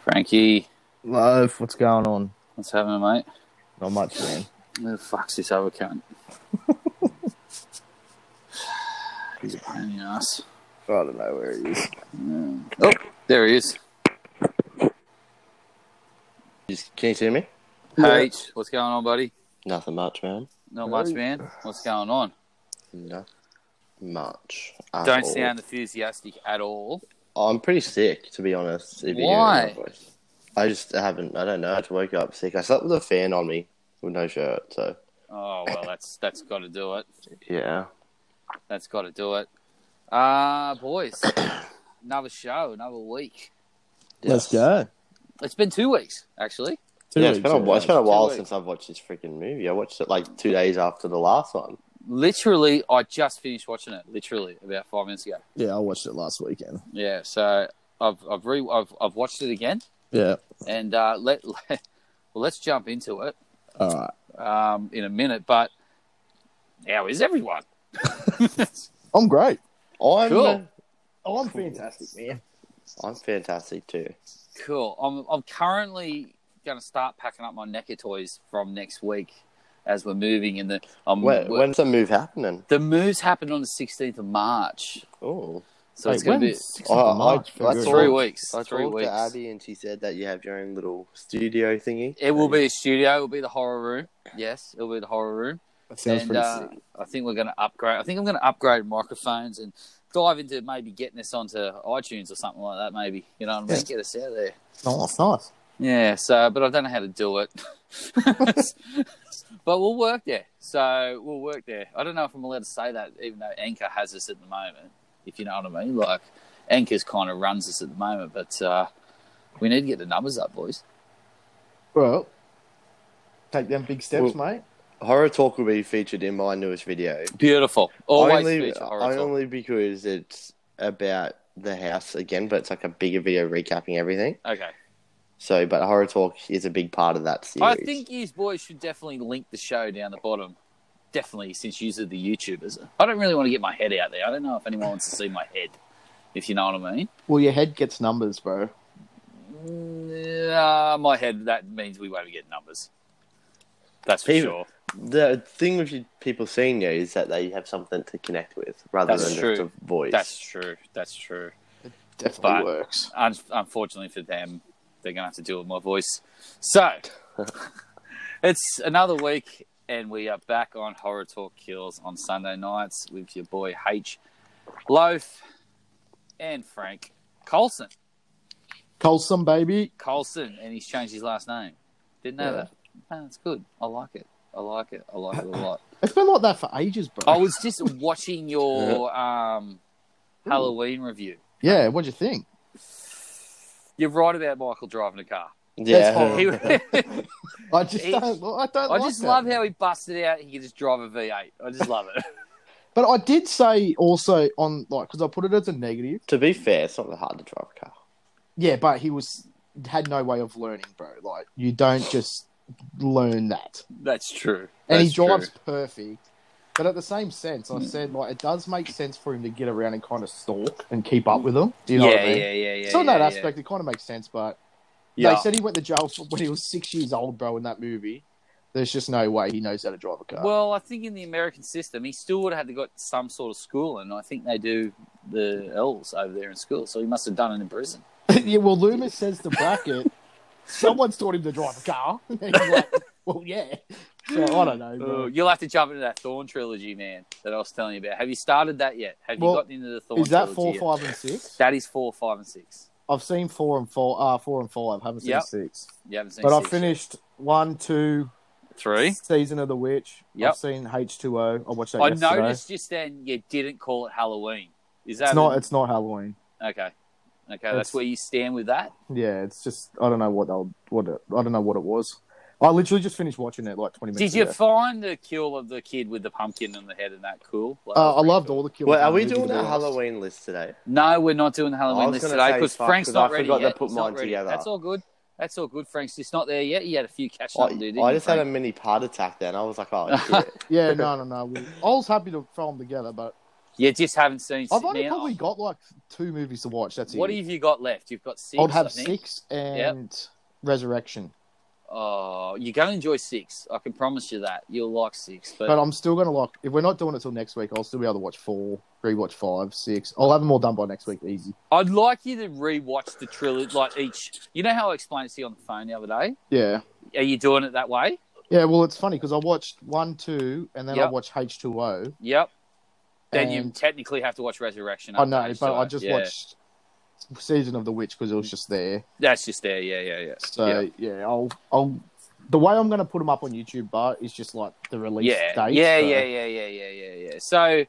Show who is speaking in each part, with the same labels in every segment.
Speaker 1: Frankie,
Speaker 2: Love, what's going on?
Speaker 1: what's happening, mate?
Speaker 2: Not much, man.
Speaker 1: Who the fuck's this other cunt? He's a pain in the ass.
Speaker 2: I don't know where he is.
Speaker 1: Oh, there he is.
Speaker 3: Just- Can you see me?
Speaker 1: H, what's going on, buddy?
Speaker 3: Nothing much, man.
Speaker 1: Not much, man. What's going on?
Speaker 3: No, much. at
Speaker 1: Don't
Speaker 3: all.
Speaker 1: sound enthusiastic at all.
Speaker 3: I'm pretty sick, to be honest. If
Speaker 1: Why?
Speaker 3: You hear my voice. I just haven't. I don't know. I just woke up sick. I slept with a fan on me with no shirt. So
Speaker 1: Oh well, that's that's got to do it.
Speaker 3: yeah,
Speaker 1: That's got to do it. Uh boys, another show, another week.
Speaker 2: Let's go.
Speaker 1: It's been two weeks actually.
Speaker 2: Two
Speaker 3: yeah, it's been,
Speaker 2: weeks,
Speaker 3: a, while- it's been a while
Speaker 1: weeks.
Speaker 3: since I've watched this freaking movie. I watched it like two days after the last one.
Speaker 1: Literally, I just finished watching it. Literally about five minutes ago.
Speaker 2: Yeah, I watched it last weekend.
Speaker 1: Yeah, so I've I've re I've, I've watched it again,
Speaker 2: Yeah.
Speaker 1: and uh, let, let well let's jump into it
Speaker 2: All right.
Speaker 1: um, in a minute. But how is everyone?
Speaker 2: I'm great.
Speaker 3: I'm
Speaker 1: Cool.
Speaker 2: Oh, I'm fantastic, man.
Speaker 3: I'm fantastic too.
Speaker 1: Cool. I'm I'm currently going to start packing up my NECA toys from next week as we're moving, and the I'm,
Speaker 3: When, when's the move happening?
Speaker 1: the moves happened on the 16th of March,
Speaker 3: Oh,
Speaker 1: so it's going to be
Speaker 3: Oh, I- that's
Speaker 1: three
Speaker 3: all-
Speaker 1: weeks.
Speaker 3: I
Speaker 1: three
Speaker 3: talked
Speaker 1: weeks.
Speaker 3: to Abby and she said that you have your own little studio thingy.
Speaker 1: It will be a studio. It will be the horror room. Yes, it will be the horror room.
Speaker 2: That sounds
Speaker 1: and
Speaker 2: pretty
Speaker 1: uh,
Speaker 2: sick.
Speaker 1: I think we're going to upgrade. I think I'm going to upgrade microphones and dive into maybe getting this onto iTunes or something like that. Maybe you know what I mean?
Speaker 2: Yeah.
Speaker 1: Get us out there.
Speaker 2: Nice, Oh, nice.
Speaker 1: Yeah. So, but I don't know how to do it. but we'll work there. So we'll work there. I don't know if I'm allowed to say that, even though Anchor has us at the moment. If you know what I mean, like Anchor's kind of runs us at the moment, but uh, we need to get the numbers up, boys.
Speaker 2: Well, take them big steps, mate.
Speaker 3: Horror Talk will be featured in my newest video.
Speaker 1: Beautiful. Always
Speaker 3: only,
Speaker 1: feature horror talk.
Speaker 3: only because it's about the house again, but it's like a bigger video recapping everything.
Speaker 1: Okay.
Speaker 3: So, but Horror Talk is a big part of that series.
Speaker 1: I think these boys should definitely link the show down the bottom. Definitely, since you are the YouTubers. I don't really want to get my head out there. I don't know if anyone wants to see my head, if you know what I mean.
Speaker 2: Well, your head gets numbers, bro.
Speaker 1: Mm, Uh, my head, that means we won't get numbers. That's for
Speaker 3: People-
Speaker 1: sure.
Speaker 3: the thing with you- people seeing you is that they have something to connect with rather
Speaker 1: That's
Speaker 3: than
Speaker 1: true.
Speaker 3: just a voice.
Speaker 1: That's true. That's true.
Speaker 2: Definitely
Speaker 1: But-
Speaker 2: works.
Speaker 1: Un- unfortunately for them, they're going to have to deal with my voice. So, it's another week, and we are back on Horror Talk Kills on Sunday nights with your boy H. Loaf and Frank Colson.
Speaker 2: Colson, baby.
Speaker 1: Colson, and he's changed his last name. Didn't know
Speaker 2: Yeah.
Speaker 1: that. Man, that's good. I like it. I like it. I like it a lot.
Speaker 2: It's been like that for ages, bro.
Speaker 1: I was just watching your um, Halloween review.
Speaker 2: yeah, what'd you think?
Speaker 1: You're right about Michael driving a car.
Speaker 2: That's
Speaker 3: yeah.
Speaker 1: He,
Speaker 2: horrible. I just
Speaker 1: He-
Speaker 2: don't. well, I don't.
Speaker 1: I
Speaker 2: like
Speaker 1: just
Speaker 2: that.
Speaker 1: love how he busted out. He could just drive a V8. I just love it.
Speaker 2: But I did say also on like because I put it as a negative.
Speaker 3: to be fair, it's not that hard to drive a car.
Speaker 2: Yeah, but he was had no way of learning, bro. Like you don't just learn that.
Speaker 1: That's true.
Speaker 2: And he
Speaker 1: That's true.
Speaker 2: drives perfect. But at the same sense, I said like it does make sense for him to get around and kind of stalk and keep up with them. Do you know
Speaker 1: yeah,
Speaker 2: what I mean?
Speaker 1: yeah, yeah, yeah.
Speaker 2: so in
Speaker 1: yeah,
Speaker 2: that
Speaker 1: yeah.
Speaker 2: aspect, it kind of makes sense. But
Speaker 1: Yeah.
Speaker 2: they said he went to jail for, when he was six years old, bro. In that movie, there's just no way he knows how to drive a car.
Speaker 1: Well, I think in the American system, he still would have had to got some sort of school, and I think they do the L's over there in school. So he must have done it in prison.
Speaker 2: yeah, well, Loomis says to Brackett, someone's taught him to drive a car. And he's like, well, yeah. So I don't know.
Speaker 1: Oh,
Speaker 2: Bro.
Speaker 1: you'll have to jump into that Thorn trilogy, man, that I was telling you about. Have you started that yet? Have
Speaker 2: Well,
Speaker 1: you gotten into the Thorn?
Speaker 2: Is that
Speaker 1: trilogy
Speaker 2: four,
Speaker 1: yet?
Speaker 2: five, and six?
Speaker 1: That is four, five, and six.
Speaker 2: I've seen four and four. Uh, four and five. Haven't seen
Speaker 1: Yep.
Speaker 2: six.
Speaker 1: You haven't seen.
Speaker 2: But I
Speaker 1: six
Speaker 2: finished one, two,
Speaker 1: yet. three.
Speaker 2: season of the witch.
Speaker 1: Yep.
Speaker 2: I've seen H two O. I watched that
Speaker 1: I
Speaker 2: yesterday.
Speaker 1: noticed just then you didn't call it Halloween. Is that
Speaker 2: It's not. It's not Halloween.
Speaker 1: okay? Okay,
Speaker 2: It's-
Speaker 1: that's where you stand with that.
Speaker 2: Yeah, it's just I don't know what they'll what it, I don't know what it was. I literally just finished watching it like twenty minutes.
Speaker 1: Did you
Speaker 2: ago.
Speaker 1: find the kill of the kid with the pumpkin on the head and that cool? Like,
Speaker 2: Uh, I loved all the kills.
Speaker 3: Well, are
Speaker 2: in
Speaker 3: we
Speaker 2: the
Speaker 3: doing
Speaker 2: movie, to
Speaker 3: a
Speaker 2: be honest.
Speaker 3: Halloween list today?
Speaker 1: No, we're not doing the
Speaker 3: I
Speaker 1: Halloween
Speaker 3: was
Speaker 1: list
Speaker 3: gonna
Speaker 1: today
Speaker 3: say,
Speaker 1: because
Speaker 3: fuck,
Speaker 1: Frank's
Speaker 3: 'cause
Speaker 1: not
Speaker 3: I
Speaker 1: ready
Speaker 3: forgot to
Speaker 1: yet.
Speaker 3: put
Speaker 1: He's not
Speaker 3: mine
Speaker 1: ready.
Speaker 3: together.
Speaker 1: That's all good. That's all good. Frank's just not there yet. He had a few catch up
Speaker 3: I,
Speaker 1: to do.
Speaker 3: I
Speaker 1: didn't
Speaker 3: just
Speaker 1: you,
Speaker 3: had a
Speaker 1: Frank?
Speaker 3: mini heart attack then. I was like, oh, shit.
Speaker 2: Yeah, no, no, no. We, I was happy to throw them together, but
Speaker 1: You just haven't seen.
Speaker 2: I've only
Speaker 1: now,
Speaker 2: probably got like two movies to watch. That's
Speaker 1: what
Speaker 2: it.
Speaker 1: have you got left? You've got six.
Speaker 2: I'd have
Speaker 1: I think.
Speaker 2: six and Resurrection,
Speaker 1: Oh, you're going to enjoy six. I can promise you that. You'll like six. But,
Speaker 2: but I'm still gonna like. If we're not doing it till next week, I'll still be able to watch four, rewatch five, six. I'll have them all done by next week, easy.
Speaker 1: I'd like you to rewatch the trilogy, like each. You know how I explained it to you on the phone the other day?
Speaker 2: Yeah,
Speaker 1: Are you doing it that way?
Speaker 2: yeah. Well, it's funny because I watched one, two, and then I
Speaker 1: Yep.
Speaker 2: watched H two O.
Speaker 1: Yep. Then you
Speaker 2: And-
Speaker 1: technically have to watch Resurrection.
Speaker 2: I know,
Speaker 1: after
Speaker 2: but I
Speaker 1: H2O.
Speaker 2: just
Speaker 1: Yeah.
Speaker 2: watched Season of the Witch because it was just there.
Speaker 1: That's just there. Yeah, yeah, yeah.
Speaker 2: So
Speaker 1: yeah.
Speaker 2: yeah, I'll, I'll. The way I'm going to put them up on YouTube, but is just like the release
Speaker 1: yeah,
Speaker 2: date.
Speaker 1: yeah,
Speaker 2: so-
Speaker 1: yeah, yeah, yeah, yeah, yeah, yeah. So,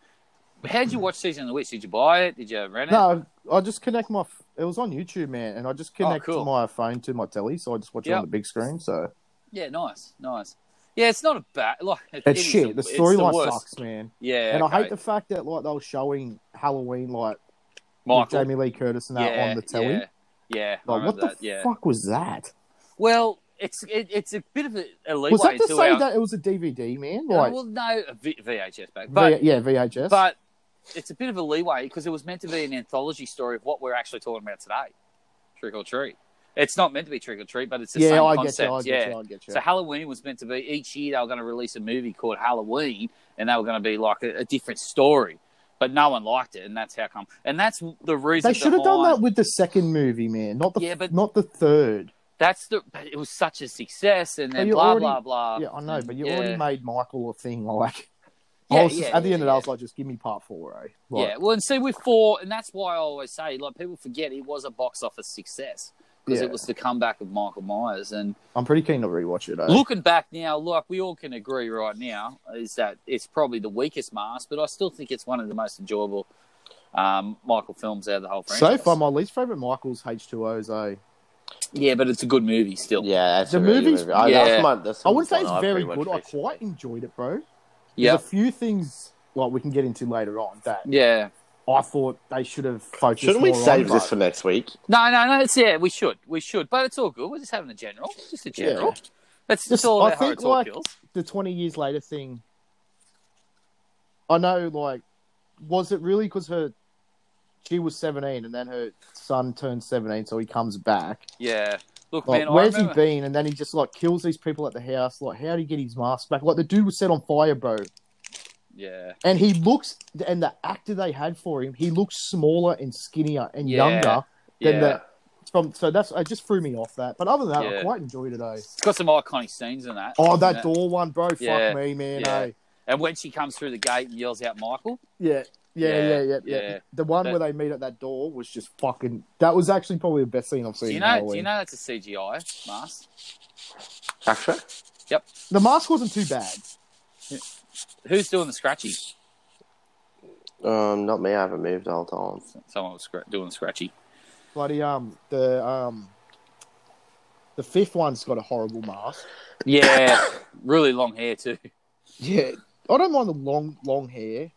Speaker 1: how did you watch Season of the Witch? Did you buy it? Did you rent it?
Speaker 2: No, I just connect my. f- It was on YouTube, man, and I just connect
Speaker 1: Oh, cool.
Speaker 2: my phone to my telly, so I just watch it
Speaker 1: Yep.
Speaker 2: on the big screen. So
Speaker 1: Yeah, nice, nice. Yeah, it's not a bad. Like, it-
Speaker 2: it's
Speaker 1: it is
Speaker 2: shit. The
Speaker 1: it's
Speaker 2: storyline
Speaker 1: worst.
Speaker 2: sucks, man,
Speaker 1: Yeah,
Speaker 2: and I hate
Speaker 1: okay.
Speaker 2: the fact that like they were showing Halloween like with
Speaker 1: Michael.
Speaker 2: Jamie Lee Curtis and that
Speaker 1: yeah,
Speaker 2: on the telly.
Speaker 1: Yeah, yeah I
Speaker 2: Like, what
Speaker 1: remember
Speaker 2: the
Speaker 1: that. Yeah.
Speaker 2: fuck was that?
Speaker 1: Well, it's it, it's a bit of a, a leeway
Speaker 2: was that to
Speaker 1: to
Speaker 2: say
Speaker 1: our- Uh,
Speaker 2: that it was a DVD, man? Like,
Speaker 1: well, no, a V- VHS back, but
Speaker 2: V- yeah, VHS.
Speaker 1: but it's a bit of a leeway because it was meant to be an anthology story of what we're actually talking about today, trick or treat. It's not meant to be trick or treat, but it's the
Speaker 2: yeah,
Speaker 1: same
Speaker 2: I get
Speaker 1: concept.
Speaker 2: you. I get
Speaker 1: yeah.
Speaker 2: you. I get you.
Speaker 1: So Halloween was meant to be each year they were going to release a movie called Halloween, and they were going to be like a, a different story. But no one liked it, and that's how come. And that's the reason
Speaker 2: They should have done that
Speaker 1: behind-
Speaker 2: with the second movie, man. Not the
Speaker 1: Yeah, but-
Speaker 2: not the third.
Speaker 1: That's the. But it was such a success, and then
Speaker 2: you
Speaker 1: blah
Speaker 2: already-
Speaker 1: blah blah.
Speaker 2: yeah, I know, but you
Speaker 1: Uh, yeah.
Speaker 2: already made Michael a thing. Like,
Speaker 1: Yeah,
Speaker 2: I was just,
Speaker 1: yeah,
Speaker 2: at the end of that,
Speaker 1: yeah,
Speaker 2: I was like, just give me part four, eh? Like,
Speaker 1: yeah, well, and see, we're four, and that's why I always say, like, people forget it was a box office success because
Speaker 2: Yeah.
Speaker 1: it was the comeback of Michael Myers. And
Speaker 2: I'm pretty keen to rewatch it. Eh?
Speaker 1: looking back now, like we all can agree right now, is that it's probably the weakest mask, but I still think it's one of the most enjoyable um, Michael films out of the whole
Speaker 2: so
Speaker 1: franchise.
Speaker 2: far, my least favorite Michael's H2O's. Eh?
Speaker 1: yeah, but it's a good movie still. Yeah,
Speaker 3: Yeah, that's
Speaker 2: The
Speaker 3: a really good
Speaker 2: movies-
Speaker 3: movie. I,
Speaker 1: yeah.
Speaker 3: that's my, that's
Speaker 2: I wouldn't say
Speaker 3: one
Speaker 2: it's
Speaker 3: I
Speaker 2: very
Speaker 3: pretty much
Speaker 2: good. I
Speaker 3: recently-
Speaker 2: quite enjoyed it, bro. There's
Speaker 1: yeah,
Speaker 2: a few things like we can get into later on that
Speaker 1: yeah.
Speaker 2: I thought they should have focused.
Speaker 3: Shouldn't we
Speaker 2: more on,
Speaker 3: save
Speaker 2: but-
Speaker 3: this for next week?
Speaker 1: No, no, no. It's yeah. We should, we should, but it's all good. We're just having a general, just a general. That's just
Speaker 2: Just-
Speaker 1: all
Speaker 2: I
Speaker 1: about how
Speaker 2: think,
Speaker 1: it's all
Speaker 2: like-
Speaker 1: feels.
Speaker 2: the 20 years later thing i know like was it really because her she was 17 and then her son turned 17 so he comes back
Speaker 1: Yeah. Look,
Speaker 2: like,
Speaker 1: man, I
Speaker 2: where's he
Speaker 1: remember-
Speaker 2: been and then he just like kills these people at the house like how do you get his mask back like the dude was set on fire bro
Speaker 1: Yeah.
Speaker 2: and he looks and the actor they had for him he looks smaller and skinnier and
Speaker 1: Yeah.
Speaker 2: younger than
Speaker 1: yeah.
Speaker 2: the from so that's it just threw me off that but other than that
Speaker 1: Yeah.
Speaker 2: i quite enjoyed it eh?
Speaker 1: It's got some iconic scenes in that.
Speaker 2: oh that
Speaker 1: Yeah.
Speaker 2: door one bro fuck
Speaker 1: Yeah.
Speaker 2: me man
Speaker 1: Yeah.
Speaker 2: eh?
Speaker 1: And when she comes through the gate and yells out Michael.
Speaker 2: Yeah.
Speaker 1: Yeah,
Speaker 2: Yeah, yeah, yeah, yeah,
Speaker 1: yeah.
Speaker 2: The one
Speaker 1: That-
Speaker 2: where they meet at that door was just fucking. That was actually probably the best scene I've seen.
Speaker 1: Do you
Speaker 2: in
Speaker 1: know do
Speaker 2: Halloween.
Speaker 1: you know that's a CGI mask?
Speaker 3: Actually,
Speaker 2: The mask wasn't too bad.
Speaker 1: Who's doing the scratchy?
Speaker 3: um, not me. I haven't moved the whole time.
Speaker 1: Someone was scra- doing the scratchy.
Speaker 2: Bloody um, the um, the fifth one's got a horrible mask.
Speaker 1: Yeah. really long hair too.
Speaker 2: Yeah, I don't mind the long, long hair.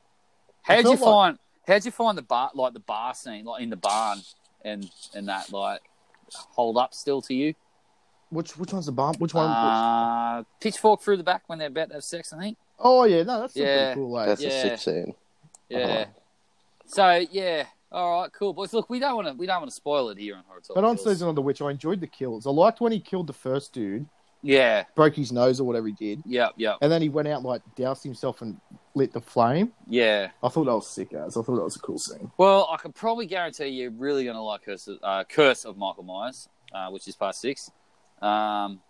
Speaker 1: How'd you
Speaker 2: felt like-
Speaker 1: find how'd you find the bar like the bar scene, like in the barn and and that like hold up still to you?
Speaker 2: Which which one's the bump? Which one? which-
Speaker 1: Uh, pitchfork through the back when they're about to have sex, I think.
Speaker 2: Oh yeah, no, that's still
Speaker 1: yeah,
Speaker 2: pretty cool. eh? Like,
Speaker 3: That's
Speaker 1: Yeah.
Speaker 3: a sick scene.
Speaker 2: Uh-huh.
Speaker 1: Yeah. So yeah. All right, cool boys. Look, we don't want to we don't want to spoil it here on Horror Talk.
Speaker 2: but on
Speaker 1: Kills.
Speaker 2: season of the witch, I enjoyed the kills. I liked when he killed the first dude,
Speaker 1: Yeah.
Speaker 2: broke his nose or whatever he did,
Speaker 1: Yep. Yep.
Speaker 2: and then he went out like doused himself and lit the flame.
Speaker 1: Yeah.
Speaker 2: I thought that was sick, as I thought that was a cool scene.
Speaker 1: Well, I can probably guarantee you're really going to like Curse of, uh, Curse of Michael Myers, uh, which is part six. Um,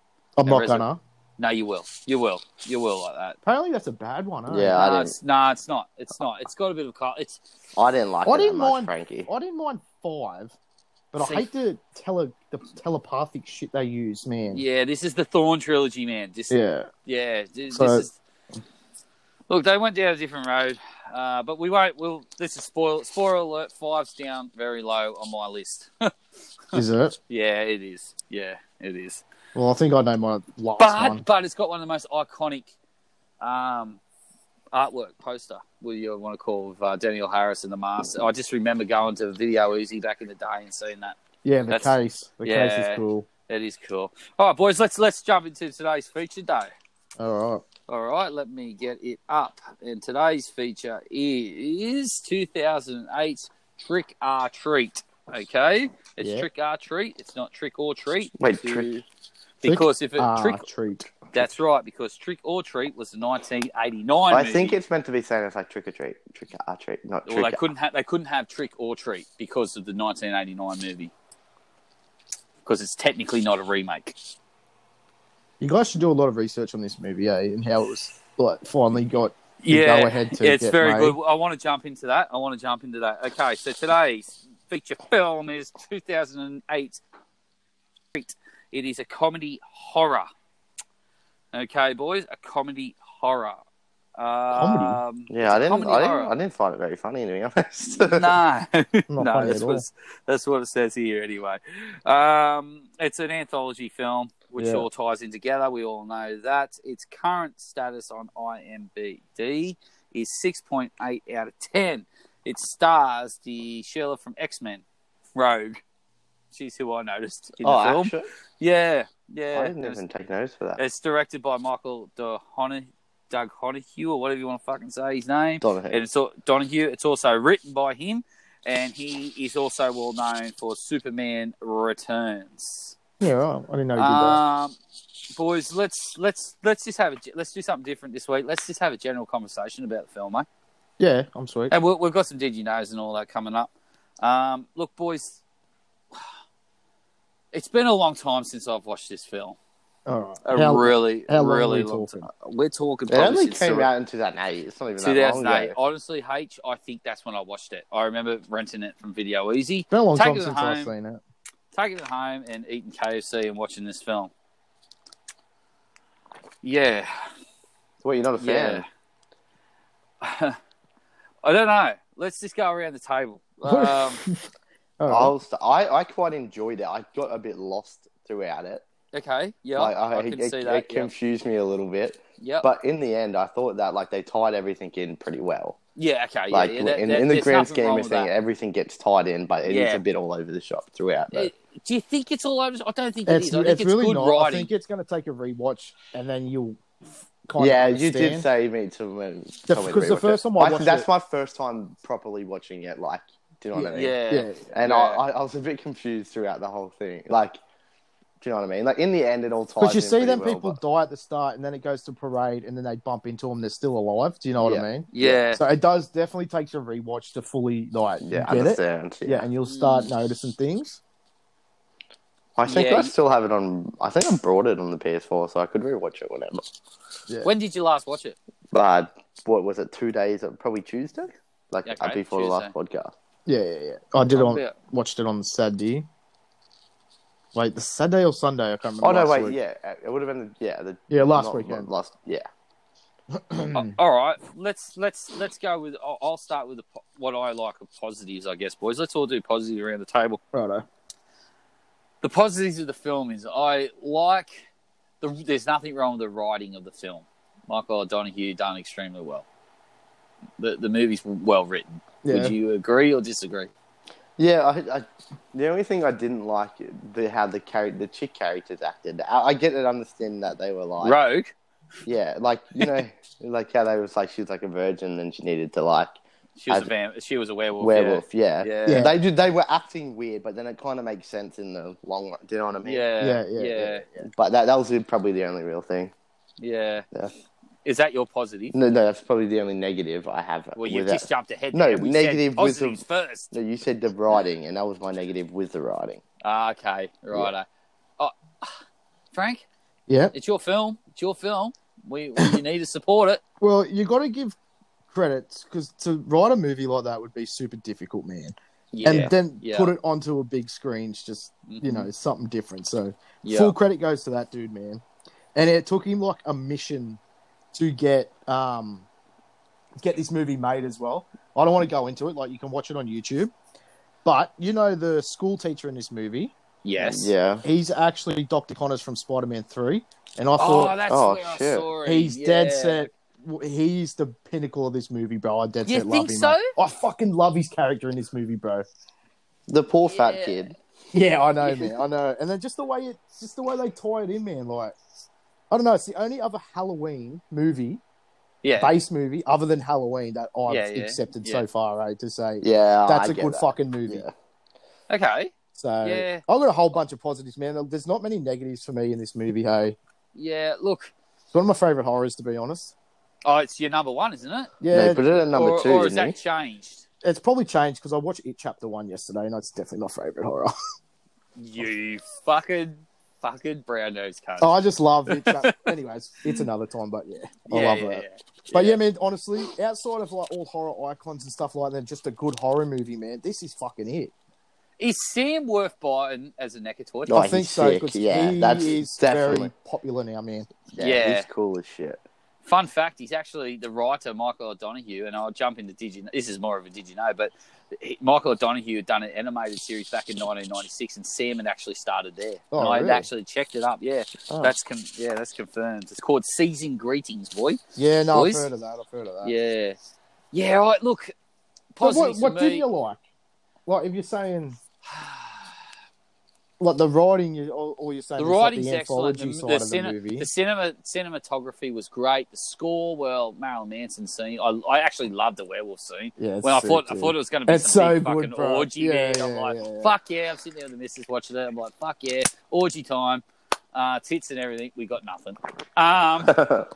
Speaker 1: Yeah,
Speaker 2: I'm not
Speaker 1: Rezo-
Speaker 2: gonna.
Speaker 1: no, you will. You will. You will like that.
Speaker 2: Apparently, that's a bad one. eh? Huh?
Speaker 3: Yeah, I
Speaker 1: No,
Speaker 3: didn't.
Speaker 1: it's, nah, it's not. It's not. It's got a bit of a car. It's
Speaker 3: I didn't like
Speaker 2: I
Speaker 3: it
Speaker 2: didn't
Speaker 3: that much,
Speaker 2: mind-
Speaker 3: Frankie.
Speaker 2: I didn't mind five, but
Speaker 1: See-
Speaker 2: I hate the tele the telepathic shit they use, man.
Speaker 1: yeah. This is the Thorn trilogy, man. This, yeah.
Speaker 2: yeah.
Speaker 1: This,
Speaker 2: So-
Speaker 1: this is. Look, they went down a different road, uh, but we won't. We'll. This is spoil. Spoiler alert. Five's down very low on my list.
Speaker 2: Is it?
Speaker 1: yeah, it is. Yeah, it is.
Speaker 2: Well, I think I know my last
Speaker 1: but
Speaker 2: one.
Speaker 1: but it's got one of the most iconic um, artwork poster. What you want to call of uh, Daniel Harris and the mask? I just remember going to Video Uzi back in the day and seeing that.
Speaker 2: Yeah, the
Speaker 1: that's-
Speaker 2: case. The case
Speaker 1: yeah.
Speaker 2: is cool.
Speaker 1: It is cool. All right, boys, let's let's jump into today's feature day.
Speaker 2: All right.
Speaker 1: All right, let me get it up. And today's feature is 2008 Trick or Treat. Okay, it's
Speaker 2: Yeah.
Speaker 1: Trick or Treat. It's not Trick or Treat.
Speaker 3: Wait,
Speaker 1: To-
Speaker 3: Trick-
Speaker 1: Because if it
Speaker 2: Ah,
Speaker 1: Trick,
Speaker 2: treat.
Speaker 1: that's right. Because Trick or Treat was the 1989.
Speaker 3: I
Speaker 1: movie.
Speaker 3: think it's meant to be saying it's like trick or treat, trick or uh, treat, not
Speaker 1: Well,
Speaker 3: trick.
Speaker 1: they couldn't have they couldn't have Trick or Treat because of the 1989 movie. Because it's technically not a remake.
Speaker 2: You guys should do a lot of research on this movie, eh? And how it was like finally got the go ahead to
Speaker 1: it's
Speaker 2: get
Speaker 1: very
Speaker 2: made.
Speaker 1: good. I want to jump into that. I want to jump into that. Okay, so today's feature film is 2008. It is a comedy horror. Okay, boys, a comedy horror. Um, comedy.
Speaker 3: yeah, I didn't,
Speaker 1: comedy
Speaker 3: I didn't,
Speaker 1: horror.
Speaker 3: I didn't find it very funny to be honest.
Speaker 1: no,
Speaker 2: Not
Speaker 1: no,
Speaker 2: funny
Speaker 1: that's
Speaker 2: at
Speaker 1: what, that's what it says here anyway. Um, it's an anthology film, which
Speaker 2: Yeah.
Speaker 1: all ties in together. We all know that. Its current status on IMDb is 6.8 out of 10. It stars the Sheila from X Men, Rogue. She's who I noticed in
Speaker 3: oh,
Speaker 1: the film.
Speaker 3: actually,
Speaker 1: Yeah, yeah.
Speaker 3: I didn't
Speaker 1: It was-
Speaker 3: even take notice for that.
Speaker 1: It's directed by Michael Dohonah, Doug Honahue, or whatever you want to fucking say his name and
Speaker 3: Donahue.
Speaker 1: it's al- Donahue. It's also written by him, and he is also well known for Superman Returns.
Speaker 2: Yeah, right. I didn't know you did that.
Speaker 1: Um, boys, let's let's let's just have a ge- let's do something different this week. Let's just have a general conversation about the film, eh?
Speaker 2: Yeah, I'm sweet.
Speaker 1: And we'll, we've got some did you knows and all that coming up. Um, look, boys, it's been a long time since I've watched this film.
Speaker 2: All right.
Speaker 1: A
Speaker 2: How-
Speaker 1: really,
Speaker 2: how long are
Speaker 1: really
Speaker 2: we
Speaker 1: long
Speaker 2: talking?
Speaker 1: time. We're talking.
Speaker 3: It only
Speaker 1: since
Speaker 3: came
Speaker 1: the-
Speaker 3: out in 2008. It's not even that long
Speaker 1: 2008.
Speaker 3: ago.
Speaker 1: Honestly, H, I think that's when I watched it. I remember renting it from Video Easy,
Speaker 2: Been a long
Speaker 1: Take
Speaker 2: time
Speaker 1: it
Speaker 2: since
Speaker 1: home.
Speaker 2: I've seen
Speaker 3: Um,
Speaker 2: it.
Speaker 1: taking it home and eating KFC and watching this film. Yeah,
Speaker 3: What, you're not a fan?
Speaker 1: yeah. I don't know. Let's just go around the table. Um,
Speaker 2: All right.
Speaker 3: I, was, I, I quite enjoyed it. I got a bit lost throughout it.
Speaker 1: okay, yeah,
Speaker 3: like,
Speaker 1: I,
Speaker 3: I,
Speaker 1: can
Speaker 3: it,
Speaker 1: see
Speaker 3: it
Speaker 1: that. Yeah,
Speaker 3: confused me a little bit.
Speaker 1: Yep.
Speaker 3: But in the end, I thought that like they tied everything in pretty well.
Speaker 1: yeah, okay, yeah,
Speaker 3: like
Speaker 1: yeah, that-
Speaker 3: in,
Speaker 1: that-
Speaker 3: in the
Speaker 1: there's
Speaker 3: grand
Speaker 1: nothing
Speaker 3: scheme
Speaker 1: wrong
Speaker 3: of
Speaker 1: with
Speaker 3: things,
Speaker 1: that.
Speaker 3: everything gets tied in, but it is
Speaker 1: Yeah.
Speaker 3: a bit all over the shop throughout. Though.
Speaker 1: It- do you think it's all over? I don't think
Speaker 2: it's,
Speaker 1: it is. I think
Speaker 2: it's
Speaker 1: it's,
Speaker 2: really
Speaker 1: good
Speaker 2: not.
Speaker 1: writing.
Speaker 2: I think it's going to take a rewatch, and then you'll f- kind
Speaker 3: yeah,
Speaker 2: of
Speaker 3: you did
Speaker 2: understand.
Speaker 3: say me to uh, when
Speaker 2: The-
Speaker 3: tell me to
Speaker 2: 'cause the
Speaker 3: rewatch
Speaker 2: first
Speaker 3: it.
Speaker 2: time I
Speaker 3: Like,
Speaker 2: watched
Speaker 3: that's
Speaker 2: it-
Speaker 3: my first time properly watching it. Like, do you know what I mean?
Speaker 1: yeah,
Speaker 2: Yeah,
Speaker 3: And
Speaker 1: Yeah.
Speaker 3: I, I, I was a bit confused throughout the whole thing. Like, do you know what I mean? Like in the end, it all ties.
Speaker 2: because you
Speaker 3: in
Speaker 2: see
Speaker 3: pretty
Speaker 2: them
Speaker 3: well,
Speaker 2: people
Speaker 3: but-
Speaker 2: die at the start, and then it goes to parade, and then they bump into them. They're still alive. Do you know what
Speaker 3: Yeah.
Speaker 2: I mean?
Speaker 1: yeah.
Speaker 2: So it does definitely takes a rewatch to fully like
Speaker 3: yeah, I
Speaker 2: get it.
Speaker 3: understand.
Speaker 2: Yeah, and you'll start noticing things.
Speaker 3: I think
Speaker 1: Yeah,
Speaker 3: I
Speaker 1: you-
Speaker 3: still have it on. I think I brought it on the PS4, so I could rewatch it whenever.
Speaker 1: When did you last watch it?
Speaker 3: But what was it? Two days? Probably Tuesday. Like
Speaker 1: Okay,
Speaker 3: uh, before the last podcast.
Speaker 2: Yeah, yeah, yeah. I did it on
Speaker 1: Yeah.
Speaker 2: watched it on the Saturday. Wait, the Saturday or Sunday? I can't remember.
Speaker 3: Oh no,
Speaker 2: last
Speaker 3: wait,
Speaker 2: week.
Speaker 3: yeah, uh, it would have been the, yeah, the
Speaker 2: yeah, last
Speaker 3: not-
Speaker 2: weekend.
Speaker 3: not last yeah. Hmm.
Speaker 1: Uh, all right, let's let's let's go with. I'll, I'll start with the, po- what I like of positives, I guess, boys. Let's all do positives around the table.
Speaker 2: Righto.
Speaker 1: The positives of the film is I like. The, there's nothing wrong with the writing of the film. Michael O'Donoghue done extremely well. The the movie's well written.
Speaker 2: Yeah.
Speaker 1: Would you agree or disagree?
Speaker 3: Yeah, I, I, the only thing I didn't like the how the character, the chick characters acted. I, I get it, understanding that they were like,
Speaker 1: Rogue.
Speaker 3: yeah, like you know, like how they was like she was like a virgin and she needed to like
Speaker 1: She was a
Speaker 3: I've-
Speaker 1: vamp, She was a werewolf.
Speaker 3: werewolf, yeah.
Speaker 1: Yeah.
Speaker 2: Yeah.
Speaker 1: Yeah.
Speaker 3: They did, they were acting weird, but then it kind of makes sense in the long run. Do you know what I mean?
Speaker 1: Yeah.
Speaker 2: Yeah, yeah,
Speaker 1: Yeah.
Speaker 3: But that that was probably the only real thing.
Speaker 1: Yeah.
Speaker 3: Yeah.
Speaker 1: Is that your positive?
Speaker 3: No, no, that's probably the only negative I have.
Speaker 1: Well, you
Speaker 3: with that.
Speaker 1: just jumped ahead.
Speaker 3: No,
Speaker 1: there. We said
Speaker 3: negative with the-
Speaker 1: positives first.
Speaker 3: No, you said the writing, and that was my negative with the writing.
Speaker 1: Ah, okay, right. Oh, Frank,
Speaker 2: yeah.
Speaker 1: it's your film. It's your film. We, we you need to support it.
Speaker 2: Well, you got to give credits because to write a movie like that would be super difficult, man.
Speaker 1: Yeah,
Speaker 2: and then
Speaker 1: yeah.
Speaker 2: put it onto a big screen's just
Speaker 1: Mhm.
Speaker 2: you know something different. So
Speaker 1: yeah,
Speaker 2: full credit goes to that dude, man. And it took him like a mission to get um get this movie made as well. I don't want to go into it. Like you can watch it on YouTube, but you know the school teacher in this movie,
Speaker 1: yes,
Speaker 3: Yeah.
Speaker 2: he's actually Doctor Connors from Spider Man Three, and I
Speaker 1: Oh,
Speaker 2: thought
Speaker 1: that's
Speaker 3: Oh,
Speaker 1: where I
Speaker 3: shit.
Speaker 1: saw it.
Speaker 2: he's dead
Speaker 1: yeah.
Speaker 2: set. He's the pinnacle of this movie, bro. I dead
Speaker 1: You
Speaker 2: set
Speaker 1: think
Speaker 2: love him.
Speaker 1: so?
Speaker 2: mate. I fucking love his character in this movie, bro.
Speaker 3: The poor
Speaker 1: Yeah.
Speaker 3: fat kid.
Speaker 2: Yeah, I know,
Speaker 1: Yeah.
Speaker 2: man. I know. And then just the way it, just the way they tie it in, man. Like, I don't know. It's the only other Halloween movie,
Speaker 1: Yeah.
Speaker 2: base movie, other than Halloween that I've
Speaker 1: Yeah, yeah.
Speaker 2: accepted
Speaker 1: Yeah.
Speaker 2: so far, eh? To say
Speaker 3: Yeah,
Speaker 2: that's
Speaker 3: a
Speaker 2: a good fucking movie.
Speaker 3: Yeah.
Speaker 1: Okay.
Speaker 2: So
Speaker 1: Yeah.
Speaker 2: I've got a whole bunch of positives, man. There's not many negatives for me in this movie. Hey,
Speaker 1: Yeah. Look.
Speaker 2: it's one of my favorite horrors, to be honest.
Speaker 1: Oh, it's your number one, isn't it?
Speaker 2: Yeah,
Speaker 3: no, put it at number
Speaker 1: or,
Speaker 3: two,
Speaker 1: or has
Speaker 3: didn't he?
Speaker 1: that changed?
Speaker 2: it's probably changed because I watched it chapter one yesterday, and it's definitely my favorite horror.
Speaker 1: You fucking fucking brown nose cunt.
Speaker 2: oh, I just love it. Chap- Anyways, it's another time, but yeah, I love that. But yeah. man, honestly, outside of like all horror icons and stuff like that, just a good horror movie, man. This is fucking it.
Speaker 1: Is Sam worth buying as a Nakatoy?
Speaker 3: No,
Speaker 2: I think
Speaker 3: he's
Speaker 2: so
Speaker 3: sick.
Speaker 2: because
Speaker 3: Yeah,
Speaker 2: he
Speaker 3: that's
Speaker 2: is
Speaker 3: definitely-
Speaker 2: very popular now, man.
Speaker 3: Yeah,
Speaker 1: Yeah.
Speaker 3: he's cool as shit.
Speaker 1: Fun fact: He's actually the writer Michael O'Donoghue, and I'll jump into did you. This is more of a did you know, but he, Michael O'Donoghue had done an animated series back in 1996, and Sam had actually started there.
Speaker 2: Oh,
Speaker 1: and I had
Speaker 2: really?
Speaker 1: actually checked it up. Yeah,
Speaker 2: Oh.
Speaker 1: that's con- yeah, that's confirmed. It's called Season Greetings, boy.
Speaker 2: Oh, Yeah, no,
Speaker 1: Boys?
Speaker 2: I've heard of that. I've heard of that.
Speaker 1: Yeah, yeah. All right, look,
Speaker 2: But what,
Speaker 1: positives
Speaker 2: what
Speaker 1: for
Speaker 2: did
Speaker 1: me.
Speaker 2: you like? Like, if you're saying like the writing, you or, or you're saying
Speaker 1: the
Speaker 2: it's like
Speaker 1: writing's
Speaker 2: the
Speaker 1: excellent.
Speaker 2: anthology
Speaker 1: The,
Speaker 2: side
Speaker 1: the
Speaker 2: of the
Speaker 1: cine-
Speaker 2: movie.
Speaker 1: the cinema cinematography was great. The score, well, Marilyn Manson scene. I, I actually loved the werewolf scene.
Speaker 2: yeah, it's
Speaker 1: When I
Speaker 2: sick,
Speaker 1: thought, I
Speaker 2: dude.
Speaker 1: thought it was going to be
Speaker 2: It's
Speaker 1: some
Speaker 2: so
Speaker 1: big fucking
Speaker 2: good, bro.
Speaker 1: orgy,
Speaker 2: Yeah,
Speaker 1: man. I'm
Speaker 2: yeah,
Speaker 1: like,
Speaker 2: yeah, yeah.
Speaker 1: fuck yeah! I'm sitting there with the missus watching it. I'm like, fuck yeah, orgy time, uh, tits and everything. We got nothing. Um,
Speaker 2: Mm.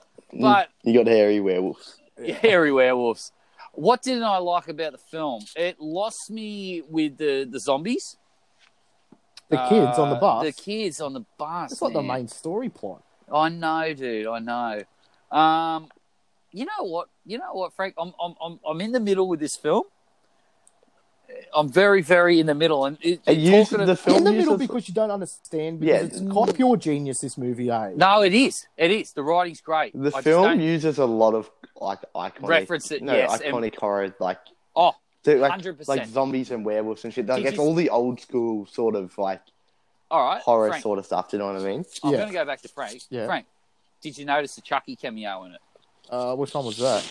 Speaker 1: but
Speaker 3: you got hairy werewolves.
Speaker 1: hairy werewolves. What didn't I like about the film? It lost me with the the zombies.
Speaker 2: the kids on the
Speaker 1: Uh,
Speaker 2: bus.
Speaker 1: The kids on the bus.
Speaker 2: It's like the
Speaker 1: man.
Speaker 2: main story plot.
Speaker 1: I know, dude. I know. Um, you know what? You know what, Frank? I'm I'm I'm I'm in the middle with this film. I'm very very in the middle, and it,
Speaker 3: Are
Speaker 1: it
Speaker 3: you
Speaker 1: talking
Speaker 3: the
Speaker 1: of-
Speaker 3: film
Speaker 2: in the
Speaker 3: uses-
Speaker 2: middle because you don't understand. Because
Speaker 3: Yeah.
Speaker 2: it's quite pure genius. This movie, eh?
Speaker 1: no, it is. It is. The writing's great.
Speaker 3: The
Speaker 1: I just
Speaker 3: film
Speaker 1: don't
Speaker 3: uses a lot of like iconic
Speaker 1: reference it.
Speaker 3: no
Speaker 1: yes, and-
Speaker 3: iconic horror like
Speaker 1: oh,
Speaker 3: so, like
Speaker 1: 100%.
Speaker 3: like zombies and werewolves and shit. Like
Speaker 1: Did
Speaker 3: it's
Speaker 1: you-
Speaker 3: all the old school sort of like
Speaker 1: all right.
Speaker 3: horror
Speaker 1: Frank,
Speaker 3: sort of stuff. Do you know what I mean?
Speaker 1: I'm
Speaker 2: Yeah.
Speaker 1: going to go back to Frank.
Speaker 2: Yeah.
Speaker 1: Frank, did you notice the Chucky cameo in it?
Speaker 2: Uh, which one was that?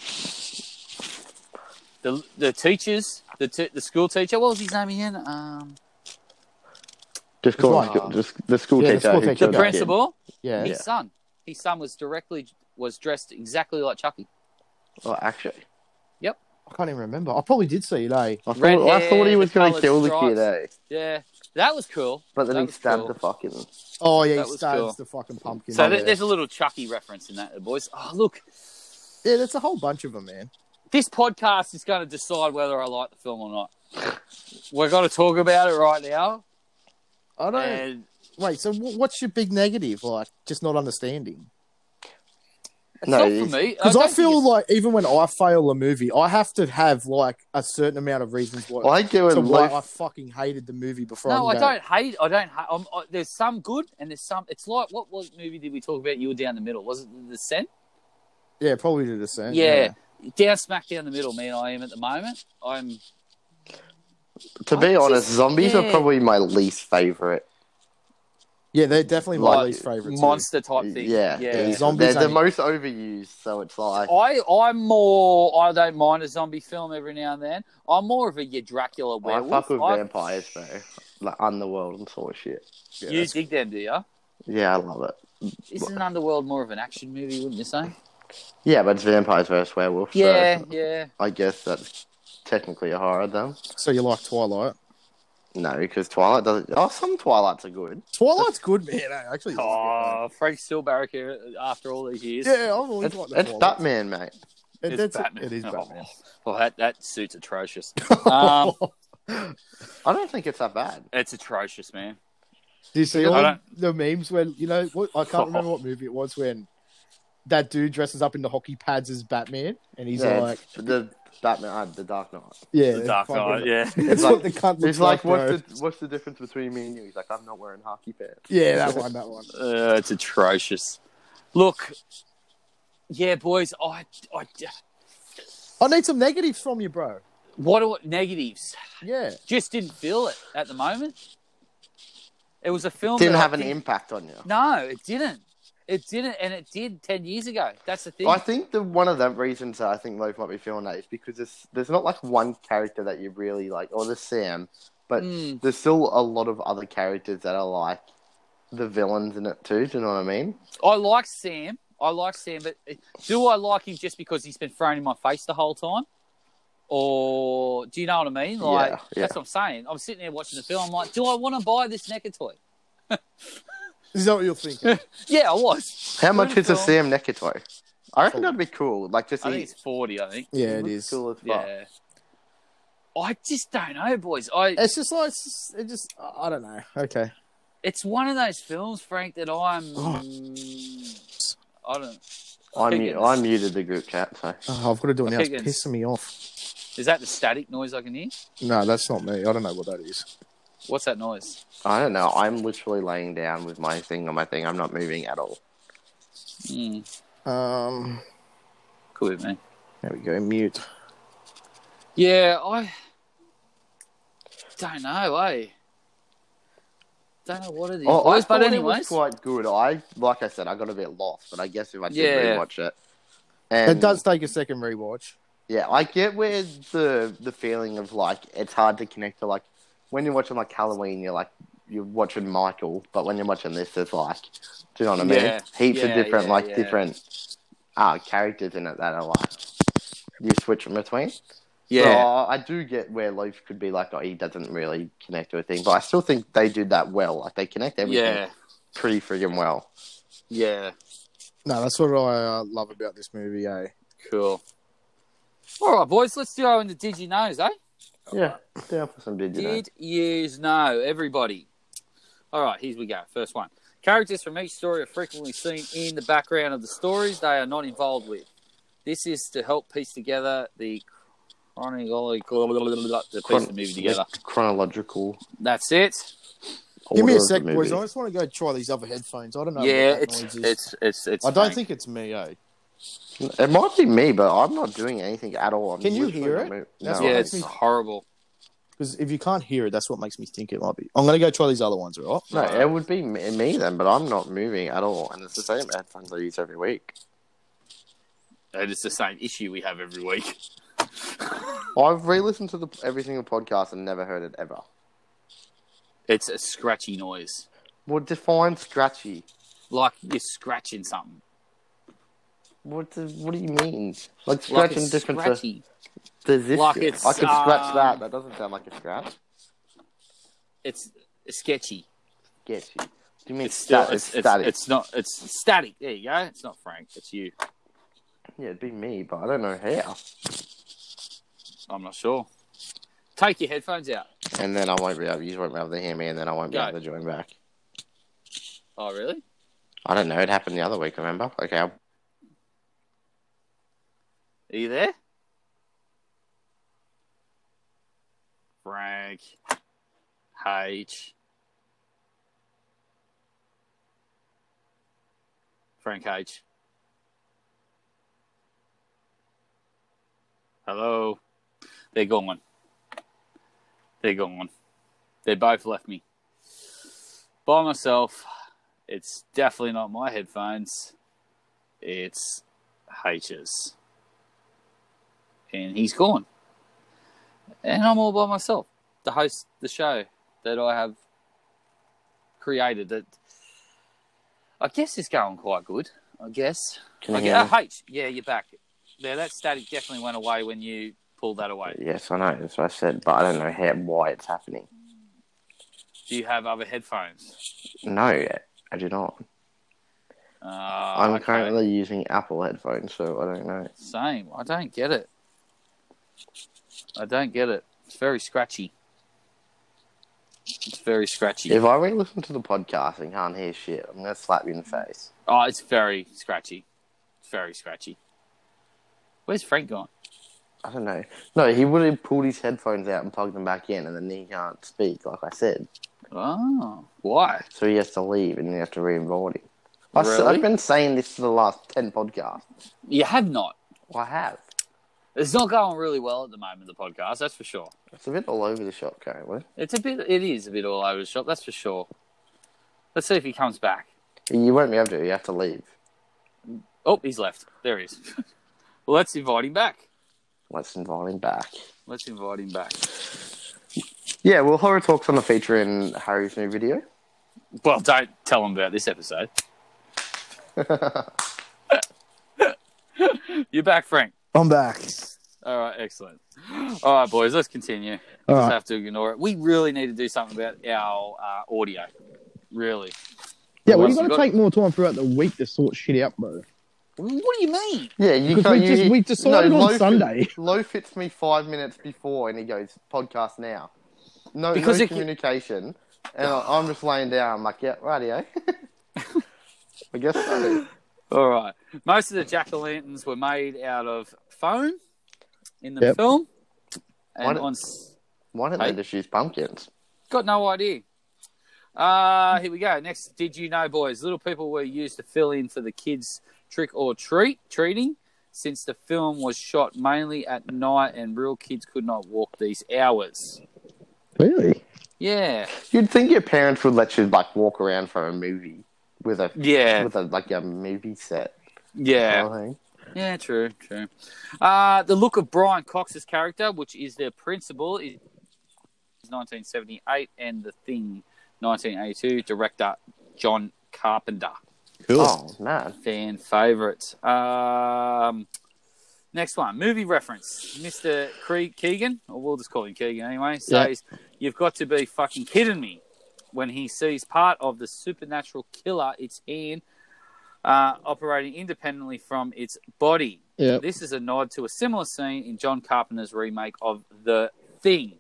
Speaker 1: The the teachers, the t- the school teacher. What was his name again? Um,
Speaker 3: Just
Speaker 2: call
Speaker 3: call
Speaker 2: him scho-
Speaker 3: just the school
Speaker 2: Yeah, the
Speaker 3: teacher.
Speaker 2: teacher school who teacher.
Speaker 1: the
Speaker 2: killed Yeah.
Speaker 1: principal.
Speaker 2: Yeah.
Speaker 1: His son. His son was directly was dressed exactly like Chucky.
Speaker 3: Oh, actually,
Speaker 2: I can't even remember. I probably did see it, eh?
Speaker 3: I thought,
Speaker 1: Red
Speaker 3: I thought he
Speaker 1: hair,
Speaker 3: was
Speaker 1: the
Speaker 3: going
Speaker 1: coloured
Speaker 3: to kill
Speaker 1: stripes.
Speaker 3: the kid, eh?
Speaker 1: Yeah, that was cool.
Speaker 3: But then
Speaker 1: That
Speaker 3: he
Speaker 1: was
Speaker 3: stabbed
Speaker 1: cool.
Speaker 3: the fucking.
Speaker 2: Oh yeah,
Speaker 1: That
Speaker 2: he
Speaker 1: was
Speaker 2: stabs
Speaker 1: cool.
Speaker 2: the fucking pumpkin.
Speaker 1: So
Speaker 2: yeah.
Speaker 1: th- there's a little Chucky reference in that, boys. Oh, look,
Speaker 2: yeah, that's a whole bunch of them, man.
Speaker 1: this podcast is going to decide whether I like the film or not. We're going to talk about it right now.
Speaker 2: I don't
Speaker 1: And
Speaker 2: wait. So wh- what's your big negative? Like just not understanding?
Speaker 1: it's
Speaker 3: No,
Speaker 1: not
Speaker 3: it's-
Speaker 1: for me.
Speaker 2: Because
Speaker 1: don't
Speaker 2: I,
Speaker 1: think
Speaker 2: feel
Speaker 1: it's-
Speaker 2: like even when I fail a movie, I have to have like a certain amount of reasons why
Speaker 3: I do it.
Speaker 2: to why I
Speaker 3: Like,
Speaker 2: fucking hated the movie before.
Speaker 1: No, I
Speaker 2: can go,
Speaker 1: don't hate. I don't. Ha- I'm, I, there's some good, and there's some. It's like what was movie did we talk about? You were down the middle. Was it The Descent?
Speaker 2: Yeah, probably did the same.
Speaker 1: Yeah, down smack down the middle, man. I am at the moment. I'm
Speaker 3: to
Speaker 1: I
Speaker 3: be honest,
Speaker 1: just-
Speaker 3: zombies
Speaker 1: yeah.
Speaker 3: are probably my least favorite.
Speaker 2: yeah, they're definitely my
Speaker 1: Like,
Speaker 2: least favorite.
Speaker 1: monster type thing. yeah.
Speaker 3: Yeah,
Speaker 2: Yeah,
Speaker 3: They're
Speaker 2: zombies
Speaker 3: the
Speaker 2: ain't-
Speaker 3: most overused, so it's like
Speaker 1: I I'm more. I don't mind a zombie film every now and then. I'm more of a your Dracula
Speaker 3: I
Speaker 1: werewolf.
Speaker 3: fuck with
Speaker 1: I-
Speaker 3: vampires though, like underworld and sort of shit.
Speaker 2: too.
Speaker 1: You dig them, do you?
Speaker 3: Yeah, I love it.
Speaker 1: Isn't Underworld more of an action movie? Wouldn't you say?
Speaker 3: Yeah, but it's vampires versus werewolves. so
Speaker 1: Yeah, yeah.
Speaker 3: I guess that's technically a horror though.
Speaker 2: So you like Twilight?
Speaker 3: No, because Twilight doesn't. Oh, some Twilights are good.
Speaker 2: Twilight's good, man. eh? Actually, it's good,
Speaker 1: Oh, Frank Stillbarrick here after all these years.
Speaker 2: man. yeah, I've always
Speaker 3: It's,
Speaker 2: liked the
Speaker 3: it's
Speaker 2: Twilight.
Speaker 3: Batman, mate.
Speaker 2: It-
Speaker 1: It's
Speaker 2: that's-
Speaker 1: Batman.
Speaker 2: It is
Speaker 1: Oh.
Speaker 2: Batman.
Speaker 1: Well, that that suit's atrocious. Um,
Speaker 3: I don't think it's that bad.
Speaker 1: it's atrocious, man.
Speaker 2: Do you see
Speaker 1: I
Speaker 2: all
Speaker 1: don't-
Speaker 2: the memes when you know what? I can't remember what movie it was when that dude dresses up in the hockey pads as Batman, and he's
Speaker 3: yeah,
Speaker 2: like,
Speaker 3: it's the Batman, uh, the Dark Knight.
Speaker 2: "Yeah,
Speaker 1: the Dark
Speaker 2: fucking-
Speaker 1: Knight. Yeah.
Speaker 2: That's
Speaker 3: like-
Speaker 2: what the cunt looks
Speaker 3: He's like,
Speaker 2: bro.
Speaker 3: what's the what's the difference between me and you? He's like, I'm not wearing hockey pants.
Speaker 2: Yeah, that one, that one.
Speaker 1: Uh, it's atrocious. Look, yeah, boys. I, I,
Speaker 2: I need some negatives from you, bro.
Speaker 1: what are negatives?
Speaker 2: Yeah,
Speaker 1: Just didn't feel it at the moment. It was a film
Speaker 3: Didn't
Speaker 1: that I
Speaker 3: have an impact on you.
Speaker 1: No, it didn't. It didn't, and it did ten years ago. That's the thing.
Speaker 3: I think the one of the reasons that I think Loaf might be feeling that is because there's there's not like one character that you really like, or the Sam, but
Speaker 1: Mm.
Speaker 3: there's still a lot of other characters that are like the villains in it too. Do you know what I mean?
Speaker 1: I like Sam. I like Sam, but do I like him just because he's been thrown in my face the whole time? Or do you know what I mean? Like
Speaker 3: Yeah, yeah.
Speaker 1: that's what I'm saying. I'm sitting there watching the film. I'm like, do I want to buy this NECA toy?
Speaker 2: Is that what you're thinking?
Speaker 1: Yeah, I was.
Speaker 3: How much is a
Speaker 1: Beautiful.
Speaker 3: Sam Necker toy? I reckon that'd be cool. Like just
Speaker 1: I think
Speaker 3: he,
Speaker 1: it's forty. I think.
Speaker 2: yeah,
Speaker 3: he
Speaker 2: it
Speaker 3: looks
Speaker 2: is.
Speaker 3: Cool as fuck.
Speaker 1: Yeah. I just don't know, boys. I
Speaker 2: It's just like it's just, it just I I don't know. Okay.
Speaker 1: it's one of those films, Frank, that I'm.
Speaker 2: Oh.
Speaker 1: I don't.
Speaker 3: I,
Speaker 1: think
Speaker 3: mu-
Speaker 1: it's-
Speaker 3: I muted the group chat, so
Speaker 2: Oh, I've got to do it now. It's
Speaker 1: Higgins.
Speaker 2: pissing me off.
Speaker 1: Is that the static noise I can hear?
Speaker 2: No, that's not me. I don't know what that is.
Speaker 1: What's that noise?
Speaker 3: I don't know. I'm literally laying down with my thing on my thing. I'm not moving at all.
Speaker 1: Hmm.
Speaker 2: Um,
Speaker 1: cool, man.
Speaker 2: there we go. Mute.
Speaker 1: Yeah, I don't know. I don't know what it is.
Speaker 3: Oh, I
Speaker 1: boys,
Speaker 3: thought
Speaker 1: but
Speaker 3: it
Speaker 1: anyways,
Speaker 3: was quite good. I like I said, I got a bit lost, but I guess if I did
Speaker 1: Yeah.
Speaker 3: rewatch it, and
Speaker 2: it does take a second rewatch.
Speaker 3: Yeah, I get where the the feeling of like it's hard to connect to like when you're watching like Halloween, you're like you're watching Michael, but when you're watching this, it's like, do you know what I mean?
Speaker 1: Yeah,
Speaker 3: Heaps
Speaker 1: yeah,
Speaker 3: of different
Speaker 1: yeah,
Speaker 3: like
Speaker 1: yeah.
Speaker 3: different uh, characters in it that are like you switch them between.
Speaker 1: yeah,
Speaker 3: so, I do get where Loaf could be like, oh, he doesn't really connect to a thing, but I still think they do that well. Like they connect everything
Speaker 1: yeah,
Speaker 3: pretty friggin' well.
Speaker 1: yeah.
Speaker 2: No, that's what I uh, love about this movie. Eh?
Speaker 1: Cool. All right, boys, let's go into did you knows, eh?
Speaker 3: Yeah, yeah, for some did you know?
Speaker 1: Did yous know, everybody? All right, here we go. First one. Characters from each story are frequently seen in the background of the stories they are not involved with. This is to help piece together the chronological to piece the movie together.
Speaker 3: Chronological.
Speaker 1: That's it.
Speaker 2: Give me
Speaker 3: order
Speaker 2: a
Speaker 3: of the
Speaker 2: sec, boys.
Speaker 3: movie.
Speaker 2: I just want to go try these other headphones. I don't know.
Speaker 1: yeah,
Speaker 2: what that
Speaker 1: it's,
Speaker 2: noise
Speaker 1: it's
Speaker 2: is.
Speaker 1: it's it's
Speaker 2: I don't
Speaker 1: Frank.
Speaker 2: think it's me. Eh?
Speaker 3: It might be me, but I'm not doing anything at all. I'm
Speaker 2: Can you
Speaker 3: literally
Speaker 2: hear
Speaker 3: not
Speaker 2: it?
Speaker 3: mov-
Speaker 2: That's
Speaker 3: no,
Speaker 1: yeah,
Speaker 2: I
Speaker 1: it's
Speaker 2: think-
Speaker 1: horrible.
Speaker 2: Because if you can't hear it, that's what makes me think it might be. I'm gonna go try these other ones, all right?
Speaker 3: no, it would be me me then, but I'm not moving at all, and it's the same headphones I use every week.
Speaker 1: And Uh, it's the same issue we have every week.
Speaker 3: I've re-listened to the, every single podcast and never heard it ever.
Speaker 1: It's a scratchy noise,
Speaker 3: Well, define scratchy.
Speaker 1: like you're scratching something.
Speaker 3: What do, What do you mean? Like
Speaker 1: Like
Speaker 3: scratching
Speaker 1: it's
Speaker 3: different. to-
Speaker 1: scratchy.
Speaker 3: There's this.
Speaker 1: Like
Speaker 3: shit.
Speaker 1: it's,
Speaker 3: I could scratch
Speaker 1: um,
Speaker 3: that. That doesn't sound like a scratch.
Speaker 1: It's sketchy.
Speaker 3: Sketchy. Do you mean
Speaker 1: It's still
Speaker 3: sta-
Speaker 1: it's,
Speaker 3: it's
Speaker 1: it's,
Speaker 3: static?
Speaker 1: it's not it's static. There you go. It's not Frank. It's you.
Speaker 3: Yeah, it'd be me, but I don't know how.
Speaker 1: I'm not sure. Take your headphones out.
Speaker 3: And then I won't be able. You won't be able to hear me, and then I won't be
Speaker 1: Go.
Speaker 3: able to join back.
Speaker 1: Oh really?
Speaker 3: I don't know. It happened the other week. Remember? Okay, I'll
Speaker 1: Are you there? Frank H. Frank H. Hello. They're gone. They're gone. They both left me by myself. It's definitely not my headphones. It's H's and he's gone. And I'm all by myself to host the show that I have created that I guess is going quite good. I guess.
Speaker 3: Can you
Speaker 1: I
Speaker 3: hear
Speaker 1: guess
Speaker 3: me?
Speaker 1: oh, H, yeah, you're back. Yeah, that static definitely went away when you pulled that away.
Speaker 3: Yes, I know. That's what I said, but I don't know how, why it's happening.
Speaker 1: Do you have other headphones?
Speaker 3: No, I do not.
Speaker 1: Uh,
Speaker 3: I'm
Speaker 1: okay.
Speaker 3: currently using Apple headphones, so I don't know.
Speaker 1: Same. I don't get it. I don't get it. It's very scratchy. It's very scratchy.
Speaker 3: If I re-listen to the podcast and can't hear shit, I'm gonna slap you in the face.
Speaker 1: Oh, it's very scratchy. It's very scratchy. Where's Frank gone?
Speaker 3: I don't know. No, he would have pulled his headphones out and plugged them back in, and then he can't speak, like I said.
Speaker 1: Oh, why?
Speaker 3: So he has to leave, and you have to re-onboard him. I s-
Speaker 1: Really?
Speaker 3: I've been saying this for the last ten podcasts.
Speaker 1: You have not.
Speaker 3: Well, I have.
Speaker 1: It's not going really well at the moment, the podcast, that's for sure.
Speaker 3: It's a bit all over the shop currently.
Speaker 1: It's a bit, it is a bit all over the shop, that's for sure. Let's see if he comes back.
Speaker 3: You won't be able to. You have to leave.
Speaker 1: Oh, he's left. There he is. Let's invite him back.
Speaker 3: Let's invite him back.
Speaker 1: Let's invite him back.
Speaker 3: Yeah, well, horror talks on the feature in Harry's new video.
Speaker 1: Well, don't tell them about this episode. You're back, Frank.
Speaker 2: I'm back.
Speaker 1: All right, excellent. All right, boys, let's continue.
Speaker 2: All
Speaker 1: Just
Speaker 2: right.
Speaker 1: have to ignore it. We really need to do something about our uh, audio. Really.
Speaker 2: Yeah, well,
Speaker 1: What
Speaker 2: you
Speaker 1: else
Speaker 2: got
Speaker 1: you
Speaker 2: to
Speaker 1: got?
Speaker 2: take more time throughout the week to sort shit out, bro.
Speaker 1: What do you mean?
Speaker 3: Yeah, you
Speaker 2: Because
Speaker 3: can't.
Speaker 2: we
Speaker 3: you,
Speaker 2: just- we decided on
Speaker 3: Lo fit-
Speaker 2: Sunday.
Speaker 3: Lo fits me five minutes before, and he goes podcast now. No,
Speaker 1: Because
Speaker 3: no
Speaker 1: it-
Speaker 3: communication, and I, I'm just laying down. I'm like, yeah, radio. I guess so.
Speaker 1: All right. Most of the jack o' lanterns were made out of foam in the
Speaker 2: Yep.
Speaker 1: film.
Speaker 3: Why
Speaker 1: And
Speaker 3: don't-
Speaker 1: on s-
Speaker 3: Why don't
Speaker 1: Hey.
Speaker 3: they just use pumpkins?
Speaker 1: got no idea. Uh, here we go. Next, did you know, boys? Little people were used to fill in for the kids' trick or treat treating, since the film was shot mainly at night and real kids could not walk these hours.
Speaker 2: Really?
Speaker 1: Yeah,
Speaker 3: You'd think your parents would let you like walk around for a movie with a
Speaker 1: yeah,
Speaker 3: with a like a movie set.
Speaker 1: yeah.
Speaker 3: kind of thing.
Speaker 1: Yeah, true, true. Uh, the look of Brian Cox's character, which is their principal, is 1978, and The Thing, 1982, director John Carpenter,
Speaker 2: Cool.
Speaker 3: Oh man,
Speaker 1: fan favorite. Um, next one, movie reference, Mr. Cre- Keegan, or we'll just call him Keegan anyway, says, "You've got to be fucking kidding me." When he sees part of the supernatural killer, its hand uh, operating independently from its body.
Speaker 2: Yeah.
Speaker 1: This is a nod to a similar scene in John Carpenter's remake of The Thing.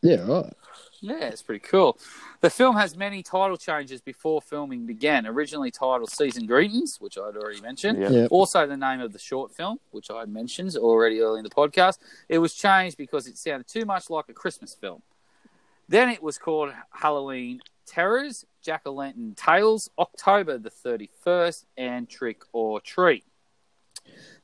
Speaker 2: Yeah, right.
Speaker 1: Yeah, it's pretty cool. The film has many title changes before filming began. Originally titled Season Greetings, which I'd already mentioned.
Speaker 3: yeah.
Speaker 2: Yeah.
Speaker 1: Also, the name of the short film, which I mentioned already early in the podcast, it was changed because it sounded too much like a Christmas film. Then it was called Halloween Terrors, Jack o' Lantern Tales, October the 31st, and Trick or Treat.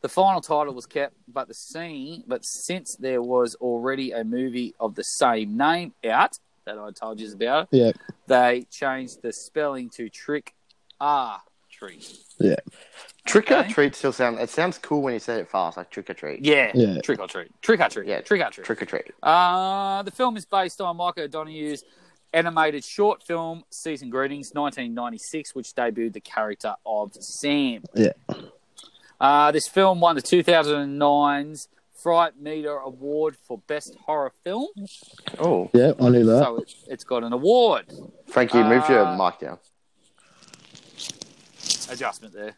Speaker 1: The final title was kept, but the scene, but since there was already a movie of the same name out that I told you about,
Speaker 2: Yeah.
Speaker 1: they changed the spelling to Trick R Treat.
Speaker 3: Trick or
Speaker 1: Okay.
Speaker 3: treat still sound. It sounds cool when you say it fast, like trick or treat.
Speaker 1: Yeah.
Speaker 2: Yeah.
Speaker 1: Trick or treat. Trick or treat.
Speaker 3: Yeah.
Speaker 1: Trick or treat.
Speaker 3: Trick or treat.
Speaker 1: Uh, the film is based on Michael O'Donoghue's animated short film Season Greetings 1996, which debuted the character of Sam.
Speaker 2: Yeah.
Speaker 1: Uh, this film won the 2009's Fright Meter Award for Best Horror Film.
Speaker 3: Oh,
Speaker 2: Yeah, I knew that.
Speaker 1: So it, it's got an award
Speaker 3: Frankie, move your
Speaker 1: Uh,
Speaker 3: mic down.
Speaker 1: adjustment there.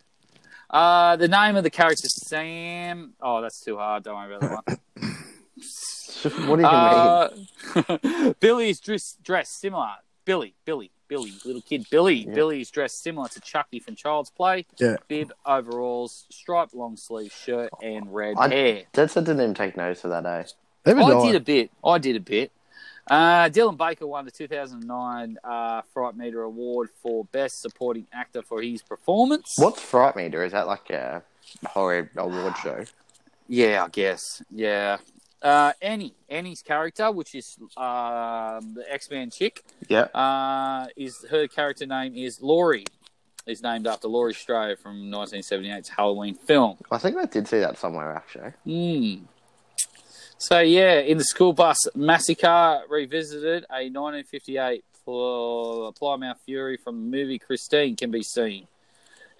Speaker 1: Uh, the name of the character Sam. Oh, that's too hard. Don't worry about that one.
Speaker 3: What do you mean?
Speaker 1: Uh, Billy is dressed, dressed similar. Billy, Billy, Billy, little kid Billy.
Speaker 3: Yeah.
Speaker 1: Billy is dressed similar to Chucky from Child's Play.
Speaker 2: Yeah.
Speaker 1: Bib, overalls, striped long sleeve shirt, and red
Speaker 3: I-
Speaker 1: hair.
Speaker 3: Dad said didn't even take notice of that, eh?
Speaker 2: Never
Speaker 1: I
Speaker 2: die.
Speaker 1: did a bit. I did a bit. Uh, Dylan Baker won the 2009 uh, Fright Meter Award for Best Supporting Actor for his performance.
Speaker 3: What's Fright Meter? Is that like a horror award show?
Speaker 1: Yeah, I guess. Yeah. Uh, Annie, Annie's character, which is um, the X Man chick,
Speaker 3: Yeah.
Speaker 1: uh, is her character name is Laurie. Is named after Laurie Strode from 1978's Halloween film.
Speaker 3: I think I did see that somewhere, actually.
Speaker 1: Hmm. So yeah, in the school bus massacre revisited, a 1958 Pl- Plymouth Fury from the movie Christine can be seen,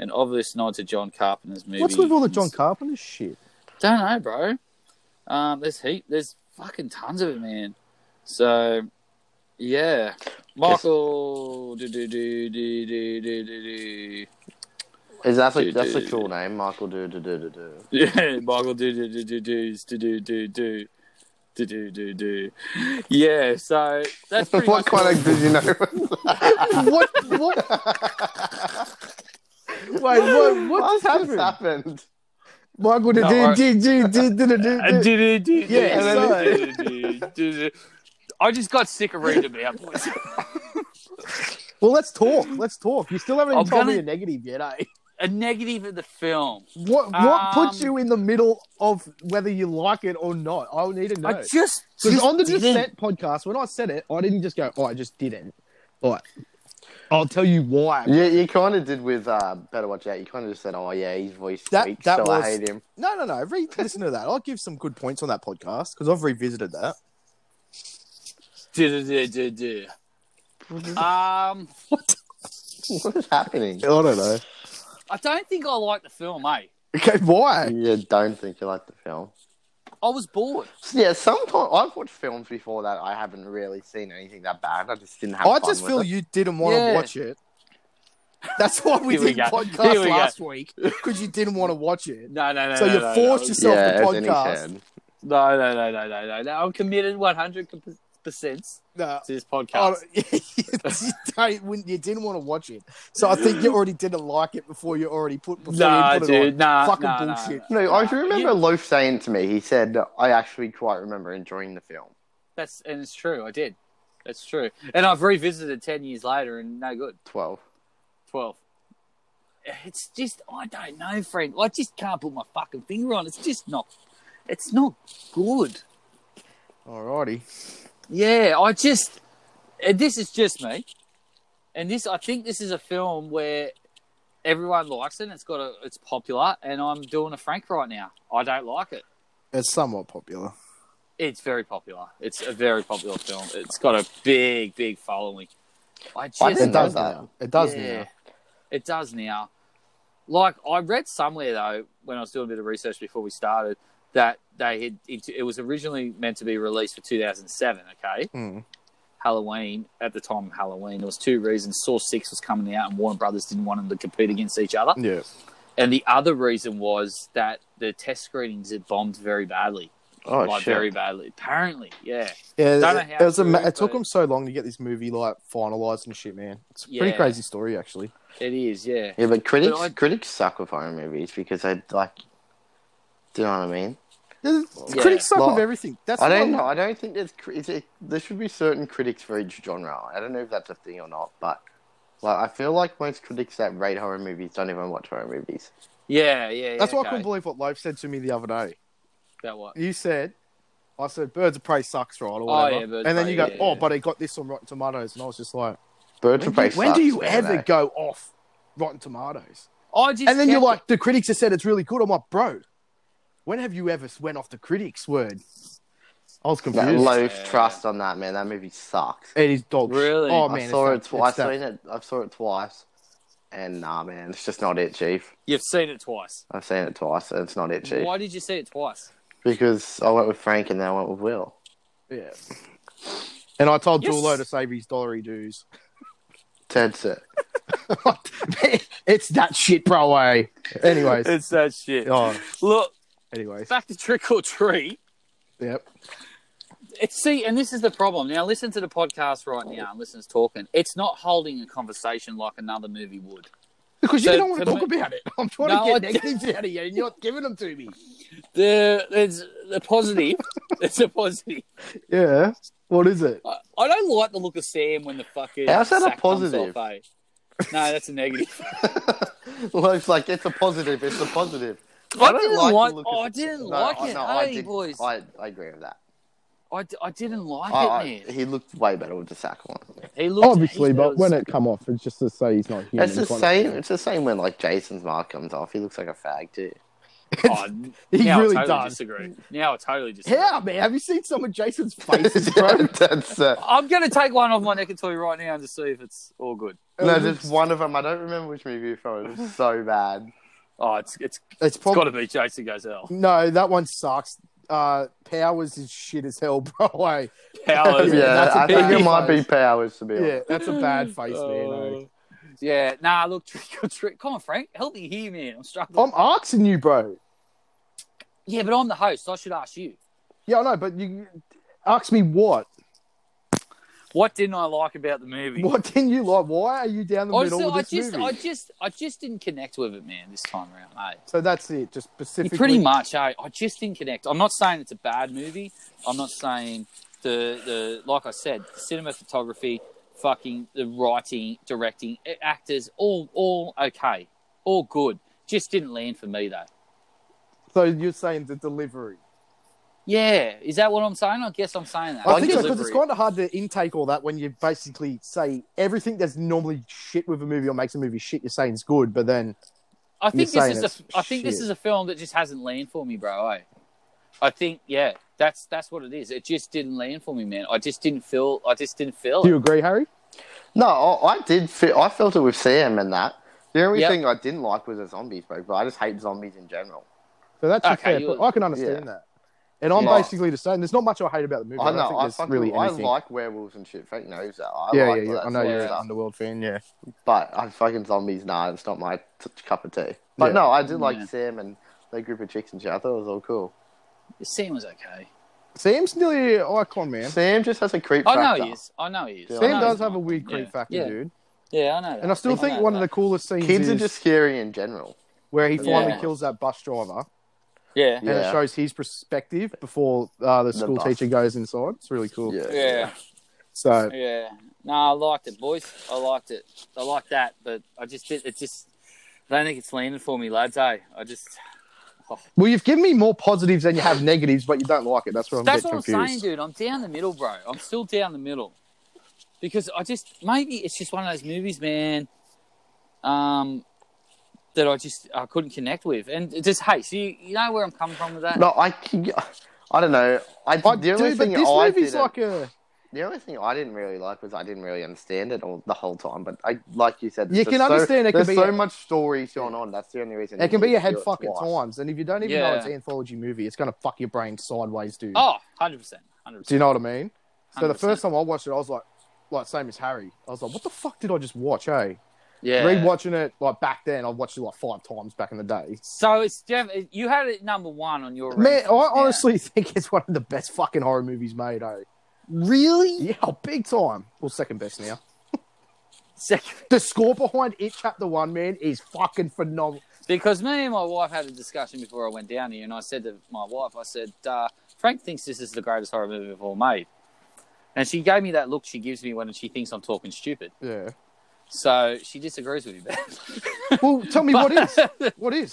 Speaker 1: an obvious nod to John Carpenter's movie.
Speaker 2: What's with all the John Carpenter shit?
Speaker 1: Don't know, bro. Um, there's heat. There's fucking tons of it, man. So, yeah, Michael. Do do do do do do do do.
Speaker 3: Is that the,
Speaker 1: Dude,
Speaker 3: that's the
Speaker 1: dude.
Speaker 3: cool name, Michael? Do do do do do.
Speaker 1: Yeah, Michael. Do do do do do's do do do do do do do do. Yeah. So that's pretty
Speaker 3: What
Speaker 1: much all-
Speaker 3: kind of did you know?
Speaker 2: what? What? Wait, what?
Speaker 3: What
Speaker 2: What just happened?
Speaker 3: has happened?
Speaker 2: Michael, did
Speaker 1: No,
Speaker 2: do
Speaker 1: I-
Speaker 2: did do did did did
Speaker 1: Uh,
Speaker 2: did- did.
Speaker 1: do, do, do, do,
Speaker 2: Yeah,
Speaker 1: do, do, do, do, do. I just got sick of reading about boys.
Speaker 2: Well, let's talk. Let's talk. You still haven't
Speaker 1: I'm
Speaker 2: even told me
Speaker 1: gonna-
Speaker 2: a negative yet, eh?
Speaker 1: A negative of the film.
Speaker 2: What what puts
Speaker 1: Um,
Speaker 2: you in the middle of whether you like it or not? I will need to know.
Speaker 1: I just
Speaker 2: Because
Speaker 1: just
Speaker 2: on the
Speaker 1: didn't.
Speaker 2: Descent podcast, when I said it, I didn't just go, "Oh, I just didn't." Like, I'll tell you why.
Speaker 3: Yeah, you kind of did with uh, Better Watch Out. You kind of just said, "Oh yeah, he's voiced
Speaker 2: That-
Speaker 3: weak,
Speaker 2: that
Speaker 3: so
Speaker 2: was-
Speaker 3: I hate him."
Speaker 2: No, no, no. Re- listen to that. I'll give some good points on that podcast because I've revisited that.
Speaker 1: Do, do, do, do, do. Um,
Speaker 3: what is happening?
Speaker 2: I don't know.
Speaker 1: I don't think I like the film, eh?
Speaker 2: Okay, why?
Speaker 3: You don't think you like the film?
Speaker 1: I was bored.
Speaker 3: So, yeah, sometimes I've watched films before that I haven't really seen anything that bad. I just didn't have.
Speaker 2: I
Speaker 3: fun
Speaker 2: just
Speaker 3: with
Speaker 2: feel
Speaker 3: it.
Speaker 2: you didn't want
Speaker 1: Yeah.
Speaker 2: to watch it. That's why we
Speaker 1: Here we
Speaker 2: did
Speaker 1: go. Here
Speaker 2: podcast
Speaker 1: we go.
Speaker 2: last week because you didn't want to watch it.
Speaker 1: No, no, no.
Speaker 2: So
Speaker 1: no,
Speaker 2: you
Speaker 1: no,
Speaker 2: forced
Speaker 1: no.
Speaker 2: yourself
Speaker 3: yeah,
Speaker 2: the
Speaker 3: as Denny
Speaker 2: podcast.
Speaker 3: said.
Speaker 1: No, no, no, no, no, no, no. I'm committed 100 percent
Speaker 2: No,
Speaker 1: to this
Speaker 2: I
Speaker 1: podcast.
Speaker 2: don't- you, don't- when- you didn't want to watch it, so I think you already didn't like it before you already put before
Speaker 1: Nah,
Speaker 2: you put it
Speaker 1: dude,
Speaker 2: on.
Speaker 1: nah,
Speaker 2: Fucking
Speaker 1: nah, nah,
Speaker 2: bullshit.
Speaker 1: nah.
Speaker 3: No, I
Speaker 1: Nah,
Speaker 3: remember
Speaker 1: you-
Speaker 3: Loaf saying to me, he said, I actually quite remember enjoying the film.
Speaker 1: That's and it's true. I did. That's true. And I've revisited 10 years later, and no good.
Speaker 3: 12.
Speaker 1: 12. It's just, I don't know, friend. I just can't put my fucking finger on. it. It's just not, it's not good.
Speaker 2: Alrighty.
Speaker 1: Yeah, I just, and this is just me. And this, I think this is a film where everyone likes it. And it's got a, it's popular. And I'm doing a Frank right now. I don't like it.
Speaker 2: It's somewhat popular.
Speaker 1: It's very popular. It's a very popular film. It's got a big, big following. I just,
Speaker 3: I didn't
Speaker 2: It does
Speaker 3: know that.
Speaker 2: now. It does
Speaker 1: yeah,
Speaker 2: now.
Speaker 1: It does now. Like I read somewhere though, when I was doing a bit of research before we started, that they had it, it was originally meant to be released for 2007. Okay,
Speaker 2: Mm.
Speaker 1: Halloween at the time of Halloween, there was two reasons: Saw Six was coming out, and Warner Brothers didn't want them to compete against each other.
Speaker 2: Yeah.
Speaker 1: And the other reason was that the test screenings had bombed very badly,
Speaker 3: Oh,
Speaker 1: like
Speaker 3: shit.
Speaker 1: very badly. Apparently, yeah.
Speaker 2: Yeah,
Speaker 1: Don't know
Speaker 2: it,
Speaker 1: how
Speaker 2: it was a, ma-
Speaker 1: true,
Speaker 2: it took
Speaker 1: but-
Speaker 2: them so long to get this movie like finalized and shit, man. It's a
Speaker 1: Yeah.
Speaker 2: pretty crazy story, actually.
Speaker 1: It is, yeah.
Speaker 3: Yeah, but critics
Speaker 1: But I-
Speaker 3: critics suck with horror movies because they, like, do you know what I mean?
Speaker 1: Yeah.
Speaker 2: Critics suck
Speaker 3: Well,
Speaker 2: with everything. That's
Speaker 3: I don't
Speaker 2: why-
Speaker 3: know. I don't think there's. cri- Is it, there should be certain critics for each genre. I don't know if that's a thing or not, but like, I feel like most critics that rate horror movies don't even watch horror movies.
Speaker 1: Yeah, yeah, yeah.
Speaker 2: That's why I
Speaker 1: okay.
Speaker 2: couldn't believe what Loaf said to me the other day.
Speaker 1: That what?
Speaker 2: You said, I said, Birds of Prey sucks, right? Or whatever.
Speaker 1: Oh, yeah, Birds of
Speaker 2: and then
Speaker 1: Prey,
Speaker 2: you go,
Speaker 1: yeah,
Speaker 2: oh,
Speaker 1: yeah.
Speaker 2: but it got this on Rotten Tomatoes. And I was just like,
Speaker 3: Birds
Speaker 2: when do
Speaker 3: of Prey
Speaker 2: you, when do
Speaker 3: sucks,
Speaker 2: you
Speaker 3: man,
Speaker 2: ever
Speaker 3: eh?
Speaker 2: go off Rotten Tomatoes?
Speaker 1: I just
Speaker 2: and then you're
Speaker 1: kept-
Speaker 2: like, the critics have said it's really good. I'm like, bro, when have you ever went off the critics' word? I was confused.
Speaker 3: That loaf
Speaker 1: Yeah.
Speaker 3: trust on that man. That movie sucks.
Speaker 2: it is dog shit.
Speaker 1: Really?
Speaker 2: Oh,
Speaker 3: I
Speaker 2: man.
Speaker 3: saw it
Speaker 2: it's that-
Speaker 3: twice.
Speaker 2: it's that-
Speaker 3: I seen it. I saw it twice, and nah, man, it's just not it, Chief.
Speaker 1: you've seen it twice.
Speaker 3: I've seen it twice, and it's not it, Chief.
Speaker 1: Why did you see it twice?
Speaker 3: Because I went with Frank, and then I went with Will.
Speaker 2: Yeah. And I told
Speaker 1: Yes.
Speaker 2: Julo to save his dollary dues.
Speaker 3: Ted said,
Speaker 2: it's that shit, bro. eh? Anyways.
Speaker 1: It's that shit.
Speaker 2: oh,
Speaker 1: Look,
Speaker 2: anyways.
Speaker 1: back to trick or treat.
Speaker 2: Yep.
Speaker 1: It's see, and this is the problem. Now listen to the podcast right now and listeners talking. It's not holding a conversation like another movie would.
Speaker 2: Because you
Speaker 1: So,
Speaker 2: don't want to
Speaker 1: to
Speaker 2: talk
Speaker 1: me-
Speaker 2: about it. I'm trying
Speaker 1: No,
Speaker 2: to
Speaker 1: I-
Speaker 2: get negatives out of you, and you're not giving them to me.
Speaker 1: The there's the positive. it's a positive.
Speaker 2: Yeah. What is it?
Speaker 1: I, I don't like the look of Sam when the fucking
Speaker 3: How's that a
Speaker 1: sack comes
Speaker 3: positive?
Speaker 1: Off, eh? No, that's a negative.
Speaker 3: "Loaf's like it's a positive. It's a positive."
Speaker 1: I didn't like- oh,
Speaker 3: of-
Speaker 1: I didn't like it. Hey, boys.
Speaker 3: I, I agree with that.
Speaker 1: I, d- I didn't like
Speaker 3: I,
Speaker 1: it, man.
Speaker 3: I, he looked way better with the sack one.
Speaker 1: He looked he was-
Speaker 2: it come off, it's just to say he's not human.
Speaker 3: It's the same. It's the same when like Jason's mark comes off. He looks like a fag too.
Speaker 1: oh,
Speaker 2: He
Speaker 1: now
Speaker 2: really
Speaker 1: I totally
Speaker 2: does.
Speaker 1: disagree. Now I totally disagree.
Speaker 2: How, man? Have you seen some of Jason's faces, bro?
Speaker 3: That's uh,
Speaker 1: I'm going to take one off my neck and toy right now and just see if it's all good.
Speaker 2: Um,
Speaker 3: No, there's one of them. I don't remember which movie it was. It was so bad.
Speaker 1: Oh, it's it's, it's
Speaker 2: It's
Speaker 1: got
Speaker 2: probably
Speaker 1: to be Jason Goes Hell.
Speaker 2: no. That one sucks. Uh, Powers is shit as hell, bro. eh?
Speaker 1: Power.
Speaker 2: Yeah,
Speaker 3: Yeah,
Speaker 2: that's a
Speaker 3: I think
Speaker 2: big
Speaker 3: it might be
Speaker 2: face.
Speaker 3: Powers to be
Speaker 2: Yeah,
Speaker 3: honest.
Speaker 2: that's a bad face, man. eh?
Speaker 1: Uh, yeah, nah, look, trick or treat. Come on, Frank, help me here, man. I'm struggling.
Speaker 2: I'm asking you, bro.
Speaker 1: yeah, but I'm the host. So I should ask you.
Speaker 2: Yeah, I know, but you ask me what?
Speaker 1: What didn't I like about the movie?
Speaker 2: What didn't you like? Why are you down the
Speaker 1: Honestly,
Speaker 2: middle
Speaker 1: I
Speaker 2: with this
Speaker 1: just,
Speaker 2: movie?
Speaker 1: I just, I just didn't connect with it, man. This time around, mate.
Speaker 2: So that's it. Just
Speaker 1: Yeah,
Speaker 2: specifically.
Speaker 1: pretty much, eh? I just didn't connect. I'm not saying it's a bad movie. I'm not saying the the like I said, the cinema photography, fucking the writing, directing, a- actors, all all okay, all good. Just didn't land for me though.
Speaker 2: So you're saying the delivery.
Speaker 1: Yeah, is that what I'm saying? I guess I'm saying that.
Speaker 2: I,
Speaker 1: Like
Speaker 2: think so, because
Speaker 1: delivery.
Speaker 2: it's kind of hard to intake all that when you basically say everything that's normally shit with a movie or makes a movie shit. You're saying it's good, but then
Speaker 1: I
Speaker 2: you're
Speaker 1: think
Speaker 2: saying
Speaker 1: this is
Speaker 2: it's
Speaker 1: a, I think this
Speaker 2: shit.
Speaker 1: is a film that just hasn't land for me, bro. Eh? I think yeah, that's
Speaker 3: Oh.
Speaker 1: that's what it is. It just didn't land for me, man. I just didn't feel. I just didn't feel.
Speaker 2: do
Speaker 1: it.
Speaker 2: you agree, Harry?
Speaker 3: No, I, I did. Feel, I felt it with Sam and that. The only
Speaker 1: Yep.
Speaker 3: thing I didn't like was the zombies, bro. But I just hate zombies in general.
Speaker 2: So that's a
Speaker 1: Okay,
Speaker 2: fair
Speaker 1: you-
Speaker 2: point. I can understand that. And I'm
Speaker 3: Yeah.
Speaker 2: basically the same. There's not much I hate about the movie.
Speaker 3: I
Speaker 2: I don't
Speaker 3: know.
Speaker 2: think
Speaker 3: I,
Speaker 2: there's
Speaker 3: fucking,
Speaker 2: really
Speaker 3: I
Speaker 2: anything.
Speaker 3: like werewolves and shit. Fake knows that. I
Speaker 2: yeah,
Speaker 3: like
Speaker 2: yeah,
Speaker 3: all
Speaker 2: yeah.
Speaker 3: that
Speaker 2: I know
Speaker 3: sort of
Speaker 2: you're an
Speaker 3: stuff.
Speaker 2: underworld fan. Yeah.
Speaker 3: But I fucking zombies. Nah, it's not my t- cup of tea. But
Speaker 2: Yeah.
Speaker 3: no, I did like
Speaker 1: Yeah.
Speaker 3: Sam and that group of chicks and shit. I thought it was all cool.
Speaker 1: Sam was okay.
Speaker 2: Sam's nearly an icon, man.
Speaker 3: Sam just has a creep
Speaker 1: I
Speaker 3: factor.
Speaker 1: know he is. I know he is.
Speaker 3: Yeah.
Speaker 1: I
Speaker 2: Sam
Speaker 1: know
Speaker 2: does
Speaker 1: he's
Speaker 2: have
Speaker 1: not.
Speaker 2: a weird creep
Speaker 1: yeah.
Speaker 2: factor,
Speaker 1: Yeah.
Speaker 2: dude.
Speaker 1: Yeah, I know. that.
Speaker 2: And I still think
Speaker 1: know
Speaker 2: one of
Speaker 1: that.
Speaker 2: the coolest scenes
Speaker 3: Kids
Speaker 2: is
Speaker 3: are just scary in general.
Speaker 2: where he finally
Speaker 1: Yeah.
Speaker 2: kills that bus driver,
Speaker 1: Yeah.
Speaker 2: and it
Speaker 3: Yeah.
Speaker 2: shows his perspective before uh, the school
Speaker 3: bus.
Speaker 2: teacher goes inside. It's really cool.
Speaker 3: Yeah.
Speaker 1: Yeah.
Speaker 2: So
Speaker 1: Yeah. No, I liked it, boys. I liked it. I liked that, but I just did. It just. I don't think it's landing for me, lads. Eh? I just.
Speaker 2: Well, you've given me more positives than you have negatives, but you don't like it. That's what I'm
Speaker 1: That's
Speaker 2: getting
Speaker 1: what
Speaker 2: confused.
Speaker 1: I'm saying, dude. I'm down the middle, bro. I'm still down the middle because I just maybe it's just one of those movies, man. Um, that I just I couldn't connect with, and it just hey, so you, you know where I'm coming from with that?
Speaker 3: No, I. I don't know. I,
Speaker 2: I,
Speaker 3: the only
Speaker 2: dude, but
Speaker 3: thing
Speaker 2: this
Speaker 3: I
Speaker 2: movie's
Speaker 3: didn't-
Speaker 2: like a
Speaker 3: The only thing I didn't really like was I didn't really understand it all the whole time. But I, like you said,
Speaker 2: You
Speaker 3: there's
Speaker 2: can
Speaker 3: so-
Speaker 2: understand it can
Speaker 3: There's
Speaker 2: be
Speaker 3: so
Speaker 2: a-
Speaker 3: much stories going on. That's the only reason
Speaker 2: it can be a head fuck
Speaker 3: fucking
Speaker 2: at times, and if you don't even know
Speaker 1: Yeah.
Speaker 2: it's an anthology movie, it's gonna fuck your brain sideways, dude.
Speaker 1: Oh, 100 percent, hundred
Speaker 2: Do you
Speaker 1: percent.
Speaker 2: know what I mean? So the
Speaker 1: 100%.
Speaker 2: first time I watched it, I was like, like same as Harry. I was like, what the fuck did I just watch? Hey,
Speaker 1: Yeah.
Speaker 2: rewatching it like back then, I watched it like five times back in the day.
Speaker 1: So it's Jeff. You had it number one on your
Speaker 2: Man,
Speaker 1: rankings,
Speaker 2: I
Speaker 1: yeah.
Speaker 2: honestly think it's one of the best fucking horror movies made. Hey,
Speaker 1: really
Speaker 2: yeah, big time. Well, second best now.
Speaker 1: second
Speaker 2: The score behind it, chapter one, man, is fucking phenomenal.
Speaker 1: Because me and my wife had a discussion before I went down here, and I said to my wife, I said, uh, Frank thinks this is the greatest horror movie ever made. And she gave me that look she gives me when she thinks I'm talking stupid.
Speaker 2: Yeah.
Speaker 1: So she disagrees with me, man.
Speaker 2: Well, tell me what is what is.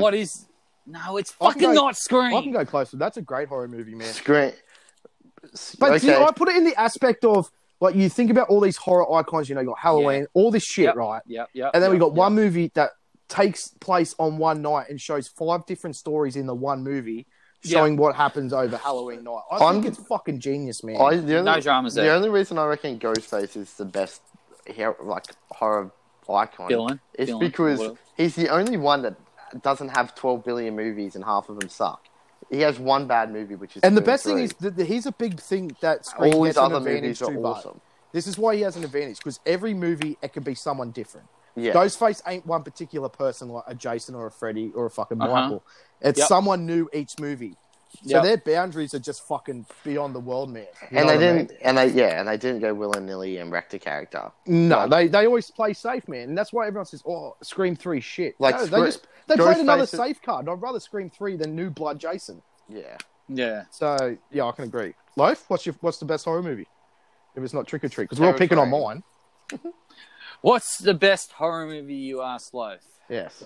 Speaker 1: what is. No, it's
Speaker 2: I can
Speaker 1: fucking
Speaker 2: go-
Speaker 1: not
Speaker 2: I can
Speaker 1: Scream.
Speaker 2: go closer. That's a great horror movie, man.
Speaker 3: Scream.
Speaker 2: But
Speaker 3: okay.
Speaker 2: see, I put it in the aspect of like you think about all these horror icons. You know, you got Halloween, all this shit, right?
Speaker 1: Yep, yep.
Speaker 2: And then we
Speaker 1: yep,
Speaker 2: got
Speaker 1: yep.
Speaker 2: one movie that takes place on one night and shows five different stories in the one movie,
Speaker 1: Yeah.
Speaker 2: showing what happens over Halloween night. I
Speaker 3: I'm-
Speaker 2: think it's fucking genius, man.
Speaker 3: I- the only,
Speaker 1: No dramas
Speaker 3: the
Speaker 1: there.
Speaker 3: only reason I reckon Ghostface is the best, hero, like horror icon,
Speaker 1: Dylan.
Speaker 3: is
Speaker 1: Dylan,
Speaker 3: because
Speaker 1: what-
Speaker 3: he's the only one that doesn't have 12 billion movies and half of them suck. He has one bad movie, which is.
Speaker 2: and the
Speaker 3: two
Speaker 2: best thing
Speaker 3: three.
Speaker 2: is that that he's a big thing that Scream
Speaker 3: all his
Speaker 2: gets an
Speaker 3: other
Speaker 2: advantage
Speaker 3: movies are
Speaker 2: too, but
Speaker 3: awesome.
Speaker 2: This is why he has an advantage because every movie it can be someone different.
Speaker 3: Yeah.
Speaker 2: Ghostface ain't one particular person like a Jason or a Freddy or a fucking
Speaker 1: Uh-huh.
Speaker 2: Michael. It's
Speaker 1: Yep.
Speaker 2: someone new each movie.
Speaker 1: Yep.
Speaker 2: So their boundaries are just fucking beyond the world, man. You know
Speaker 3: and they
Speaker 2: what I
Speaker 3: didn't, and they yeah, and they didn't go willy nilly and wreck the character.
Speaker 2: mean? No,
Speaker 3: like-
Speaker 2: they, they always play safe, man, and that's why everyone says, "Oh, Scream Three, shit." Like
Speaker 3: Like,
Speaker 2: no, they
Speaker 3: Scre-
Speaker 2: just they played another
Speaker 3: Ghostface-
Speaker 2: safe card. and I'd rather Scream Three than New Blood Jason.
Speaker 3: Yeah,
Speaker 1: Yeah.
Speaker 2: So yeah, I can agree. Life, what's your what's the best horror movie? If it's not Trick or Treat, because we're all picking on
Speaker 3: Terrifying.
Speaker 2: mine.
Speaker 1: What's the best horror movie you asked, Loaf?
Speaker 2: Yes.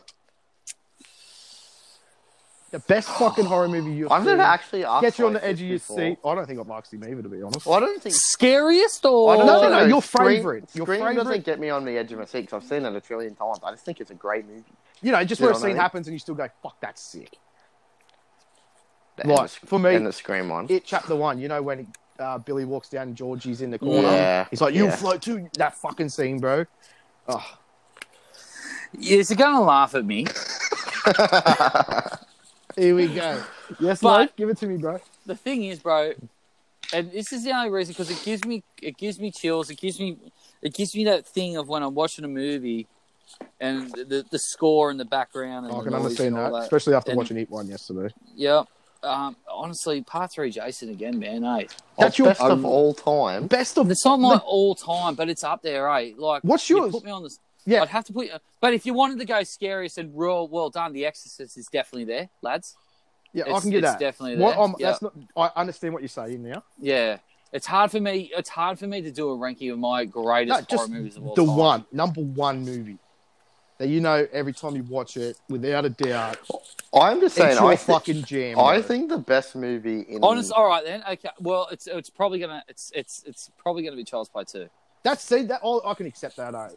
Speaker 2: The best fucking horror movie you've
Speaker 3: I've
Speaker 2: seen.
Speaker 3: never actually asked.
Speaker 2: Gets you on
Speaker 3: like
Speaker 2: the edge of your
Speaker 3: this before.
Speaker 2: seat. I don't think I've liked him either, to be honest.
Speaker 3: Well, I don't think.
Speaker 1: Scariest or.
Speaker 3: I don't
Speaker 2: No, no,
Speaker 3: think
Speaker 2: no,
Speaker 3: I-
Speaker 2: your
Speaker 3: Scream-
Speaker 2: favourite. Your
Speaker 3: Scream
Speaker 2: favourite.
Speaker 3: doesn't get me on the edge of my seat 'cause I've seen it a trillion times. I just think it's a great movie.
Speaker 2: You know, just
Speaker 3: Yeah,
Speaker 2: where a
Speaker 3: I
Speaker 2: scene
Speaker 3: know.
Speaker 2: happens and you still go, "Fuck, that's sick."
Speaker 3: And
Speaker 2: Right,
Speaker 3: the-
Speaker 2: for me-
Speaker 3: and the Scream one.
Speaker 2: It chapter one. You know when uh, Billy walks down and Georgie's in the corner.
Speaker 3: Yeah,
Speaker 2: He's like, "You'll
Speaker 3: yeah.
Speaker 2: float too." That fucking scene, bro. Oh,
Speaker 1: Is it going to laugh at me?
Speaker 2: here we go. yes,
Speaker 1: But-
Speaker 2: mate. Give it to me, bro.
Speaker 1: the thing is, bro, and this is the only reason because it gives me it gives me chills. It gives me it gives me that thing of when I'm watching a movie and the the score in the background. And
Speaker 2: Oh, I
Speaker 1: the
Speaker 2: can
Speaker 1: noise
Speaker 2: understand
Speaker 1: and all
Speaker 2: that, especially after
Speaker 1: And-
Speaker 2: watching Eat One yesterday.
Speaker 1: Yep. Um, honestly, part three, Jason again, man. Eh?
Speaker 2: That's
Speaker 3: That's
Speaker 2: your-
Speaker 3: your best of
Speaker 2: um,
Speaker 3: all time.
Speaker 2: Best of
Speaker 1: It's not my all time, but it's up there, eh? Like,
Speaker 2: What's
Speaker 1: you
Speaker 2: yours?
Speaker 1: Put me on this.
Speaker 2: yeah.
Speaker 1: I'd have to put. But if you wanted to go scariest and real, well done, The Exorcist is definitely there, lads.
Speaker 2: Yeah, I
Speaker 1: It's-
Speaker 2: can get
Speaker 1: it's
Speaker 2: that.
Speaker 1: definitely
Speaker 2: What
Speaker 1: there.
Speaker 2: I'm-
Speaker 1: Yeah.
Speaker 2: that's not, I understand what you're saying now.
Speaker 1: Yeah. It's hard for me. It's hard for me to do a ranking of my greatest
Speaker 2: No, just
Speaker 1: horror movies of all
Speaker 2: the
Speaker 1: time.
Speaker 2: one number one movie that you know every time you watch it, without a doubt,
Speaker 3: I'm just saying.
Speaker 2: it's your
Speaker 3: I, thi-
Speaker 2: fucking jam.
Speaker 3: I
Speaker 2: bro.
Speaker 3: think the best movie in
Speaker 1: Honest, all right then. Okay, well, it's it's probably gonna it's it's it's probably gonna be Child's Play two.
Speaker 2: that's see that all I can accept that. eh?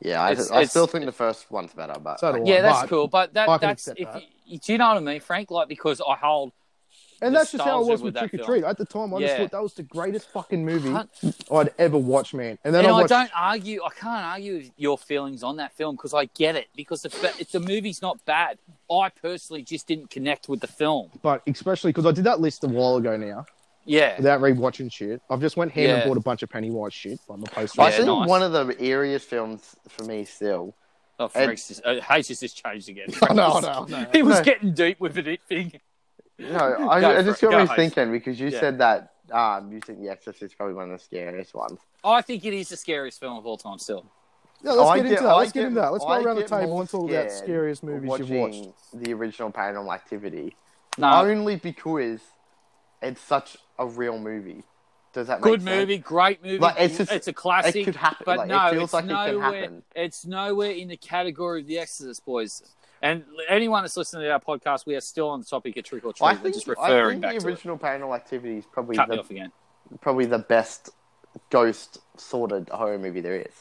Speaker 3: Yeah, I,
Speaker 1: It's-
Speaker 3: I still
Speaker 1: it's-
Speaker 3: think the first one's better, but
Speaker 2: So do I.
Speaker 1: Yeah, that's
Speaker 2: but
Speaker 1: cool, but
Speaker 2: I
Speaker 1: that
Speaker 2: can
Speaker 1: that's
Speaker 2: accept
Speaker 1: if
Speaker 2: that.
Speaker 1: You, do you know what I mean, Frank? Like because I hold
Speaker 2: And that's just how I
Speaker 1: nostalgia
Speaker 2: was with
Speaker 1: that
Speaker 2: Trick or
Speaker 1: film.
Speaker 2: Treat. At the time, I just
Speaker 1: Yeah.
Speaker 2: thought that was the greatest fucking movie
Speaker 1: Hun-
Speaker 2: I'd ever watched, man. And Mm-hmm. then
Speaker 1: and
Speaker 2: I
Speaker 1: I,
Speaker 2: watched.
Speaker 1: don't argue. I can't argue with your feelings on that film because I get it. Because the fa- if the movie's not bad. I personally just didn't connect with the film.
Speaker 2: but especially because I did that list a while ago now,
Speaker 1: Yeah,
Speaker 2: without rewatching shit. I've just went here and
Speaker 1: Yeah.
Speaker 2: bought a bunch of Pennywise shit, like my poster.
Speaker 3: I
Speaker 1: Yeah,
Speaker 3: think
Speaker 1: nice.
Speaker 3: one of the eeriest films for me still.
Speaker 1: oh,
Speaker 3: and-
Speaker 1: Frank's just, uh, Hayes has just changed again.
Speaker 2: no, no, no.
Speaker 1: he was
Speaker 3: No.
Speaker 1: getting deep with it. Thing.
Speaker 3: No, I,
Speaker 1: Go
Speaker 3: I
Speaker 1: for
Speaker 3: just
Speaker 1: it. Go,
Speaker 3: got me
Speaker 1: Hayes.
Speaker 3: thinking because you
Speaker 1: Yeah.
Speaker 3: said that um, you think The Exorcist is probably one of the scariest ones.
Speaker 1: I think it is the scariest film of all time. Still,
Speaker 2: Yeah, let's
Speaker 3: I
Speaker 2: get,
Speaker 3: get-
Speaker 2: into that. Let's
Speaker 3: I
Speaker 2: get,
Speaker 3: get-
Speaker 2: into that. Let's
Speaker 3: I
Speaker 2: go around the
Speaker 3: get
Speaker 2: table
Speaker 3: more
Speaker 2: and talk about
Speaker 3: scared
Speaker 2: scariest movies you've watched.
Speaker 3: Watching the original Paranormal Activity
Speaker 1: no,
Speaker 3: only because it's such a real movie. Does that make
Speaker 1: good
Speaker 3: sense?
Speaker 1: movie, great movie.
Speaker 3: Like, it's just-
Speaker 1: a classic.
Speaker 3: It could happen.
Speaker 1: But
Speaker 3: like,
Speaker 1: no,
Speaker 3: it feels
Speaker 1: it's
Speaker 3: like it can
Speaker 1: nowhere.
Speaker 3: happen.
Speaker 1: It's nowhere in the category of The Exorcist, boys. And anyone that's listening to our podcast, we are still on the topic of trick or treat.
Speaker 3: I
Speaker 1: We're
Speaker 3: think,
Speaker 1: just
Speaker 3: I
Speaker 1: referring
Speaker 3: think
Speaker 1: back
Speaker 3: the
Speaker 1: to it.
Speaker 3: original Paranormal Activity is probably
Speaker 1: Cut me
Speaker 3: the,
Speaker 1: off again.
Speaker 3: probably the best ghost sorted horror movie there is.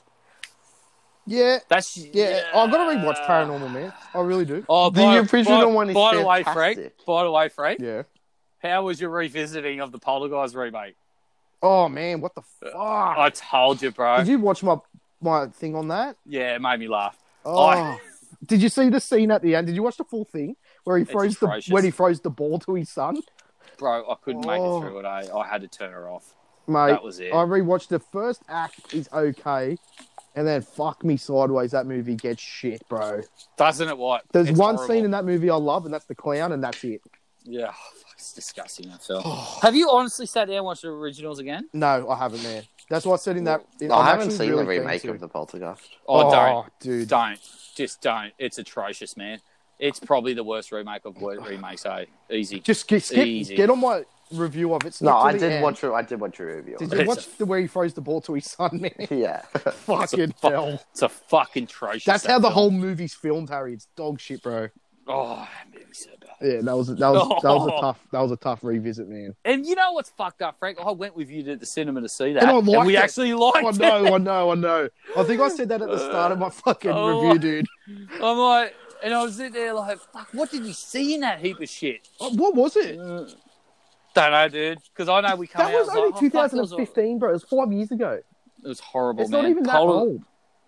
Speaker 2: Yeah,
Speaker 1: That's
Speaker 2: yeah. I've got to rewatch Paranormal, man. I really do.
Speaker 1: Oh,
Speaker 3: The
Speaker 1: by,
Speaker 3: original
Speaker 1: by-
Speaker 3: one is
Speaker 1: By the way, Frank.
Speaker 3: fantastic.
Speaker 1: By the way, Frank.
Speaker 2: Yeah.
Speaker 1: How was your revisiting of the Poltergeist remake?
Speaker 2: Oh man, what the fuck?
Speaker 1: I told you, bro.
Speaker 2: Did you watch my my thing on that?
Speaker 1: Yeah, it made me laugh.
Speaker 2: Oh.
Speaker 1: I-
Speaker 2: Did you see the scene at the end? Did you watch the full thing where he
Speaker 1: It's
Speaker 2: froze the
Speaker 1: atrocious.
Speaker 2: when he froze the ball to his son?
Speaker 1: Bro, I couldn't make
Speaker 2: Oh.
Speaker 1: it through it. I, I had to turn her off.
Speaker 2: Mate,
Speaker 1: That was it.
Speaker 2: I rewatched the first act is okay, and then fuck me sideways. That movie gets shit, bro.
Speaker 1: Doesn't it what?
Speaker 2: There's
Speaker 1: It's
Speaker 2: one
Speaker 1: horrible.
Speaker 2: scene in that movie I love, and that's the clown, and that's it.
Speaker 1: Yeah, oh, fuck, it's disgusting that film. Have you honestly sat down and watched the originals again?
Speaker 2: No, I haven't, man. That's why I said in that. in- I'm
Speaker 3: I haven't
Speaker 2: actually
Speaker 3: seen
Speaker 2: really
Speaker 3: the
Speaker 2: keen
Speaker 3: remake
Speaker 2: to.
Speaker 3: of The Poltergeist.
Speaker 1: Oh, don't,
Speaker 2: dude.
Speaker 1: don't, just don't. It's atrocious, man. It's probably the worst remake of what remakes. eh? easy.
Speaker 2: Just get, skip,
Speaker 1: Easy.
Speaker 2: get on my review of it. skip
Speaker 3: No,
Speaker 2: to
Speaker 3: I
Speaker 2: the
Speaker 3: did
Speaker 2: end.
Speaker 3: watch. it- I did watch a review. of
Speaker 2: Did
Speaker 3: it.
Speaker 2: you
Speaker 1: It's
Speaker 2: watch the where he throws the ball to his son, man?
Speaker 3: Yeah.
Speaker 2: Fucking
Speaker 1: fu-
Speaker 2: hell.
Speaker 1: It's a fucking atrocious.
Speaker 2: That's
Speaker 1: that
Speaker 2: how the
Speaker 1: film.
Speaker 2: whole movie's filmed, Harry. It's dog shit, bro.
Speaker 1: Oh, that movie's so bad.
Speaker 2: Yeah, that was that was that was a
Speaker 1: Oh.
Speaker 2: tough that was a tough revisit, man.
Speaker 1: And you know what's fucked up, Frank? I went with you to the cinema to see that,
Speaker 2: And I liked
Speaker 1: we
Speaker 2: it.
Speaker 1: actually liked
Speaker 2: I
Speaker 1: it.
Speaker 2: know, I know, I know. oh, I think I said that at the start of my fucking
Speaker 1: Oh.
Speaker 2: review, dude.
Speaker 1: I'm like, and I was sitting there like, fuck, what did we see in that heap of shit?
Speaker 2: Uh, What was it?
Speaker 1: Don't know, dude. Because I know we come
Speaker 2: That
Speaker 1: out.
Speaker 2: was
Speaker 1: it's
Speaker 2: only
Speaker 1: like, oh, fuck, it was-
Speaker 2: 2015, bro. It was five years ago.
Speaker 1: It was horrible,
Speaker 2: It's
Speaker 1: Oh, man.
Speaker 2: not even that
Speaker 1: Polar-
Speaker 2: old.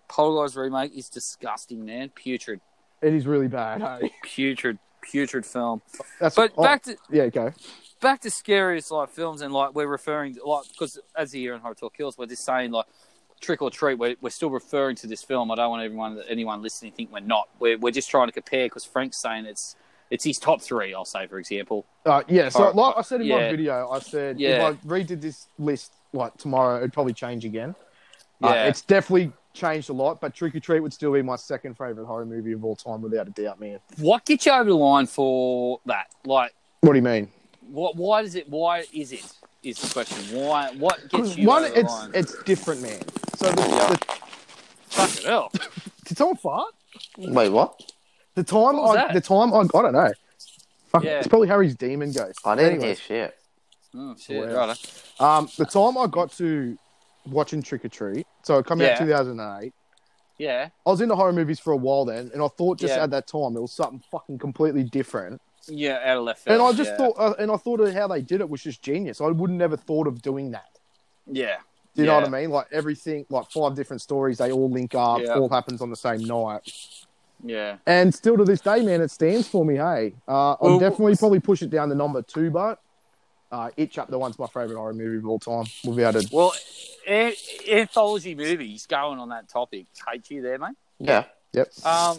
Speaker 1: Polarized remake is disgusting, man. Putrid,
Speaker 2: It is really bad. Hey.
Speaker 1: putrid, putrid film.
Speaker 2: That's
Speaker 1: But
Speaker 2: oh,
Speaker 1: back to
Speaker 2: yeah, go.
Speaker 1: back to scariest like films and like we're referring to like because as the year in Hotel Kills, we're just saying like trick or treat. We're, we're still referring to this film. I don't want everyone anyone listening to think we're not. We're we're just trying to compare because Frank's saying it's it's his top three. I'll say for example.
Speaker 2: Uh, yeah, so
Speaker 1: Alright,
Speaker 2: like I said in my
Speaker 1: yeah.
Speaker 2: video, I said
Speaker 1: Yeah.
Speaker 2: if I redid this list like tomorrow, it'd probably change again. Uh,
Speaker 1: Yeah.
Speaker 2: it's definitely changed a lot, but Trick or Treat would still be my second favorite horror movie of all time, without a doubt, man.
Speaker 1: What gets you over the line for that? Like,
Speaker 2: What do you mean?
Speaker 1: what? Why does it? Why is it? Is the question why? What gets
Speaker 2: Because
Speaker 1: you
Speaker 2: one,
Speaker 1: over the
Speaker 2: it's
Speaker 1: line?
Speaker 2: it's different, man. So the, the,
Speaker 1: Fuck it up.
Speaker 2: did someone fart?
Speaker 3: Wait, what?
Speaker 2: The time
Speaker 1: was
Speaker 2: I,
Speaker 1: that?
Speaker 2: the time I, I don't know. Fuck,
Speaker 1: Yeah.
Speaker 2: It's probably Harry's demon ghost.
Speaker 3: I didn't
Speaker 2: Anyways.
Speaker 3: hear shit.
Speaker 1: Oh, shit,
Speaker 2: Wow.
Speaker 1: righto.
Speaker 2: Um, the time I got to watching Trick or Treat, so it came
Speaker 1: Yeah.
Speaker 2: out 2008.
Speaker 1: Yeah.
Speaker 2: I was into horror movies for a while then, and I thought just
Speaker 1: Yeah.
Speaker 2: at that time it was something fucking completely different.
Speaker 1: Yeah, out of left
Speaker 2: And
Speaker 1: field,
Speaker 2: I just
Speaker 1: yeah.
Speaker 2: thought, uh, and I thought of how they did it was just genius. I would never thought of doing that.
Speaker 1: Yeah.
Speaker 2: Do you know
Speaker 1: Yeah.
Speaker 2: what I mean? Like everything, like five different stories, they all link up,
Speaker 1: Yeah.
Speaker 2: all happens on the same night.
Speaker 1: Yeah.
Speaker 2: And still to this day, man, it stands for me. Hey, uh, I'll
Speaker 1: Well,
Speaker 2: definitely probably push it down to number two, but uh, Itch Up the One's my favorite horror movie of all time. We'll be able to.
Speaker 1: Well, an- anthology movies going on that topic. Hate you there, mate.
Speaker 3: Yeah.
Speaker 2: Yep.
Speaker 1: Um,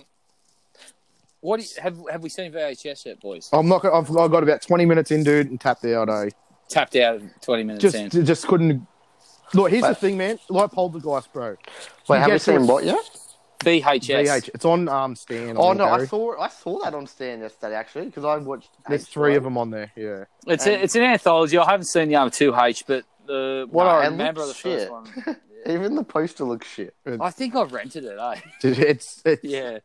Speaker 1: what do you, have have we seen VHS yet, boys?
Speaker 2: I'm not. Gonna, I've, I've got about 20 minutes in, dude, and tapped out. I
Speaker 1: Tapped out twenty minutes
Speaker 2: just
Speaker 1: in.
Speaker 2: just couldn't. Look, here's the
Speaker 3: But-
Speaker 2: thing, man. Like Poltergeist, bro.
Speaker 3: Wait,
Speaker 2: You
Speaker 3: have
Speaker 2: get
Speaker 3: you
Speaker 2: to
Speaker 3: seen
Speaker 2: a-
Speaker 3: what yet?
Speaker 1: VHS.
Speaker 2: VH. It's on um Stan.
Speaker 3: Oh no, I
Speaker 2: Harry.
Speaker 3: saw I saw that on Stan yesterday actually because I watched.
Speaker 2: There's
Speaker 3: H1.
Speaker 2: three of them on there. Yeah.
Speaker 1: It's a,
Speaker 3: And-
Speaker 1: it's an anthology. I haven't seen the other two H, but the
Speaker 3: What
Speaker 1: no,
Speaker 3: are-
Speaker 1: I
Speaker 3: it
Speaker 1: remember the
Speaker 3: looks
Speaker 1: first
Speaker 3: shit.
Speaker 1: one.
Speaker 3: Even the poster looks shit.
Speaker 1: I think I rented it. Eh?
Speaker 2: Dude, it's it's.
Speaker 1: Yeah,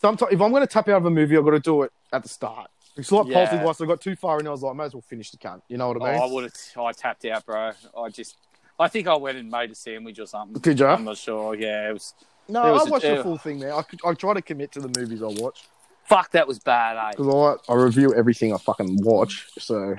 Speaker 2: Sometimes if I'm going to tap out of a movie, I've got to do it at the start. It's like
Speaker 1: Yeah.
Speaker 2: Poltergeist. I got too far in. I was like, may as well finish the cunt. You know what
Speaker 1: oh,
Speaker 2: I mean?
Speaker 1: I would have. I tapped out, bro. I just. I think I went and made a sandwich or something.
Speaker 2: Did ya?
Speaker 1: I'm not sure. Yeah, it was.
Speaker 2: No,
Speaker 1: It was
Speaker 2: I
Speaker 1: a-
Speaker 2: watched the
Speaker 1: uh,
Speaker 2: full thing, man. I, could- I try to commit to the movies I watch.
Speaker 1: Fuck, that was bad, eh?
Speaker 2: Because I, I review everything I fucking watch. So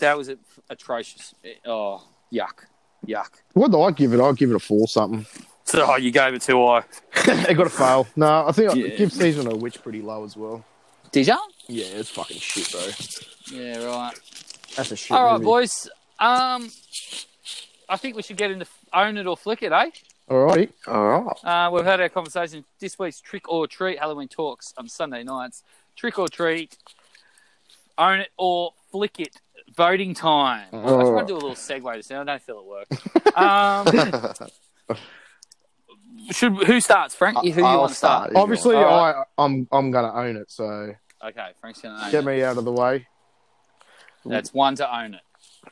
Speaker 1: That was atrocious. Oh, yuck. Yuck.
Speaker 2: what do I give it? I'll give it a four something.
Speaker 1: So oh, you gave it to I.
Speaker 2: it got a fail. No, I think
Speaker 1: Yeah.
Speaker 2: I give Season of Witch pretty low as well.
Speaker 1: Did ya?
Speaker 2: Yeah, it's fucking shit bro.
Speaker 1: Yeah, right.
Speaker 2: That's a shit.
Speaker 1: All right,
Speaker 2: movie.
Speaker 1: boys. Um, I think we should get into own it or flick it, eh?
Speaker 2: All right.
Speaker 3: All right.
Speaker 1: Uh, we've had our conversation this week's trick or treat Halloween talks on Sunday nights. Trick or treat, own it or flick it. Voting time. I tried to do a little segue just now. I don't feel it worked. Um, should who starts, Frank? Who do you
Speaker 3: I'll
Speaker 1: want to start?
Speaker 3: start.
Speaker 2: Obviously,
Speaker 1: All right.
Speaker 2: I I'm I'm gonna own it. So
Speaker 1: Okay, Frank's gonna own
Speaker 2: get
Speaker 1: it.
Speaker 2: me out of the way.
Speaker 1: That's one to own it.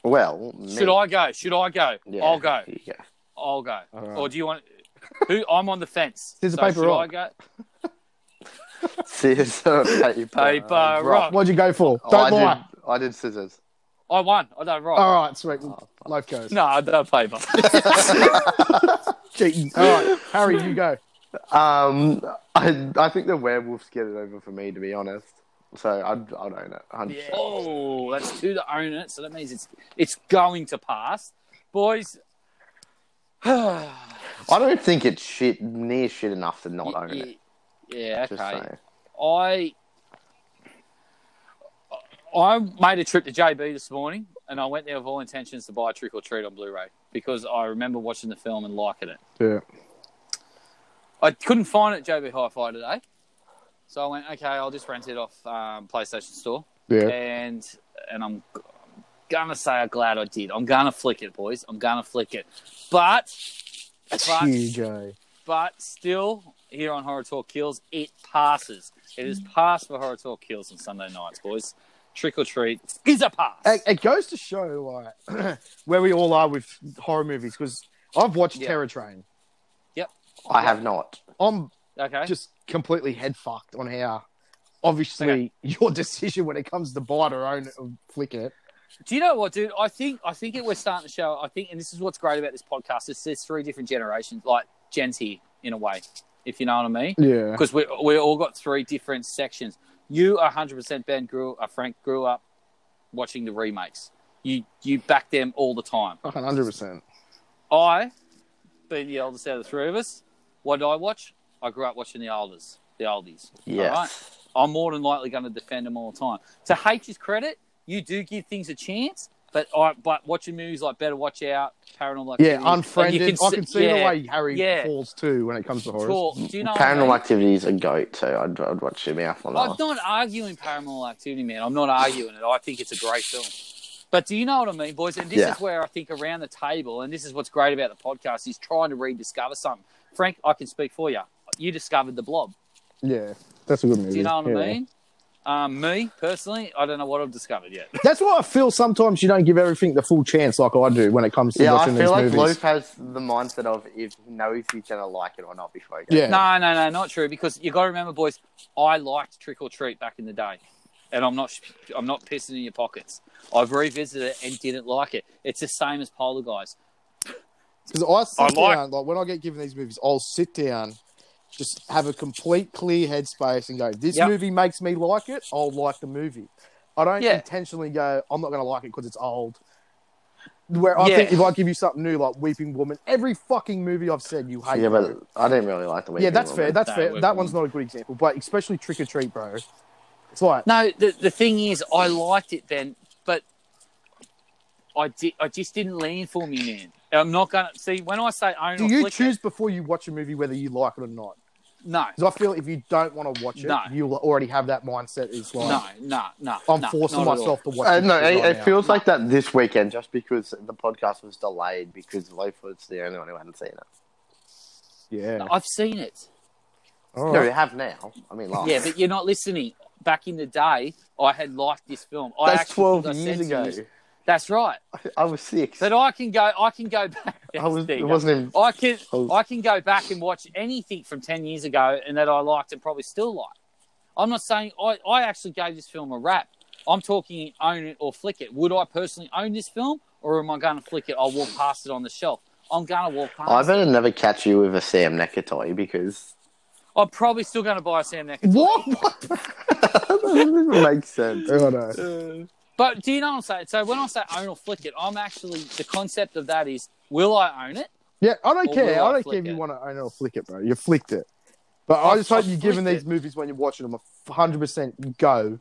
Speaker 3: Well,
Speaker 1: Should I go? Should I go?
Speaker 3: Yeah,
Speaker 1: I'll go.
Speaker 3: Here you go.
Speaker 1: I'll go.
Speaker 2: All right.
Speaker 1: Or do you want? Who? I'm on the fence.
Speaker 2: Scissors, paper,
Speaker 1: should
Speaker 2: rock.
Speaker 1: I go?
Speaker 3: Scissors, paper,
Speaker 1: Paper, rock.
Speaker 2: What'd you go for?
Speaker 3: Oh,
Speaker 2: Don't
Speaker 3: I
Speaker 2: lie.
Speaker 3: did, I did scissors.
Speaker 1: I won. I don't rock.
Speaker 2: All right, sweet. Life goes.
Speaker 1: No, I don't paper.
Speaker 2: Cheating. All right, Harry, you go.
Speaker 3: Um, I, I think the werewolves get it over for me, to be honest. So I'd, I'd own it. 100%.
Speaker 1: Oh, that's two to own it. So that means it's it's going to pass, boys. yeah,
Speaker 3: I don't think it's shit near shit enough to not own it.
Speaker 1: yeah,
Speaker 3: Just
Speaker 1: okay.
Speaker 3: saying.
Speaker 1: I I made a trip to JB this morning, and I went there with all intentions to buy Trick or Treat on Blu-ray because I remember watching the film and liking it.
Speaker 2: Yeah.
Speaker 1: I couldn't find it at JB Hi-Fi today, so I went okay. I'll just rent it off um, PlayStation Store,
Speaker 2: Yeah.
Speaker 1: and and I'm, g- I'm gonna say I'm glad I did. I'm gonna flick it, boys. I'm gonna flick it, but
Speaker 2: That's
Speaker 1: but-
Speaker 2: huge, eh?
Speaker 1: but still here on Horror Talk Kills, it passes. It is passed for Horror Talk Kills on Sunday nights, boys. Trick or treat is a pass.
Speaker 2: It, it goes to show like where we all are with horror movies because I've watched
Speaker 1: Yeah.
Speaker 2: Terror Train.
Speaker 3: I have not.
Speaker 2: I'm
Speaker 1: Okay.
Speaker 2: just completely head fucked on how obviously
Speaker 1: Okay.
Speaker 2: your decision when it comes to bite or own it or flick it.
Speaker 1: Do you know what, dude? I think I think it we're starting to show. I think, and this is what's great about this podcast. Is there's three different generations, like gens here in a way, if you know what I mean.
Speaker 2: Yeah.
Speaker 1: Because we we all got three different sections. You 100 percent Ben grew uh, Frank grew up watching the remakes. You you back them all the time.
Speaker 2: hundred percent.
Speaker 1: I, being the eldest out of the three of us, what did I watch? I grew up watching the olders, the oldies.
Speaker 3: Yes.
Speaker 1: Alright? I'm more than likely going to defend them all the time. To H's credit, you do give things a chance, but I, but watching movies like Better Watch Out, Paranormal
Speaker 2: Yeah,
Speaker 1: Activity, like,
Speaker 2: unfriended.
Speaker 1: you
Speaker 2: I can see the
Speaker 1: yeah,
Speaker 2: way Harry
Speaker 1: yeah.
Speaker 2: falls too when it comes to horror.
Speaker 1: talk. Do you know what I
Speaker 3: Paranormal
Speaker 1: mean?
Speaker 3: Activity is a goat, so I'd, I'd watch your mouth on that.
Speaker 1: I'm
Speaker 3: one.
Speaker 1: not arguing Paranormal Activity, man. I'm not arguing it. I think it's a great film. But do you know what I mean, boys? And this
Speaker 3: Yeah.
Speaker 1: is where I think around the table, and this is what's great about the podcast, is trying to rediscover something. Frank, I can speak for you. You discovered the blob.
Speaker 2: Yeah, that's a good movie.
Speaker 1: Do you know what
Speaker 2: Yeah.
Speaker 1: I mean? Um, me personally, I don't know what I've discovered yet.
Speaker 2: That's why I feel sometimes you don't give everything the full chance like I do when it comes to
Speaker 3: Yeah, I
Speaker 2: watching
Speaker 3: feel like
Speaker 2: these
Speaker 3: Luke
Speaker 2: movies.
Speaker 3: has the mindset of if he knows he's gonna like it or not before he goes.
Speaker 2: yeah,
Speaker 1: No, no, no, not true. Because you got to remember, boys, I liked Trick or Treat back in the day, and I'm not, I'm not pissing in your pockets. I've revisited it and didn't like it. It's the same as Poltergeist.
Speaker 2: because I sit
Speaker 1: I like-
Speaker 2: down like when I get given these movies, I'll sit down, just have a complete clear headspace and go, "This
Speaker 1: Yep.
Speaker 2: movie makes me like it. I'll like the movie." I don't
Speaker 1: Yeah.
Speaker 2: intentionally go, "I'm not going to like it because it's old." Where I
Speaker 1: Yeah.
Speaker 2: think if I give you something new, like Weeping Woman, every fucking movie I've said you hate.
Speaker 3: Yeah,
Speaker 2: bro.
Speaker 3: but I didn't really like the way.
Speaker 2: yeah, that's fair. That's
Speaker 1: No,
Speaker 2: fair.
Speaker 1: Weeping
Speaker 2: That one's not a good example, but especially Trick or Treat, bro. It's like
Speaker 1: No, the the thing is, I liked it then, but I did, I just didn't land for me, man. And I'm not gonna see when I say own.
Speaker 2: Do
Speaker 1: or
Speaker 2: you
Speaker 1: flick it,
Speaker 2: choose before you watch a movie whether you like it or not?
Speaker 1: no,
Speaker 2: Because I feel if you don't want to watch it,
Speaker 1: No.
Speaker 2: you'll already have that mindset. It's like,
Speaker 1: no, no, no.
Speaker 2: I'm
Speaker 1: no,
Speaker 2: forcing
Speaker 1: not at all.
Speaker 2: myself to watch
Speaker 3: Uh,
Speaker 2: it.
Speaker 3: no, it,
Speaker 2: right
Speaker 3: it
Speaker 2: now.
Speaker 3: feels like that this weekend just because the podcast was delayed because Luke was the only one who hadn't seen it.
Speaker 2: Yeah.
Speaker 1: I've seen it.
Speaker 2: All
Speaker 3: No,
Speaker 2: right.
Speaker 3: we have now. I mean,
Speaker 2: Ah.
Speaker 3: last.
Speaker 1: Yeah, but you're not listening. Back in the day, I had liked this film. I
Speaker 3: that's
Speaker 1: actually
Speaker 3: twelve
Speaker 1: think I
Speaker 3: years
Speaker 1: said to
Speaker 3: ago.
Speaker 1: you- That's right.
Speaker 3: I was six.
Speaker 1: But I can go. I can go back.
Speaker 3: I was.
Speaker 1: There
Speaker 3: It
Speaker 1: you go.
Speaker 3: wasn't Oh. even.
Speaker 1: I can.
Speaker 3: I was-
Speaker 1: I can go back and watch anything from ten years ago, and that I liked and probably still like. I'm not saying I. I actually gave this film a rap. I'm talking own it or flick it. Would I personally own this film, or am I going to flick it? I'll walk past it on the shelf. I'm going to walk past.
Speaker 3: I
Speaker 1: it.
Speaker 3: better never catch you with a Sam Necker toy because
Speaker 1: I'm probably still going to buy a Sam Neckerton.
Speaker 2: What? What?
Speaker 3: doesn't make sense.
Speaker 2: Oh, no.
Speaker 1: But do you know what I'm saying? So when I say own or flick it, I'm actually the concept of that is will I own it?
Speaker 2: Yeah, I don't
Speaker 1: Or
Speaker 2: care.
Speaker 1: will I
Speaker 2: I don't
Speaker 1: flick
Speaker 2: care if you
Speaker 1: it?
Speaker 2: want to own it or flick it, bro. You flicked it. But I,
Speaker 1: I-
Speaker 2: just hope
Speaker 1: I
Speaker 2: you're giving
Speaker 1: flicked
Speaker 2: these movies when you're watching them a 100% go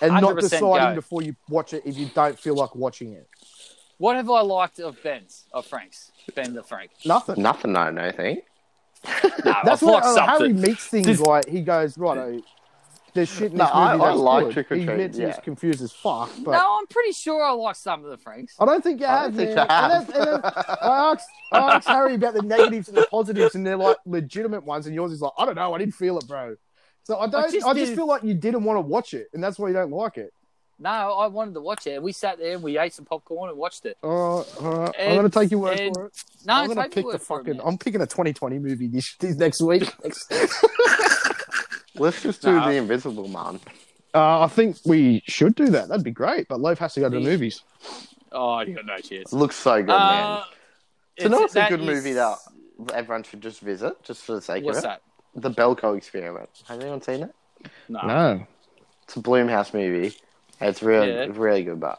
Speaker 2: and not
Speaker 1: 100%
Speaker 2: deciding
Speaker 1: go.
Speaker 2: before you watch it if you don't feel like watching it.
Speaker 1: What have I liked of Ben's of Frank's? Ben the Frank.
Speaker 2: Nothing.
Speaker 3: Nothing, I don't think.
Speaker 1: No, I've
Speaker 2: That's what
Speaker 1: liked
Speaker 2: uh, how he
Speaker 1: something.
Speaker 2: meets things
Speaker 1: This-
Speaker 2: like. He goes, right, oh, there's shit in
Speaker 3: No,
Speaker 2: this
Speaker 3: I-
Speaker 2: movie
Speaker 3: I
Speaker 2: that's
Speaker 3: like
Speaker 2: good.
Speaker 3: Trick or
Speaker 2: He
Speaker 3: Treat,
Speaker 2: admits
Speaker 3: yeah.
Speaker 2: he's confused as fuck, but
Speaker 1: No, I'm pretty sure I like some of the Franks.
Speaker 2: I don't think you
Speaker 3: I
Speaker 2: have.
Speaker 3: don't think
Speaker 2: man.
Speaker 3: you
Speaker 2: And
Speaker 3: have.
Speaker 2: that's- and that's- I, asked, I asked Harry about the negatives and the positives, and they're like legitimate ones, and yours is like, I don't know, I didn't feel it, bro. So I don't. I just,
Speaker 1: just didn't-
Speaker 2: feel like you didn't want to watch it, and that's why you don't like it.
Speaker 1: No, I wanted to watch it. We sat there and we ate some popcorn and watched it.
Speaker 2: All right, all right. Uh, I'm
Speaker 1: And-
Speaker 2: gonna take your word
Speaker 1: and-
Speaker 2: for it.
Speaker 1: No,
Speaker 2: I'm
Speaker 1: it's
Speaker 2: gonna
Speaker 1: paperwork
Speaker 2: pick the
Speaker 1: for it,
Speaker 2: fucking.
Speaker 1: man.
Speaker 2: I'm picking a 2020 movie this, this next week.
Speaker 3: Let's just do
Speaker 1: Nah.
Speaker 3: the Invisible Man.
Speaker 2: uh, I think we should do that. That'd be great. But Loaf has to go to the
Speaker 1: Yeah.
Speaker 2: movies.
Speaker 1: Oh, you got no chance.
Speaker 3: Looks so good,
Speaker 1: Uh,
Speaker 3: man. So no, it's a
Speaker 1: that
Speaker 3: good
Speaker 1: is-
Speaker 3: movie that everyone should just visit, just for the sake
Speaker 1: What's
Speaker 3: of it.
Speaker 1: that?
Speaker 3: The Belko Experiment. Has anyone seen it?
Speaker 1: No.
Speaker 2: No.
Speaker 3: It's a Bloomhouse movie. It's really,
Speaker 1: Yeah.
Speaker 3: really good, but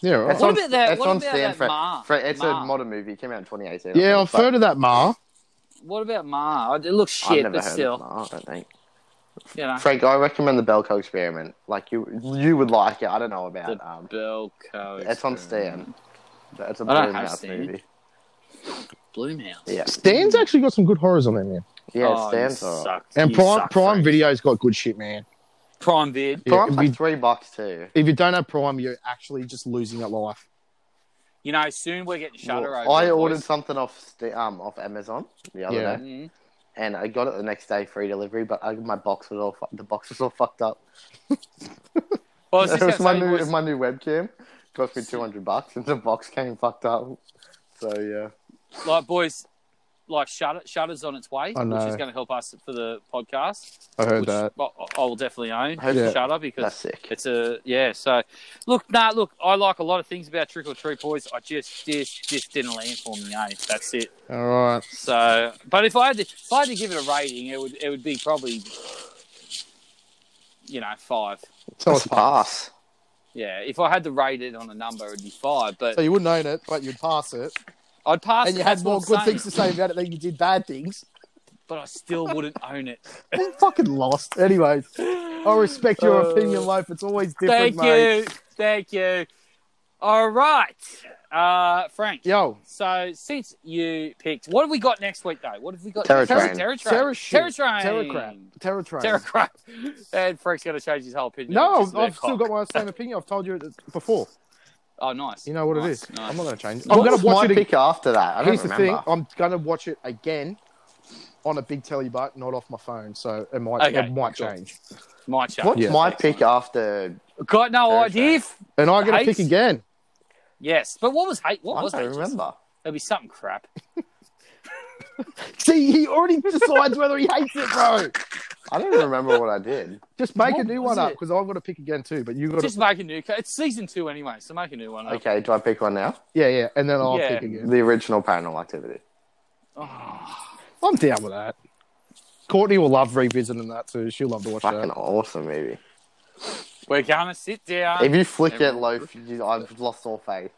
Speaker 2: Yeah. all
Speaker 3: That's
Speaker 2: right.
Speaker 1: What about that-
Speaker 3: it's
Speaker 1: what
Speaker 3: on
Speaker 1: about
Speaker 3: Stan
Speaker 1: that Ma?
Speaker 3: Fre- Fre- it's
Speaker 1: Ma.
Speaker 3: a modern movie. It came out in 2018. I
Speaker 2: Yeah, I've
Speaker 3: think, but
Speaker 2: heard of that, Ma.
Speaker 1: What about Ma? It looks
Speaker 3: I've
Speaker 1: shit,
Speaker 3: never
Speaker 1: but
Speaker 3: heard of
Speaker 1: still,
Speaker 3: Ma, I don't think.
Speaker 1: you know.
Speaker 3: Frank, I recommend the Belko Experiment. Like you, you would like it. I don't know about.
Speaker 1: The
Speaker 3: um,
Speaker 1: Belco.
Speaker 3: it's on
Speaker 1: experiment.
Speaker 3: Stan. It's a
Speaker 1: I don't have
Speaker 3: Bloomhouse
Speaker 1: Stan.
Speaker 3: movie.
Speaker 1: Bloomhouse.
Speaker 3: Yeah,
Speaker 2: Stan's
Speaker 1: Mm.
Speaker 2: actually got some good horrors on there, man.
Speaker 3: yeah,
Speaker 1: Oh,
Speaker 3: it Stan's.
Speaker 1: you
Speaker 3: alright.
Speaker 1: suck.
Speaker 2: And
Speaker 1: You
Speaker 2: Prime
Speaker 1: suck,
Speaker 2: Prime
Speaker 1: Frank.
Speaker 2: Video's got good shit, man.
Speaker 1: Prime vid.
Speaker 2: Yeah,
Speaker 3: Prime's
Speaker 2: if,
Speaker 3: like
Speaker 2: you,
Speaker 3: three bucks too.
Speaker 2: if you don't have Prime, you're actually just losing at life.
Speaker 1: You know, soon we're getting shutter
Speaker 3: Well,
Speaker 1: over.
Speaker 3: I
Speaker 1: it,
Speaker 3: ordered
Speaker 1: boys.
Speaker 3: something off Sta- um off Amazon the other
Speaker 2: Yeah.
Speaker 3: day,
Speaker 1: Mhm.
Speaker 3: and I got it the next day free delivery. But I, my box was all fu- the box was all fucked up.
Speaker 1: Well, I was
Speaker 3: It
Speaker 1: just
Speaker 3: was my
Speaker 1: gonna say,
Speaker 3: new
Speaker 1: boys,
Speaker 3: my new webcam cost me two hundred bucks, and the box came fucked up. So yeah,
Speaker 1: like boys, like shutter, shutter's on its way,
Speaker 2: I
Speaker 1: which
Speaker 2: know.
Speaker 1: is going to help us for the podcast.
Speaker 2: I heard
Speaker 1: which
Speaker 2: that.
Speaker 1: I, I will definitely own
Speaker 3: Hopefully.
Speaker 1: shutter
Speaker 3: that's
Speaker 1: because
Speaker 3: sick.
Speaker 1: it's a yeah. So look, nah, look, I like a lot of things about Trick or Treat, boys. I just just just didn't land for me, eh? That's it.
Speaker 2: All right.
Speaker 1: So, but if I had to, if I had to give it a rating, it would it would be probably, you know, five.
Speaker 2: So, it's
Speaker 3: That's
Speaker 2: pass.
Speaker 3: pass.
Speaker 1: Yeah, if I had to rate it on a number, it'd be five. But
Speaker 2: so you wouldn't own it, but you'd pass it.
Speaker 1: I'd pass.
Speaker 2: And
Speaker 1: it,
Speaker 2: you had
Speaker 1: that's
Speaker 2: more
Speaker 1: what I'm
Speaker 2: good
Speaker 1: saying,
Speaker 2: things to say about it than you did bad things.
Speaker 1: but I still wouldn't own it.
Speaker 2: I'm fucking lost. Anyways, I respect your
Speaker 1: Uh,
Speaker 2: opinion, Loaf. It's always different,
Speaker 1: Thank
Speaker 2: mate.
Speaker 1: you, thank you. All right, uh, Frank.
Speaker 2: Yo,
Speaker 1: So since you picked, what have we got next week though? What have we got?
Speaker 3: Terror
Speaker 1: next-
Speaker 3: Train.
Speaker 1: Terror Train.
Speaker 2: Terra shit.
Speaker 1: Terror Train.
Speaker 2: Terra crap. Terra train.
Speaker 1: Terror crap. And Frank's going to change his whole opinion.
Speaker 2: No,
Speaker 1: which
Speaker 2: I've
Speaker 1: is about cock.
Speaker 2: still got my same opinion. I've told you it before.
Speaker 1: Oh, nice.
Speaker 2: You know what it
Speaker 1: Nice,
Speaker 2: is.
Speaker 1: nice.
Speaker 2: I'm not going to change it.
Speaker 3: I'm
Speaker 2: I'm
Speaker 3: what
Speaker 2: going
Speaker 3: gonna
Speaker 2: to watch
Speaker 3: watch
Speaker 2: it
Speaker 3: my
Speaker 2: again.
Speaker 3: pick after that. I don't
Speaker 2: Here's the thing:
Speaker 3: remember.
Speaker 2: I'm gonna watch it again on a big telly, but not off my phone, so it might
Speaker 1: Okay,
Speaker 2: it might
Speaker 1: cool.
Speaker 2: change.
Speaker 1: My chat.
Speaker 3: What's
Speaker 2: Yeah.
Speaker 3: my pick after?
Speaker 1: Got no
Speaker 3: Terror
Speaker 1: idea.
Speaker 3: Train.
Speaker 1: F-
Speaker 2: And I gotta pick
Speaker 1: Hates-
Speaker 2: again.
Speaker 1: Yes, but what was hate? What
Speaker 3: I
Speaker 1: was
Speaker 3: don't
Speaker 1: hate?
Speaker 3: remember.
Speaker 1: There'll be something crap.
Speaker 2: See, he already decides whether he hates it, bro.
Speaker 3: I don't even remember what I did.
Speaker 2: Just make a
Speaker 1: What
Speaker 2: new
Speaker 1: was
Speaker 2: one up
Speaker 1: it?
Speaker 2: because I've got to pick again too. But you got to,
Speaker 1: Just make a new. ca- It's season two anyway, so make a new one. up.
Speaker 3: Okay, do I pick one now?
Speaker 2: yeah, yeah, and then I'll
Speaker 1: Yeah.
Speaker 2: pick again.
Speaker 3: The original Paranormal Activity.
Speaker 1: Oh,
Speaker 2: I'm down with that. Courtney will love revisiting that too. She'll love to watch
Speaker 3: Fucking
Speaker 2: that.
Speaker 3: awesome movie.
Speaker 1: We're gonna sit
Speaker 3: If
Speaker 1: down.
Speaker 3: you flick it,
Speaker 1: everyone-
Speaker 3: loaf, you, I've lost all faith.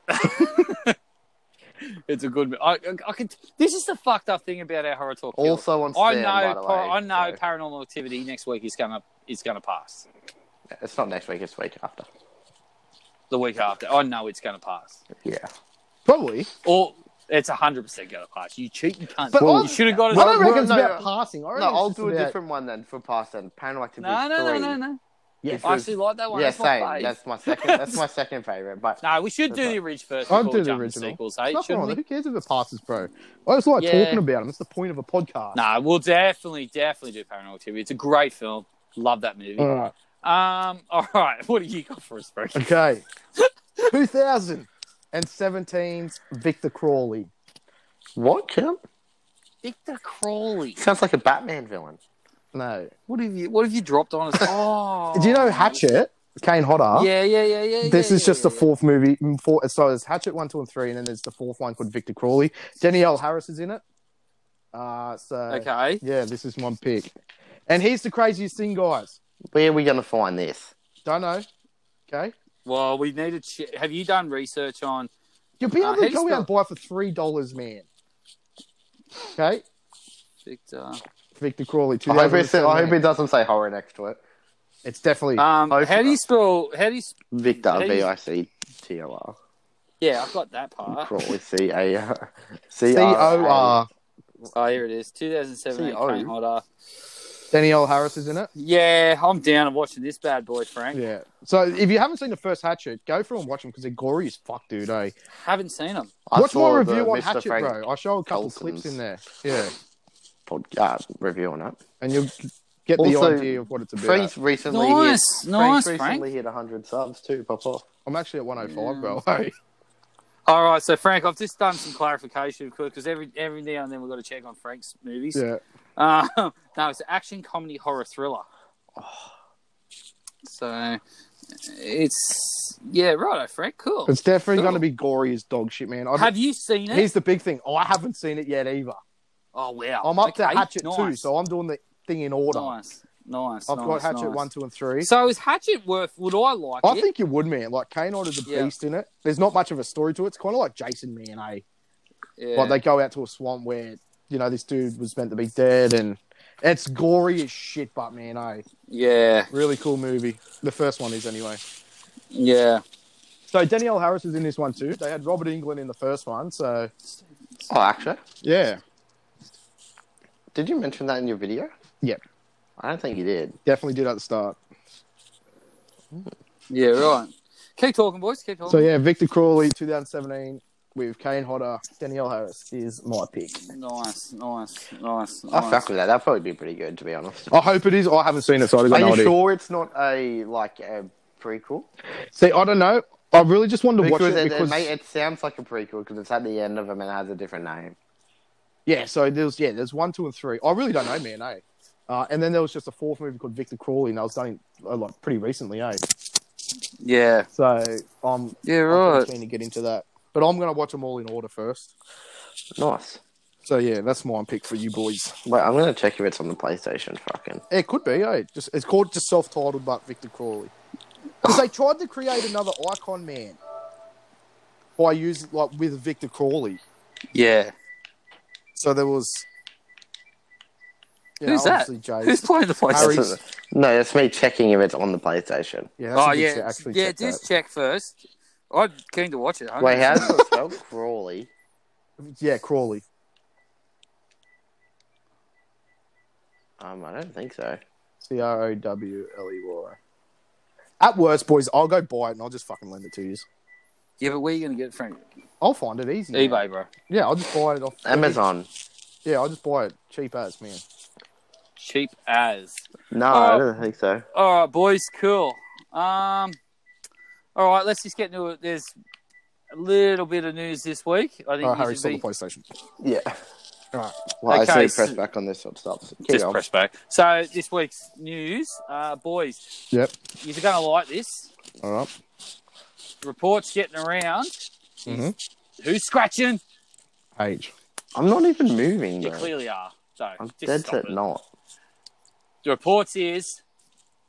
Speaker 1: It's a good. I, I, I could. This is the fucked up thing about our horror talk. Bill.
Speaker 3: Also on
Speaker 1: I
Speaker 3: Stan, by
Speaker 1: know.
Speaker 3: the
Speaker 1: par-
Speaker 3: way,
Speaker 1: I know.
Speaker 3: so-
Speaker 1: Paranormal activity next week is gonna is gonna pass.
Speaker 3: It's not next week. It's the week after.
Speaker 1: The week after, I know it's gonna pass.
Speaker 3: Yeah.
Speaker 2: Probably.
Speaker 1: Or it's hundred percent gonna pass. You cheating cunt.
Speaker 2: But
Speaker 1: you
Speaker 2: I'll-
Speaker 1: should have got it.
Speaker 2: I don't
Speaker 3: Well,
Speaker 2: reckon it's
Speaker 3: no,
Speaker 2: about passing. I
Speaker 3: No,
Speaker 2: reckon it's
Speaker 3: I'll
Speaker 2: just
Speaker 3: do a
Speaker 2: about-
Speaker 3: different one then for past then. Paranormal Activity
Speaker 1: No, no, no,
Speaker 3: three.
Speaker 1: no, no.
Speaker 3: Yes,
Speaker 1: I actually like that one.
Speaker 3: yeah,
Speaker 1: That's my
Speaker 3: same.
Speaker 1: fave.
Speaker 3: That's my second. That's my second favorite. But
Speaker 1: No, we should
Speaker 3: That's
Speaker 1: do
Speaker 3: right.
Speaker 1: the Ridge first.
Speaker 2: I'll
Speaker 1: before
Speaker 2: do
Speaker 1: we
Speaker 2: the
Speaker 1: jump to
Speaker 2: original.
Speaker 1: Sequels, hey?
Speaker 2: Nothing
Speaker 1: Shouldn't
Speaker 2: wrong
Speaker 1: we?
Speaker 2: with it. Who cares if it passes, bro? I just like
Speaker 1: Yeah.
Speaker 2: talking about them. That's the point of a podcast.
Speaker 1: No, we'll definitely, definitely do Paranormal Activity. It's a great film. Love that movie.
Speaker 2: All right.
Speaker 1: Um, all right. What do you got for us, bro?
Speaker 2: Okay. 2017's Victor Crawley.
Speaker 3: what? Kim?
Speaker 1: Victor Crawley.
Speaker 3: Sounds like a Batman villain.
Speaker 2: No.
Speaker 1: What have you? What have you dropped on us? Oh,
Speaker 2: Do you know Hatchet? Kane Hodder.
Speaker 1: Yeah, yeah, yeah, yeah.
Speaker 2: This
Speaker 1: yeah,
Speaker 2: is
Speaker 1: yeah,
Speaker 2: just
Speaker 1: yeah,
Speaker 2: the fourth movie. mm, Four, so there's Hatchet one, two, and three, and then there's the fourth one called Victor Crawley. Danielle Harris is in it. Uh, so
Speaker 1: yeah. Okay.
Speaker 2: yeah, this is my pick. And here's the craziest thing, guys.
Speaker 3: Where are we going to find this?
Speaker 2: Don't know. Okay.
Speaker 1: Well, we need to. Che- have you done research on?
Speaker 2: You'll be
Speaker 1: Uh,
Speaker 2: able
Speaker 1: how
Speaker 2: to
Speaker 1: do you
Speaker 2: go out
Speaker 1: spell-
Speaker 2: and buy it for three dollars, man. Okay.
Speaker 1: Victor?
Speaker 2: Victor Crawley.
Speaker 3: I hope, it's, I hope
Speaker 2: 2007.
Speaker 3: it doesn't say horror next to it.
Speaker 2: It's definitely.
Speaker 1: Um,
Speaker 3: Oh,
Speaker 1: how do you spell? How do you? sp-
Speaker 3: Victor,
Speaker 1: Hey.
Speaker 3: V I C T O R.
Speaker 1: Yeah, I've got that part.
Speaker 3: Crawley, C A uh,
Speaker 2: C O R.
Speaker 1: Oh, here it is. 2017
Speaker 2: oh.
Speaker 3: CO.
Speaker 1: Kane Hodder.
Speaker 2: Danielle Harris is in it.
Speaker 1: Yeah, I'm down. I'm watching this bad boy, Frank.
Speaker 2: Yeah. So if you haven't seen the first Hatchet, go through and watch them because they're gory as fuck, dude. Eh?
Speaker 1: Haven't seen him.
Speaker 2: Watch my review on Hatchet, bro. I show a couple
Speaker 3: Colton's.
Speaker 2: clips in there. Yeah.
Speaker 3: Pod, uh, review on it.
Speaker 2: And you'll get
Speaker 3: Also,
Speaker 2: the idea of what it's about.
Speaker 3: Frank's recently
Speaker 1: Nice,
Speaker 3: hit,
Speaker 1: nice,
Speaker 3: Frank's recently hit 100 subs too, Papa.
Speaker 2: I'm actually at 105,
Speaker 1: Yeah.
Speaker 2: bro. eh?
Speaker 1: All right, so Frank, I've just done some clarification because every every now and then we've got to check on Frank's movies.
Speaker 2: yeah.
Speaker 1: Um, no, it's an action comedy horror thriller.
Speaker 2: Oh.
Speaker 1: So it's yeah, right, eh, Frank. Cool.
Speaker 2: It's definitely
Speaker 1: Cool.
Speaker 2: going to be gory as dog shit, man. I've,
Speaker 1: Have you seen it?
Speaker 2: here's the big thing. Oh, I haven't seen it yet either.
Speaker 1: Oh wow,
Speaker 2: I'm up
Speaker 1: Okay,
Speaker 2: to Hatchet
Speaker 1: nice.
Speaker 2: 2, so I'm doing the thing in order.
Speaker 1: nice, nice.
Speaker 2: I've got
Speaker 1: nice,
Speaker 2: Hatchet
Speaker 1: nice.
Speaker 2: 1, 2, and 3.
Speaker 1: So is Hatchet worth? Would I like
Speaker 2: I
Speaker 1: it?
Speaker 2: think you would, man. Like, Kano is a
Speaker 1: Yeah.
Speaker 2: beast in it. There's not much of a story to it. It's kind of like Jason, man, eh?
Speaker 1: yeah.
Speaker 2: Like, they go out to a swamp where, you know, this dude was meant to be dead, and it's gory as shit, but, man, eh?
Speaker 1: yeah,
Speaker 2: Really cool movie. The first one is, anyway.
Speaker 1: yeah.
Speaker 2: So, Danielle Harris is in this one, too. They had Robert England in the first one, so,
Speaker 3: Oh, actually,
Speaker 2: yeah,
Speaker 3: did you mention that in your video?
Speaker 2: Yep.
Speaker 3: I don't think you did.
Speaker 2: definitely did at the start.
Speaker 1: Yeah, right. Keep talking, boys. Keep talking.
Speaker 2: So yeah, Victor Crawley, 2017, with Kane Hodder, Danielle Harris is my pick.
Speaker 1: Nice, nice, nice.
Speaker 3: I
Speaker 1: nice.
Speaker 3: fuck with that. That'd probably be pretty good, to be honest.
Speaker 2: I hope it is. I haven't seen it, so I
Speaker 3: Are
Speaker 2: don't
Speaker 3: you
Speaker 2: know.
Speaker 3: sure it's not a like a prequel?
Speaker 2: See, I don't know. I really just wanted to
Speaker 3: Because,
Speaker 2: watch
Speaker 3: it,
Speaker 2: it
Speaker 3: it,
Speaker 2: because
Speaker 3: mate, it sounds like a prequel because it's at the end of them and it has a different name.
Speaker 2: yeah. So there's yeah, there's one, two, and three. I really don't know, man. Eh? Uh, and then there was just a fourth movie called Victor Crawley, and I was done uh, like pretty recently, eh?
Speaker 1: Yeah,
Speaker 2: So I'm, I'm
Speaker 1: yeah,
Speaker 2: pretty
Speaker 1: right.
Speaker 2: keen to get into that, but I'm gonna watch them all in order first.
Speaker 3: Nice.
Speaker 2: So yeah, that's my pick for you boys.
Speaker 3: Wait, I'm gonna check if it's on the PlayStation. Fucking.
Speaker 2: It could be, eh? Just it's called just self-titled, but Victor Crawley. Because they tried to create another icon man by using like with Victor Crawley.
Speaker 1: Yeah.
Speaker 2: So there was. you
Speaker 1: Who's that?
Speaker 2: obviously Jay.
Speaker 1: Who's playing the place?
Speaker 2: Harry-
Speaker 3: That's a- no, that's me checking if it's on the PlayStation.
Speaker 2: Yeah, that's
Speaker 1: Oh
Speaker 2: a good
Speaker 1: yeah,
Speaker 2: set, actually
Speaker 1: yeah.
Speaker 2: check that.
Speaker 1: Just check first. I'm keen to watch it.
Speaker 3: Wait,
Speaker 1: 100%.
Speaker 3: how does it spell Crawley?
Speaker 2: yeah, Crawley.
Speaker 3: Um, I don't think so.
Speaker 2: C R O W L E Y. At worst, boys, I'll go buy it and I'll just fucking lend it to you.
Speaker 1: Yeah, but where are you gonna get it from?
Speaker 2: I'll find it easy. man.
Speaker 1: eBay, bro.
Speaker 2: Yeah, I'll just buy it off
Speaker 3: Amazon.
Speaker 2: Yeah, I'll just buy it cheap as man.
Speaker 1: Cheap as.
Speaker 3: No,
Speaker 1: Oh.
Speaker 3: I don't think so.
Speaker 1: All right, boys. Cool. Um. All right, let's just get into it. There's a little bit of news this week. I think
Speaker 2: Oh,
Speaker 1: you
Speaker 2: Harry
Speaker 1: should
Speaker 2: saw
Speaker 1: be-
Speaker 2: the PlayStation.
Speaker 3: Yeah.
Speaker 2: Alright.
Speaker 3: Well,
Speaker 1: Okay,
Speaker 3: I see
Speaker 1: so-
Speaker 3: press back on this sort of stuff. Keep
Speaker 1: just
Speaker 3: on.
Speaker 1: press back. So this week's news, uh, boys,
Speaker 2: Yep.
Speaker 1: you're gonna like this.
Speaker 2: All right.
Speaker 1: Reports getting around.
Speaker 2: Mhm.
Speaker 1: Who's scratching?
Speaker 2: Age.
Speaker 3: I'm not even moving,
Speaker 1: You
Speaker 3: bro.
Speaker 1: clearly are. So
Speaker 3: I'm
Speaker 1: just
Speaker 3: dead
Speaker 1: stop
Speaker 3: set
Speaker 1: it.
Speaker 3: not.
Speaker 1: The reports is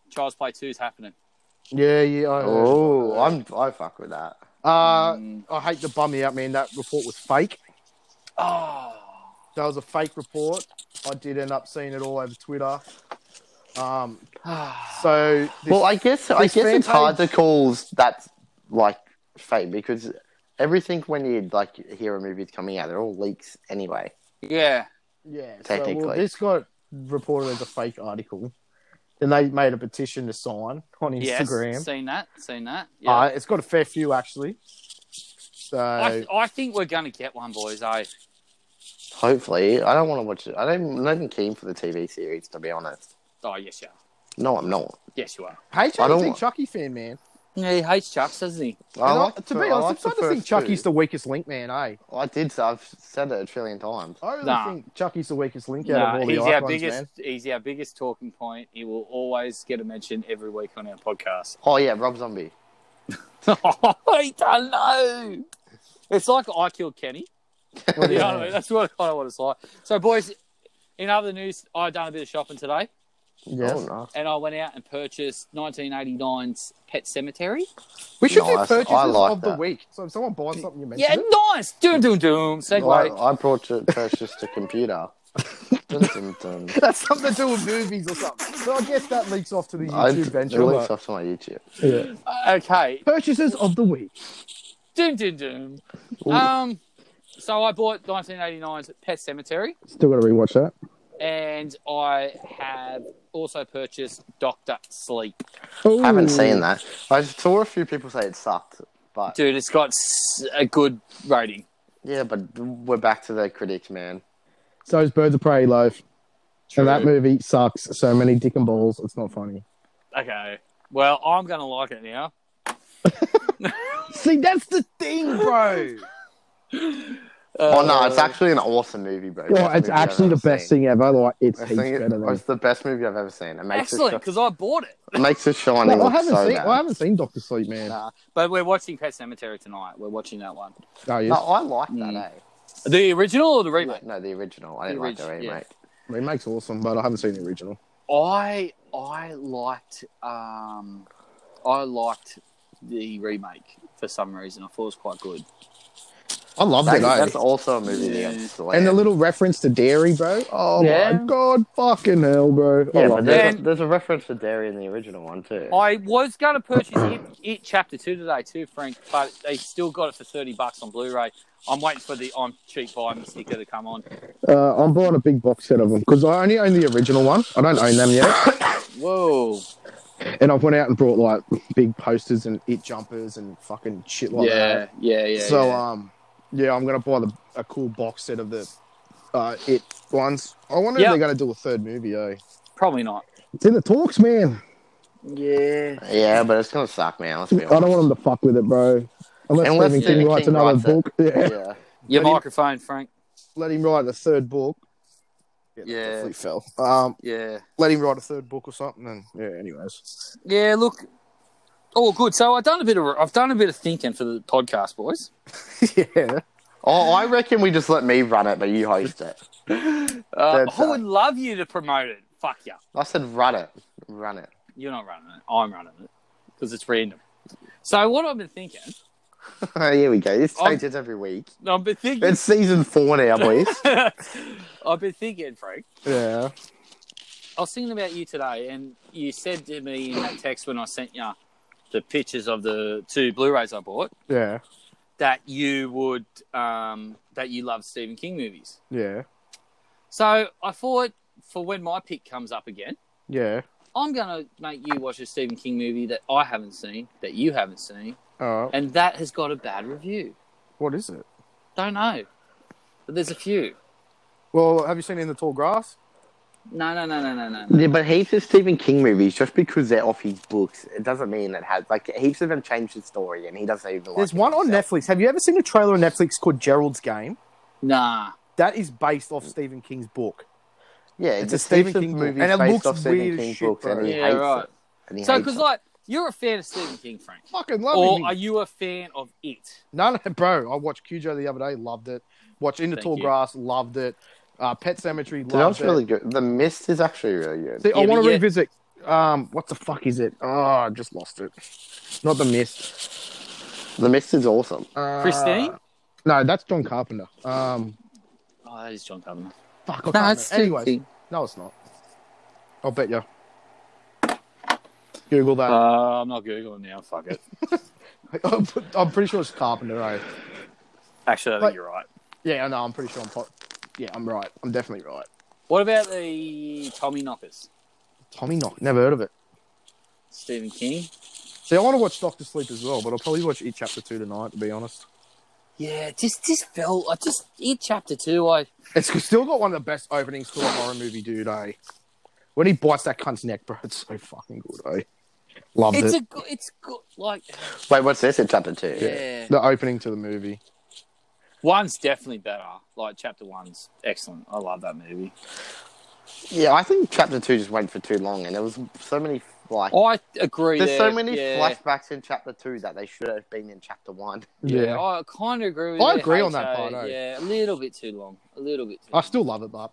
Speaker 1: Child's Play Two is happening.
Speaker 2: Yeah, yeah. I heard.
Speaker 3: Oh, I'm I fuck with that.
Speaker 2: Uh,
Speaker 1: Mm.
Speaker 2: I hate to bum you out, man. That report was fake.
Speaker 1: Oh.
Speaker 2: That was a fake report. I did end up seeing it all over Twitter. Um, so this,
Speaker 3: well, I guess I
Speaker 2: this
Speaker 3: guess it's
Speaker 2: fan
Speaker 3: hard to call that like fake because everything when you like hear a movie's coming out, they're all leaks anyway.
Speaker 1: yeah.
Speaker 2: yeah, so, well,
Speaker 3: technically.
Speaker 2: this got reported as a fake article. Then they made a petition to sign on
Speaker 1: Yes.
Speaker 2: Instagram.
Speaker 1: Seen that. Seen that. Yeah.
Speaker 2: uh, it's got a fair few actually. So
Speaker 1: I, th- I think we're gonna get one, boys. I
Speaker 3: Hopefully, I don't want to watch it. I don't. I'm not even keen for the TV series to be honest.
Speaker 1: oh yes you are.
Speaker 3: No, I'm not.
Speaker 1: Yes you are.
Speaker 2: Paige
Speaker 3: I
Speaker 2: is
Speaker 3: don't
Speaker 2: a big
Speaker 3: want-
Speaker 2: Chucky fan, man.
Speaker 1: Yeah, he hates Chucks, doesn't he?
Speaker 3: I
Speaker 2: And I-
Speaker 3: like
Speaker 2: to
Speaker 3: the-
Speaker 2: be
Speaker 3: I
Speaker 2: honest,
Speaker 3: like
Speaker 2: I'm
Speaker 3: the
Speaker 2: starting to think
Speaker 3: first
Speaker 2: Chucky's
Speaker 3: two.
Speaker 2: the weakest link, man. Eh?
Speaker 3: I did. So I've said it a trillion times.
Speaker 2: I really
Speaker 1: Nah.
Speaker 2: think Chucky's the weakest link out of
Speaker 1: Nah,
Speaker 2: all
Speaker 1: he's
Speaker 2: the
Speaker 1: our
Speaker 2: icons,
Speaker 1: biggest.
Speaker 2: man.
Speaker 1: He's our biggest talking point. He will always get a mention every week on our podcast.
Speaker 3: Oh yeah, Rob Zombie.
Speaker 1: I don't know. It's like I killed Kenny.
Speaker 2: What
Speaker 1: You
Speaker 2: do you
Speaker 1: know what I
Speaker 2: mean?
Speaker 1: mean? That's what kind of what it's like. So, boys, in other news, I've done a bit of shopping today.
Speaker 2: Yeah.
Speaker 3: Oh, nice.
Speaker 1: and I went out and purchased 1989's Pet Cemetery.
Speaker 2: We should
Speaker 3: Nice.
Speaker 2: do purchases
Speaker 3: I like
Speaker 2: of the
Speaker 3: that.
Speaker 2: week. So if someone buys something, you mention
Speaker 1: Yeah,
Speaker 2: it.
Speaker 1: nice. Doom, doom, doom. Segway.
Speaker 3: I, I brought to, purchased a computer. Dun, dun, dun.
Speaker 2: That's something to do with movies or something. So I guess that leaks off to the
Speaker 3: I
Speaker 2: YouTube venture.
Speaker 3: released off to my YouTube.
Speaker 2: but- Yeah.
Speaker 1: Okay.
Speaker 2: Purchases of the week.
Speaker 1: Doom, doom, doom.
Speaker 3: Ooh.
Speaker 1: Um, so I bought 1989's Pet Cemetery,
Speaker 2: Still got to rewatch that.
Speaker 1: and I have also purchased Doctor Sleep.
Speaker 2: Ooh.
Speaker 3: I haven't seen that. I saw a few people say it sucked, but
Speaker 1: Dude, it's got s- a good rating.
Speaker 3: yeah, but we're back to the critics, man.
Speaker 2: So is Birds of Prey Loaf.
Speaker 1: True.
Speaker 2: And that movie sucks. So many dick and balls. It's not funny.
Speaker 1: Okay. Well, I'm gonna like it now.
Speaker 2: See, that's the thing, bro.
Speaker 3: oh no,
Speaker 1: Uh,
Speaker 3: it's actually an awesome movie, bro.
Speaker 2: well, it's actually the best thing ever. Like, it's
Speaker 3: I
Speaker 2: heaps
Speaker 3: think
Speaker 2: better
Speaker 3: it,
Speaker 2: than.
Speaker 3: it's the best movie I've ever seen. It makes
Speaker 1: excellent
Speaker 3: it,
Speaker 1: because I bought it.
Speaker 3: it makes it shiny.
Speaker 2: No, I
Speaker 3: look
Speaker 2: haven't
Speaker 3: so
Speaker 2: seen.
Speaker 3: bad.
Speaker 2: I haven't seen Doctor Sleep, man.
Speaker 3: Nah.
Speaker 1: But we're watching Pet Cemetery tonight. We're watching that one.
Speaker 2: Oh, yes.
Speaker 3: No, I like that.
Speaker 1: Mm.
Speaker 3: Eh?
Speaker 1: The original or the remake?
Speaker 3: No, the original. I
Speaker 1: The
Speaker 3: didn't like the
Speaker 1: origi- yeah.
Speaker 3: remake.
Speaker 2: Remake's awesome, but I haven't seen the original.
Speaker 1: I I liked um I liked the remake for some reason. I thought it was quite good.
Speaker 2: I love
Speaker 3: That-
Speaker 2: it. eh?
Speaker 3: that's also a movie
Speaker 1: Yeah.
Speaker 3: that gets slammed.
Speaker 2: and the little reference to dairy, bro. Oh
Speaker 1: Yeah.
Speaker 2: my god, fucking hell, bro. I
Speaker 3: yeah,
Speaker 2: love
Speaker 3: but
Speaker 2: it.
Speaker 3: there's, a,
Speaker 1: And-
Speaker 3: there's a reference to dairy in the original one too.
Speaker 1: I was going to purchase it, it Chapter Two today too, Frank, but they still got it for thirty bucks on Blu-ray. I'm waiting for the I'm cheap buying sticker to come on.
Speaker 2: Uh, I'm buying a big box set of them because I only own the original one. I don't own them yet,
Speaker 1: Whoa!
Speaker 2: and I went out and bought like big posters and it jumpers and fucking shit like
Speaker 1: yeah,
Speaker 2: that.
Speaker 1: yeah, yeah.
Speaker 2: so
Speaker 1: yeah.
Speaker 2: um, yeah, I'm gonna buy the, a cool box set of the uh it ones. I wonder
Speaker 1: Yeah.
Speaker 2: if they're gonna do a third movie. Eh?
Speaker 1: probably not.
Speaker 2: It's in the talks, man.
Speaker 1: Yeah.
Speaker 3: yeah, but it's gonna suck, man. Let's
Speaker 2: I
Speaker 3: be honest.
Speaker 2: don't want them to fuck with it, bro. Unless,
Speaker 3: Unless
Speaker 2: Stephen King
Speaker 3: Stephen
Speaker 2: writes
Speaker 3: King
Speaker 2: another
Speaker 3: writes it.
Speaker 2: book, yeah.
Speaker 3: yeah.
Speaker 1: Your
Speaker 2: But he-
Speaker 1: microphone, Frank.
Speaker 2: let him write the third book.
Speaker 1: Yeah.
Speaker 2: definitely fell. Um,
Speaker 1: Yeah.
Speaker 2: let him write a third book or something. And yeah, anyways,
Speaker 1: Yeah. Look. Oh, good. So I've done a bit of I've done a bit of thinking for the podcast, boys.
Speaker 2: yeah.
Speaker 3: Oh, I reckon we just let me run it, but you host it.
Speaker 1: Uh,
Speaker 3: That's,
Speaker 1: I
Speaker 3: uh,
Speaker 1: would love you to promote it. Fuck yeah.
Speaker 3: I said run it, run it.
Speaker 1: You're not running it. I'm running it because it's random. So what I've been thinking,
Speaker 3: Oh, Here we go. This
Speaker 1: I'm-
Speaker 3: changes every week.
Speaker 1: I've been thinking,
Speaker 3: It's season four now, boys.
Speaker 1: I've been thinking, Frank.
Speaker 2: Yeah.
Speaker 1: I was thinking about you today, and you said to me in that text when I sent you the pictures of the two Blu-rays I bought
Speaker 2: Yeah.
Speaker 1: that you would um, that you love Stephen King movies.
Speaker 2: Yeah.
Speaker 1: So I thought for when my pick comes up again,
Speaker 2: Yeah.
Speaker 1: I'm gonna make you watch a Stephen King movie that I haven't seen, that you haven't seen,
Speaker 2: All right.
Speaker 1: and that has got a bad review.
Speaker 2: Uh, What is it?
Speaker 1: Don't know, but there's a few.
Speaker 2: Well, have you seen In the Tall Grass?
Speaker 1: No, no, no, no, no, no.
Speaker 3: yeah, but heaps of Stephen King movies, just because they're off his books, it doesn't mean it has. Like heaps of them changed the story, and he doesn't
Speaker 1: Oh,
Speaker 3: even.
Speaker 2: There's
Speaker 3: like
Speaker 2: one
Speaker 3: it
Speaker 2: on
Speaker 3: himself.
Speaker 2: Netflix. Have you ever seen a trailer on Netflix called Gerald's Game?
Speaker 1: Nah.
Speaker 2: That is based off Stephen King's book.
Speaker 3: Yeah,
Speaker 2: It's
Speaker 3: it's
Speaker 2: a
Speaker 3: a
Speaker 2: Stephen
Speaker 3: Stephen
Speaker 2: King
Speaker 3: King
Speaker 2: book,
Speaker 3: movie
Speaker 2: and it
Speaker 3: based
Speaker 2: looks
Speaker 3: off Stephen
Speaker 2: weird as
Speaker 3: King
Speaker 2: shit,
Speaker 3: books,
Speaker 2: bro.
Speaker 3: and he
Speaker 1: Yeah,
Speaker 3: hates
Speaker 1: right.
Speaker 3: it. And he
Speaker 1: So,
Speaker 3: hates
Speaker 1: because
Speaker 3: it.
Speaker 1: like you're a fan of Stephen King, Frank,
Speaker 2: Fucking
Speaker 1: or
Speaker 2: loving
Speaker 1: are
Speaker 2: it.
Speaker 1: you a fan of it?
Speaker 2: No, no, bro. I watched Cujo the other day. Loved it. Watched In the
Speaker 1: Thank
Speaker 2: Tall
Speaker 1: you.
Speaker 2: Grass. Loved it. Uh, Pet Cemetery.
Speaker 3: Dude, that was
Speaker 2: Loved it.
Speaker 3: really good. The Mist is actually really good.
Speaker 2: See, I
Speaker 1: Yeah,
Speaker 2: want
Speaker 1: but
Speaker 2: to
Speaker 1: yet-
Speaker 2: revisit. Um, what the fuck is it? Oh, I just lost it. Not the mist.
Speaker 3: The Mist is awesome.
Speaker 2: Uh,
Speaker 1: Christine?
Speaker 2: No, that's John Carpenter. Um,
Speaker 1: Oh, that is John Carpenter.
Speaker 2: fuck. I can't it's Anyways, no, it's not. I'll bet you. Google that.
Speaker 1: Uh, I'm not googling now. Fuck it.
Speaker 2: I'm pre- I'm pretty sure it's Carpenter. Right?
Speaker 1: Actually, I think
Speaker 2: But-
Speaker 1: you're right.
Speaker 2: Yeah, no, I'm pretty sure I'm. Po- yeah, I'm right. I'm definitely right.
Speaker 1: What about the Tommy Knockers?
Speaker 2: Tommy Knock. Never heard of it.
Speaker 1: Stephen King.
Speaker 2: See, I want to watch Doctor Sleep as well, but I'll probably watch It Chapter Two tonight. To be honest,
Speaker 1: Yeah, just just felt I just in chapter two. I
Speaker 2: it's still got one of the best openings to a horror movie, dude. Eh? When he bites that cunt's neck, bro, it's so fucking good. Eh? Loved
Speaker 1: it's
Speaker 2: it.
Speaker 1: a good it's good like
Speaker 3: Wait, what's this in chapter two?
Speaker 1: yeah.
Speaker 2: the opening to the movie.
Speaker 1: One's definitely better. Like chapter one's excellent. I love that movie.
Speaker 3: Yeah, I think chapter two just went for too long, and there was so many like.
Speaker 1: I agree.
Speaker 3: There's
Speaker 1: there.
Speaker 3: so many
Speaker 1: Oh, yeah.
Speaker 3: flashbacks in chapter two that they should have been in chapter one.
Speaker 1: Yeah, I kind of agree with
Speaker 2: I
Speaker 1: you,
Speaker 2: agree on that
Speaker 1: Hato.
Speaker 2: part, eh?
Speaker 1: Yeah, a little bit too long. A little bit too
Speaker 2: I
Speaker 1: long.
Speaker 2: still love it, but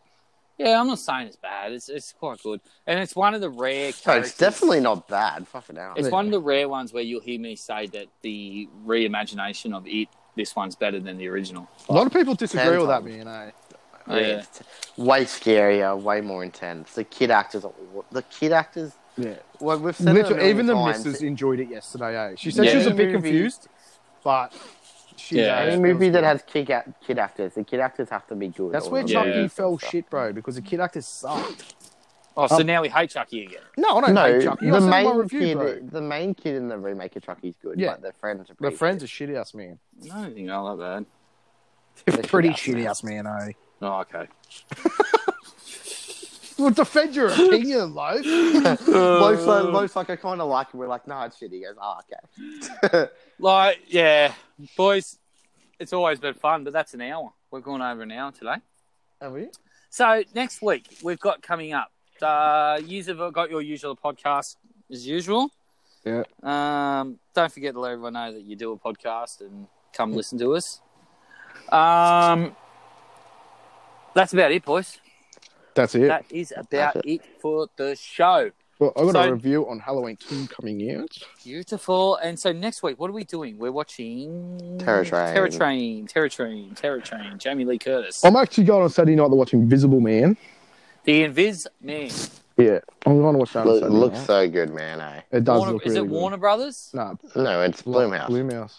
Speaker 1: Yeah, I'm not saying it's bad. It's it's quite good, and it's one of the rare.
Speaker 3: So it's definitely not bad. Fucking hell.
Speaker 1: It's one of the rare ones where you'll hear me say that the reimagination of it, this one's better than the original.
Speaker 2: A lot of people disagree
Speaker 3: Ten
Speaker 2: with that,
Speaker 3: times.
Speaker 2: man. Eh?
Speaker 3: I mean, it's way scarier, way more intense. The kid actors, the kid actors.
Speaker 2: Yeah.
Speaker 3: Well, we've said it a
Speaker 2: Literally,
Speaker 3: million
Speaker 2: even the
Speaker 3: times.
Speaker 2: missus enjoyed it yesterday. Eh? She said
Speaker 1: Yeah.
Speaker 2: she was a bit
Speaker 3: Any movie-
Speaker 2: confused, but she
Speaker 1: Yeah.
Speaker 2: knows
Speaker 3: Any
Speaker 2: it
Speaker 3: movie
Speaker 2: was
Speaker 3: that
Speaker 2: good.
Speaker 3: has kid, act- kid actors, the kid actors have to be good.
Speaker 2: that's
Speaker 3: or
Speaker 2: where
Speaker 3: not.
Speaker 1: Yeah.
Speaker 2: Chucky fell shit, bro, because the kid actor sucked.
Speaker 1: Oh, so now we hate Chucky again.
Speaker 2: No, I don't
Speaker 3: No,
Speaker 2: hate Chucky. I
Speaker 3: the
Speaker 2: said in my
Speaker 3: main
Speaker 2: review,
Speaker 3: kid,
Speaker 2: bro.
Speaker 3: the main kid in the remake of Chucky's good.
Speaker 2: Yeah.
Speaker 3: but their friends are
Speaker 2: The
Speaker 3: pretty
Speaker 2: friends are shitty ass man.
Speaker 1: I don't think they're that bad.
Speaker 2: They're
Speaker 3: shit
Speaker 2: pretty
Speaker 3: ass
Speaker 2: shitty
Speaker 3: man.
Speaker 2: ass man, eh?
Speaker 1: Oh, okay.
Speaker 2: Well, defend your opinion, Loaf.
Speaker 3: Love's like,
Speaker 2: uh,
Speaker 3: Love's like, I kind of like it. We're like, no, it's shitty. He goes,
Speaker 2: "Ah,
Speaker 3: oh, okay.
Speaker 1: Like, yeah, boys, it's always been fun, but that's an hour. We're going over an hour today.
Speaker 2: Have we?
Speaker 1: So next week we've got coming up. Uh, you've got your usual podcast as usual.
Speaker 2: Yeah.
Speaker 1: Um, don't forget to let everyone know that you do a podcast and come listen to us. Um, that's about it, boys.
Speaker 2: That's it.
Speaker 1: That is about it for the show.
Speaker 2: well, I got
Speaker 1: so-
Speaker 2: a review on Halloween Two coming out.
Speaker 1: Beautiful. And so next week, what are we doing? We're watching
Speaker 3: Terror Train.
Speaker 1: Terror Train. Terror Train. Terror Train. Jamie Lee Curtis.
Speaker 2: I'm actually going on Saturday night to watch Invisible Man.
Speaker 1: The Invis Man.
Speaker 2: Yeah, I'm going to watch that. on
Speaker 3: Look,
Speaker 2: Saturday
Speaker 3: looks
Speaker 2: night.
Speaker 3: so good, man. Eh?
Speaker 2: it does
Speaker 1: Warner-
Speaker 2: look
Speaker 1: is
Speaker 2: really
Speaker 1: it
Speaker 2: good.
Speaker 1: Warner Brothers?
Speaker 2: No,
Speaker 3: No, it's Bloomhouse.
Speaker 2: Bloomhouse.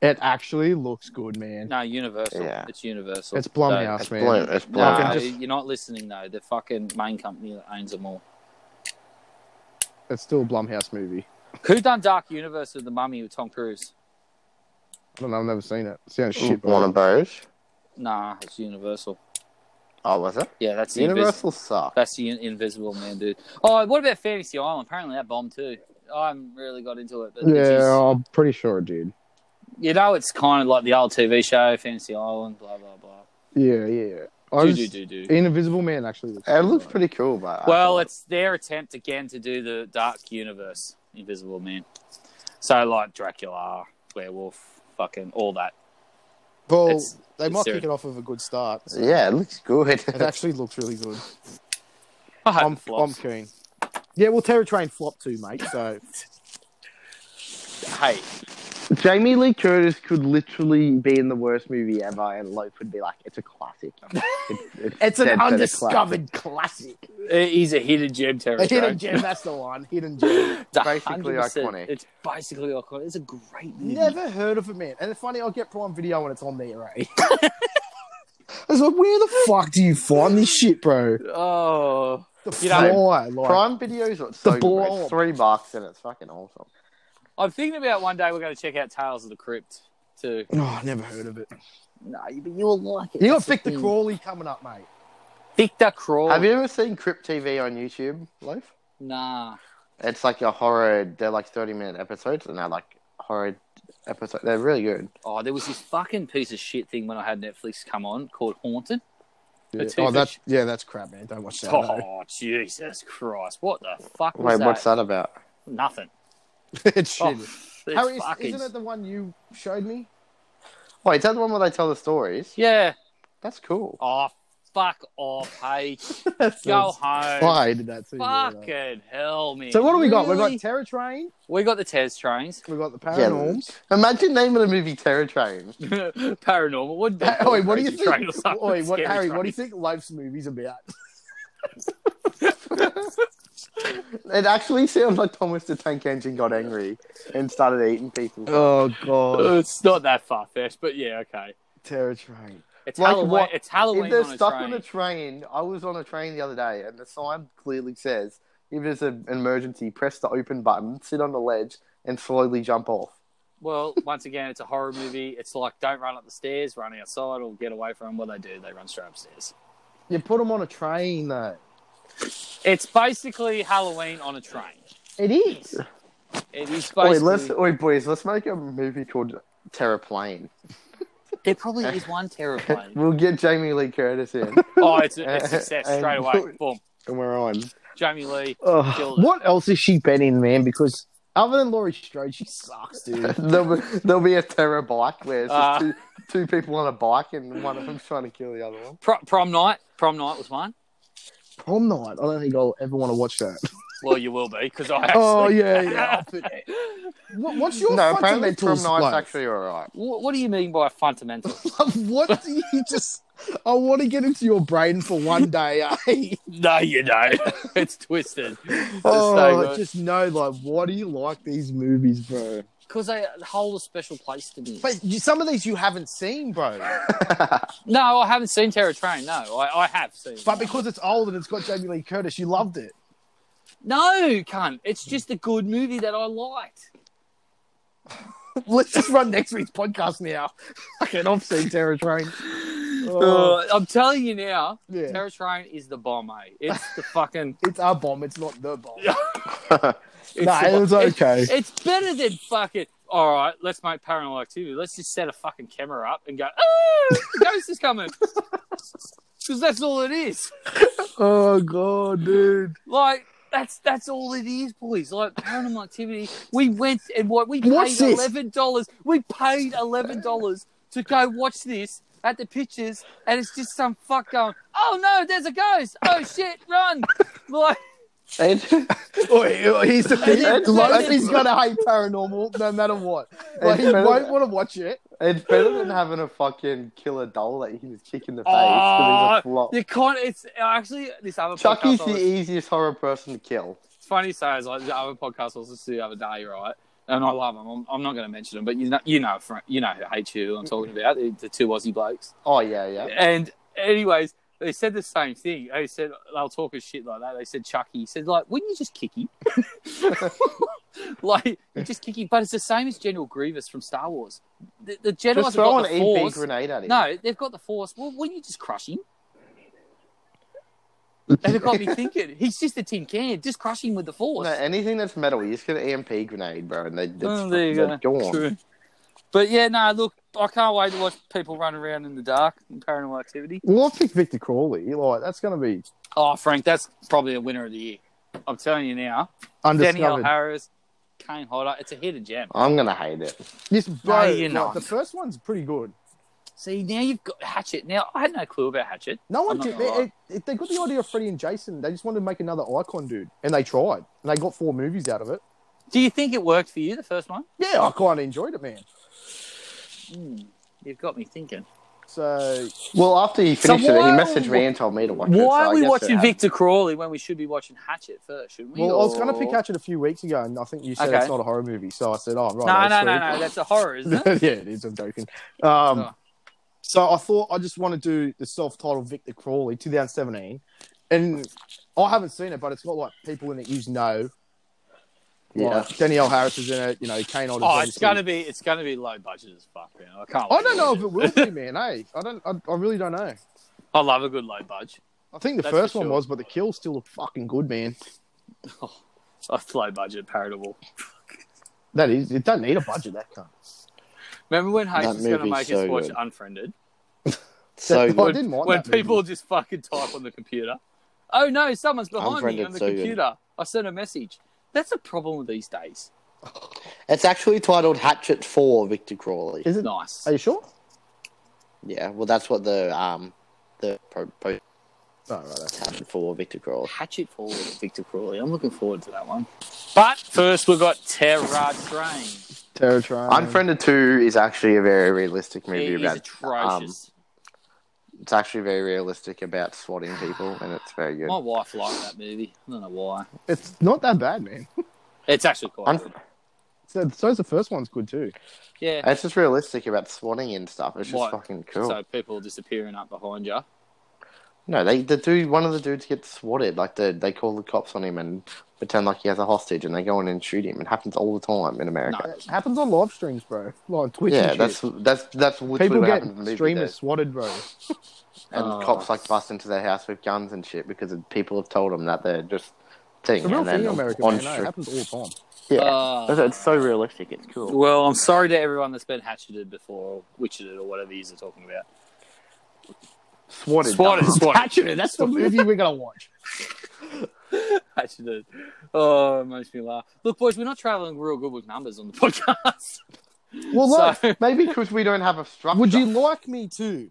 Speaker 2: It actually looks good, man.
Speaker 1: No, Universal.
Speaker 3: Yeah.
Speaker 1: It's Universal.
Speaker 2: It's
Speaker 1: No.
Speaker 2: Blumhouse,
Speaker 3: It's
Speaker 2: man.
Speaker 3: Bloom. It's
Speaker 1: No,
Speaker 2: Fucking
Speaker 3: Bloomhouse.
Speaker 2: just-
Speaker 1: you're not listening though. The fucking main company that owns them all.
Speaker 2: It's still a Blumhouse movie.
Speaker 1: Who done Dark Universe of the Mummy with Tom Cruise?
Speaker 2: I don't know. I've never seen it. Sounds shit. bro.
Speaker 3: Warner Bros.
Speaker 1: Nah, it's Universal.
Speaker 3: Oh, was it?
Speaker 1: Yeah, that's the Invis-
Speaker 3: Universal sucks.
Speaker 1: that's the in- Invisible Man, dude. Oh, what about Fantasy Island? Apparently that bombed too. I haven't really got into it, but it's
Speaker 2: Yeah,
Speaker 1: just-
Speaker 2: I'm pretty sure it did.
Speaker 1: you know, it's kind of like the old TV show Fantasy Island, blah blah blah.
Speaker 2: Yeah, yeah. I
Speaker 1: Do
Speaker 2: was,
Speaker 1: do do do.
Speaker 2: Invisible Man actually looks.
Speaker 3: It
Speaker 2: good,
Speaker 3: looks
Speaker 2: bro.
Speaker 3: pretty cool, but I
Speaker 1: Well,
Speaker 3: thought-
Speaker 1: it's their attempt again to do the Dark Universe, Invisible Man. So like Dracula, werewolf, fucking all that.
Speaker 2: Well,
Speaker 1: it's-
Speaker 2: they
Speaker 1: it's
Speaker 2: might
Speaker 1: serious.
Speaker 2: kick it off with a good start. so
Speaker 3: yeah, it looks good.
Speaker 2: It actually looks really good.
Speaker 1: I hope
Speaker 2: I'm,
Speaker 1: it
Speaker 2: I'm
Speaker 1: flops.
Speaker 2: keen. Yeah, well, Terror Train flopped too, mate. So
Speaker 1: Hey,
Speaker 3: Jamie Lee Curtis could literally be in the worst movie ever, and Lope would be like, "It's a classic. It's,
Speaker 2: it's an
Speaker 3: dead set of
Speaker 2: undiscovered classic.
Speaker 1: He's a hidden gem
Speaker 2: A
Speaker 1: territory.
Speaker 2: hidden gem. That's the one. Hidden gem.
Speaker 1: It's a
Speaker 3: Basically
Speaker 1: 100%
Speaker 3: iconic.
Speaker 1: It's basically iconic. It's a great movie.
Speaker 2: Never heard of it, man. And it's funny, I'll get Prime Video when it's on there, right? I was like, where the fuck do you find this shit, bro?
Speaker 1: Oh,
Speaker 2: The
Speaker 1: You know,
Speaker 2: fly, like,
Speaker 3: Prime Video's not so good. bro.
Speaker 2: blob.
Speaker 3: It's three bucks, and it's fucking awesome.
Speaker 1: I'm thinking about one day we're going to check out Tales of the Crypt too.
Speaker 2: Oh, I never heard of it.
Speaker 1: No, but you'll like it.
Speaker 2: You got
Speaker 1: That's
Speaker 2: Victor
Speaker 1: thing.
Speaker 2: Crawley coming up, mate.
Speaker 1: Victor Crawl.
Speaker 3: Have you ever seen Crypt TV on YouTube, Loaf?
Speaker 1: Nah.
Speaker 3: It's like a horror. They're like thirty-minute episodes, and they're like horror episodes. They're really good.
Speaker 1: Oh, there was this fucking piece of shit thing when I had Netflix come on called Haunted.
Speaker 2: Yeah.
Speaker 1: TV
Speaker 2: Oh, that's yeah, that's crap, man. Don't watch that. no.
Speaker 1: Oh, Jesus Christ! What the fuck was
Speaker 3: Wait,
Speaker 1: that?
Speaker 3: what's that about?
Speaker 1: Nothing.
Speaker 2: it's
Speaker 1: Oh,
Speaker 2: shit.
Speaker 1: it's
Speaker 2: Harry, is,
Speaker 1: fucking-
Speaker 2: isn't it the one you showed me?
Speaker 3: Wait, is that the one where they tell the stories?
Speaker 1: Yeah.
Speaker 3: That's cool.
Speaker 1: Oh, fuck off, H.
Speaker 2: That's
Speaker 1: Go home.
Speaker 2: I hated that too. yeah,
Speaker 1: Fucking
Speaker 2: that.
Speaker 1: hell, man.
Speaker 2: So what do we got?
Speaker 1: Really?
Speaker 2: We got Terror Train.
Speaker 1: We got the Tez trains.
Speaker 2: We got the Paranorms.
Speaker 3: Imagine naming a movie Terror Train.
Speaker 1: Paranormal. What
Speaker 2: Hey, Oi, what do you
Speaker 1: Crazy train or
Speaker 2: think?
Speaker 1: something.
Speaker 2: Oi, what,
Speaker 1: Scary
Speaker 2: Harry, what do you
Speaker 1: train.
Speaker 2: think life's movies about?
Speaker 3: It actually sounds like Thomas the Tank Engine got angry and started eating people.
Speaker 2: Oh god,
Speaker 1: Uh, It's not that far fetched, but yeah, okay.
Speaker 2: Terror Train.
Speaker 1: It's
Speaker 3: Like
Speaker 1: Halloween.
Speaker 3: what?
Speaker 1: It's
Speaker 3: If
Speaker 1: Halloween
Speaker 3: they're
Speaker 1: on a
Speaker 3: stuck
Speaker 1: train.
Speaker 3: on a train, I was on a train the other day, and the sign clearly says, if there's an emergency, press the open button, sit on the ledge, and slowly jump off.
Speaker 1: well, once again, it's a horror movie. It's like don't run up the stairs, run outside, or get away from. What they do, they run straight upstairs.
Speaker 2: You put them on a train though.
Speaker 1: It's basically Halloween on a train.
Speaker 2: It is.
Speaker 1: It is basically.
Speaker 3: Wait, let's, oi, boys, let's make a movie called Terror Plane.
Speaker 1: There probably is one terrifying.
Speaker 3: We'll get Jamie Lee Curtis in,
Speaker 1: oh, it's a, it's a success
Speaker 3: And-
Speaker 1: straight away. Boom,
Speaker 3: and we're on.
Speaker 1: Jamie Lee.
Speaker 2: Ugh.
Speaker 1: Killed it.
Speaker 2: what else has she been in, man? Because Other than Laurie Strode, she sucks, dude.
Speaker 3: there'll, be, there'll be a terror bike where it's just
Speaker 1: Ah.
Speaker 3: two, two people on a bike and one of them's trying to kill the other one.
Speaker 1: Pro- prom night. Prom night was one.
Speaker 2: Prom night. I don't think I'll ever want to watch that.
Speaker 1: Well, you will be because I. Actually...
Speaker 2: Oh yeah, yeah. What, what's your
Speaker 3: no, apparently prom
Speaker 2: fundamentals
Speaker 3: night's
Speaker 2: like?
Speaker 3: actually alright.
Speaker 1: What, what do you mean by fundamental?
Speaker 2: what do you just? I want to get into your brain for one day. Eh?
Speaker 1: no, you don't. it's twisted. so
Speaker 2: oh,
Speaker 1: good.
Speaker 2: just know like why do you like these movies, bro?
Speaker 1: Because they hold a special place to me.
Speaker 2: But you, some of these you haven't seen, bro.
Speaker 1: No, I haven't seen Terror Train. No, I, I have seen.
Speaker 2: But because it's old and it's got Jamie Lee Curtis, you loved it.
Speaker 1: no, cunt. It's just a good movie that I liked.
Speaker 2: Let's just run next week's podcast now. Fucking, I've seen Terror Train. Oh,
Speaker 1: Uh, I'm telling you now,
Speaker 2: Yeah.
Speaker 1: Terror Train is the bomb, mate. It's the fucking.
Speaker 2: it's our bomb. It's not the bomb.
Speaker 1: It's
Speaker 2: Nah,
Speaker 1: the
Speaker 2: it was
Speaker 1: bomb.
Speaker 2: okay.
Speaker 1: It's, it's better than fucking. All right, let's make paranormal activity. Let's just set a fucking camera up and go. Oh, the ghost is coming. Because that's all it is.
Speaker 2: Oh god, dude.
Speaker 1: Like that's that's all it is, boys. Like paranormal activity. We went and what we paid
Speaker 2: What's this?
Speaker 1: eleven dollars. We paid eleven dollars to go watch this at the pictures, and it's just some fuck going. Oh no, there's a ghost. Oh shit, run! Like
Speaker 3: It-
Speaker 2: Oh, he's the thing.
Speaker 1: It's-
Speaker 2: Logan is gonna hate paranormal no matter what. Like he
Speaker 3: It's better-
Speaker 2: won't want to watch it.
Speaker 3: It's better than having a fucking killer doll that you can just kick in the face.
Speaker 1: Oh,
Speaker 3: because he's a flop.
Speaker 1: the con. It's actually this other
Speaker 3: Chucky's
Speaker 1: podcast. I was-
Speaker 3: the easiest horror person to kill.
Speaker 1: it's funny, so it's like the other podcast I was listening to the other day, right? And I love them. I'm, I'm not going to mention them, but you know, you know, Frank, you know, who H2
Speaker 3: Mm-hmm.
Speaker 1: I'm talking about the, the two Aussie blokes.
Speaker 3: Oh yeah, yeah.
Speaker 1: And anyways, they said the same thing. They said they'll talk of shit like that. They said Chucky. He said like, wouldn't you just kick him? like you just kick him. But it's the same as General Grievous from Star Wars. The, the Jedi's
Speaker 3: Just
Speaker 1: have
Speaker 3: throw
Speaker 1: got
Speaker 3: an
Speaker 1: the
Speaker 3: EP
Speaker 1: force.
Speaker 3: grenade at him.
Speaker 1: No, they've got the force. Well, wouldn't you just crush him? And it got me thinking. He's just a tin can. Just crush him with the force.
Speaker 3: No, anything that's metal, you just get an EMP grenade, bro, and they, it's,
Speaker 1: Oh, there you
Speaker 3: they're
Speaker 1: go.
Speaker 3: gone.
Speaker 1: True. But yeah, no. Look, I can't wait to watch people run around in the dark in paranormal activity.
Speaker 2: Well, I picked Victor Crawley. Like that's gonna be
Speaker 1: Oh, Frank, that's probably a winner of the year. I'm telling you now. Danielle
Speaker 2: undiscovered.
Speaker 1: Harris, Kane Hodder, it's a hidden gem.
Speaker 3: I'm gonna hate it.
Speaker 2: This bro,
Speaker 1: you
Speaker 2: like,
Speaker 1: know.
Speaker 2: the first one's pretty good.
Speaker 1: See, now you've got Hatchet. Now, I had no clue about Hatchet.
Speaker 2: No one
Speaker 1: I'm not
Speaker 2: did. They,
Speaker 1: gonna lie.
Speaker 2: it- they got the idea of Freddie and Jason. They just wanted to make another icon, dude, and they tried, and they got four movies out of it.
Speaker 1: Do you think it worked for you, the first one? Hmm,
Speaker 2: Yeah, I kind of enjoyed it, man.
Speaker 1: You've got me thinking.
Speaker 2: So
Speaker 3: Well, after you
Speaker 1: So
Speaker 3: finished it,
Speaker 1: why-
Speaker 3: he messaged me and told me to watch it.
Speaker 1: Why
Speaker 3: so
Speaker 1: are
Speaker 3: I
Speaker 1: we
Speaker 3: guess it
Speaker 1: watching
Speaker 3: happened.
Speaker 1: Victor Crawley when we should be watching Hatchet first, shouldn't we?
Speaker 2: Well, I was
Speaker 1: Or-
Speaker 2: going to pick Hatchet a few weeks ago, and I think you said
Speaker 1: Okay.
Speaker 2: it's not a horror movie. So I said, "Oh,
Speaker 1: No,
Speaker 2: right."
Speaker 1: no,
Speaker 2: that's
Speaker 1: no,
Speaker 2: sweet."
Speaker 1: no. That's a horror, isn't it?
Speaker 2: yeah, it is. I'm joking. Um,
Speaker 1: Oh.
Speaker 2: So I thought I just want to do the self-titled Victor Crawley 2017, and I haven't seen it, but it's got like people in it you know.
Speaker 3: Yeah.
Speaker 2: Like, Danielle Harris is in it. You know, Kane.
Speaker 1: Oh, it's gonna be it's gonna be low budget as fuck, man. I can't.
Speaker 2: I
Speaker 1: wait to
Speaker 2: don't know
Speaker 1: watch
Speaker 2: if it will be, man. Hey, I don't. I, I really don't know.
Speaker 1: I love a good low budget.
Speaker 2: I think the
Speaker 1: That's
Speaker 2: first
Speaker 1: for
Speaker 2: one
Speaker 1: sure.
Speaker 2: was, but the kill still looked fucking good, man.
Speaker 1: A low budget paratable.
Speaker 2: That is, it doesn't need a budget. That cunt.
Speaker 1: Remember when Hayes
Speaker 3: That
Speaker 1: was gonna
Speaker 3: movie's
Speaker 1: make us
Speaker 3: so
Speaker 1: watch
Speaker 3: good.
Speaker 1: Unfriended?
Speaker 3: So
Speaker 2: But I
Speaker 3: good.
Speaker 2: didn't mind
Speaker 1: when
Speaker 2: that movie.
Speaker 1: people just fucking type on the computer. Oh no, someone's behind me
Speaker 3: Unfriended,
Speaker 1: on the
Speaker 3: so good.
Speaker 1: computer. I sent a message. That's a problem these days.
Speaker 3: It's actually titled Hatchet Four, Victor Crawley.
Speaker 2: Is it?
Speaker 1: Nice.
Speaker 2: Are you sure?
Speaker 3: Yeah, well, that's what the um the pro, pro,
Speaker 2: No, Oh, right. okay.
Speaker 3: Hatchet Four, Victor Crawley.
Speaker 1: Hatchet forward, Victor Crawley. I'm looking forward to that one. But first, we've got Terra Train.
Speaker 2: Terror Train.
Speaker 3: Unfriended Two is actually a very realistic movie
Speaker 1: It Um, is
Speaker 3: about.
Speaker 1: atrocious.
Speaker 3: Um, it's actually very realistic about swatting people, and it's very good.
Speaker 1: My wife liked that movie. I don't know why.
Speaker 2: It's not that bad, man.
Speaker 1: It's actually quite.
Speaker 3: Unf-
Speaker 1: good.
Speaker 2: So, so's the first one's good too.
Speaker 1: yeah.
Speaker 3: it's just realistic about swatting and stuff. It's just
Speaker 1: What?
Speaker 3: fucking cool.
Speaker 1: So people disappearing up behind you.
Speaker 3: No, they the dude one of the dudes gets swatted. Like the, they call the cops on him and pretend like he has a hostage, and they go in and shoot him. It happens all the time in America.
Speaker 1: No.
Speaker 2: It happens on live streams, bro. Like on Twitch.
Speaker 3: Yeah,
Speaker 2: and
Speaker 3: that's
Speaker 2: shit.
Speaker 3: that's that's literally
Speaker 2: people
Speaker 3: what
Speaker 2: get
Speaker 3: happens in the movie.
Speaker 2: streamers uh,
Speaker 3: days.
Speaker 2: swatted, bro.
Speaker 3: And
Speaker 1: Oh.
Speaker 3: cops like bust into their house with guns and shit because people have told them that they're just thing.
Speaker 2: It's a real
Speaker 3: and then
Speaker 2: thing in America,
Speaker 3: on
Speaker 2: man. No, it
Speaker 3: stream-
Speaker 2: happens all the time.
Speaker 3: yeah,
Speaker 1: Ah.
Speaker 3: That's- it's so realistic. It's cool.
Speaker 1: Well, I'm sorry to everyone that's been hatcheted before, or witcheted, or whatever you are talking about.
Speaker 3: Swatted.
Speaker 1: Swatted, swatted.
Speaker 2: Hatchet, that's the movie we're gonna watch.
Speaker 1: imagine it. Oh, it makes me laugh. Look, boys, we're not traveling real good with numbers on the podcast.
Speaker 2: Well, look,
Speaker 1: So-
Speaker 3: Maybe because we don't have a structure.
Speaker 2: would you like me to?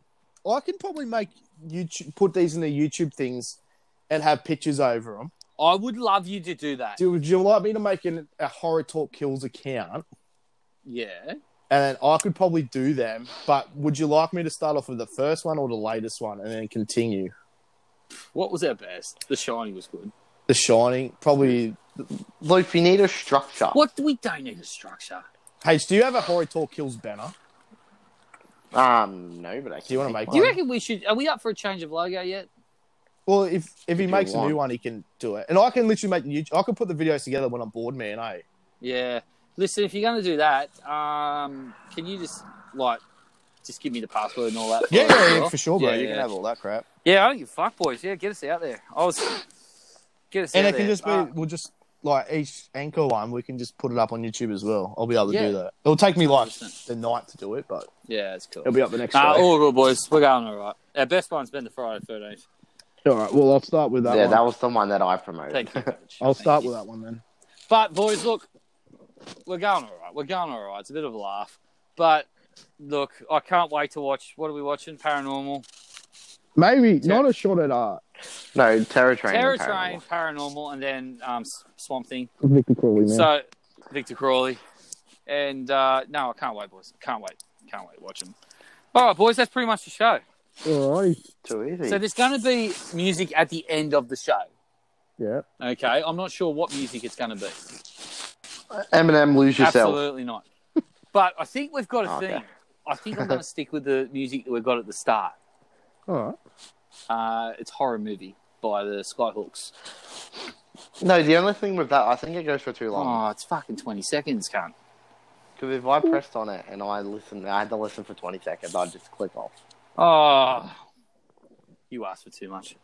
Speaker 2: I can probably make YouTube put these in the YouTube things and have pictures over them.
Speaker 1: I would love you to do that.
Speaker 2: Do, would you like me to make an, a horror talk kills account?
Speaker 1: yeah.
Speaker 2: And I could probably do them, but would you like me to start off with the first one or the latest one and then continue?
Speaker 1: What was our best? The Shiny was good.
Speaker 2: The Shining, probably.
Speaker 3: Luke, you need a structure.
Speaker 1: What we don't need a structure.
Speaker 2: H, do you have a horror talk kills banner?
Speaker 3: Um, no, but I
Speaker 2: Do you wanna
Speaker 3: can
Speaker 2: make
Speaker 1: Do you
Speaker 2: one?
Speaker 1: reckon we should? Are we up for a change of logo yet?
Speaker 2: Well, if if he
Speaker 3: If you
Speaker 2: makes a
Speaker 3: want.
Speaker 2: new one, he can do it, and I can literally make YouTube. I can put the videos together when I'm bored, man. Eh?
Speaker 1: Yeah. Listen, if you're going to do that, um, can you just like just give me the password and all that?
Speaker 2: Yeah, yeah, yeah,
Speaker 1: sure.
Speaker 2: for sure, bro.
Speaker 1: Yeah,
Speaker 2: you can
Speaker 1: yeah.
Speaker 2: have all that crap,
Speaker 1: yeah. I don't give a fuck, boys. Yeah, get us out there. I was get us
Speaker 2: and
Speaker 1: out
Speaker 2: it can
Speaker 1: there.
Speaker 2: just be.
Speaker 1: Uh,
Speaker 2: we'll just like each anchor one, we can just put it up on YouTube as well. I'll be able to
Speaker 1: Yeah.
Speaker 2: do that. It'll take me like
Speaker 1: 100%.
Speaker 2: the night to do it, but
Speaker 1: yeah, it's cool.
Speaker 2: it'll be up the next
Speaker 1: Uh,
Speaker 2: day.
Speaker 1: all good, boys. We're going all right. Our best one's been the Friday 13th.
Speaker 2: all right. Well, I'll start with that.
Speaker 3: yeah,
Speaker 2: one.
Speaker 3: that was the one that I promoted.
Speaker 1: Thank you, coach.
Speaker 2: I'll
Speaker 1: Thank
Speaker 2: start
Speaker 1: you.
Speaker 2: with that one then.
Speaker 1: But boys, look, we're going all right. We're going all right. It's a bit of a laugh, but look, I can't wait to watch. What are we watching? Paranormal,
Speaker 2: Maybe
Speaker 1: not
Speaker 2: a shot at art.
Speaker 3: No, Terror Train.
Speaker 1: Terror
Speaker 3: and
Speaker 1: Train,
Speaker 3: Paranormal.
Speaker 1: Paranormal, and then um, S- Swamp Thing.
Speaker 2: Victor Crawley,
Speaker 1: So Victor Crawley, and uh, no, I can't wait, boys. Can't wait. Can't wait to watch them. All right, boys, that's pretty much the show.
Speaker 2: all right.
Speaker 3: Too easy.
Speaker 1: So there's going to be music at the end of the show.
Speaker 2: Yeah.
Speaker 1: Okay, I'm not sure what music it's going to be.
Speaker 3: Eminem, lose yourself.
Speaker 1: Absolutely not. But I think we've got a
Speaker 3: Okay.
Speaker 1: theme. I think I'm going to stick with the music that we've got at the start.
Speaker 2: All right.
Speaker 1: Uh, it's horror movie by the Skyhawks.
Speaker 3: No, the only thing with that, I think it goes for too long.
Speaker 1: Oh, it's fucking 20 seconds, can't.
Speaker 3: Because if I pressed on it and I listened, I had to listen for 20 seconds, I'd just click off.
Speaker 1: Oh, you asked for too much.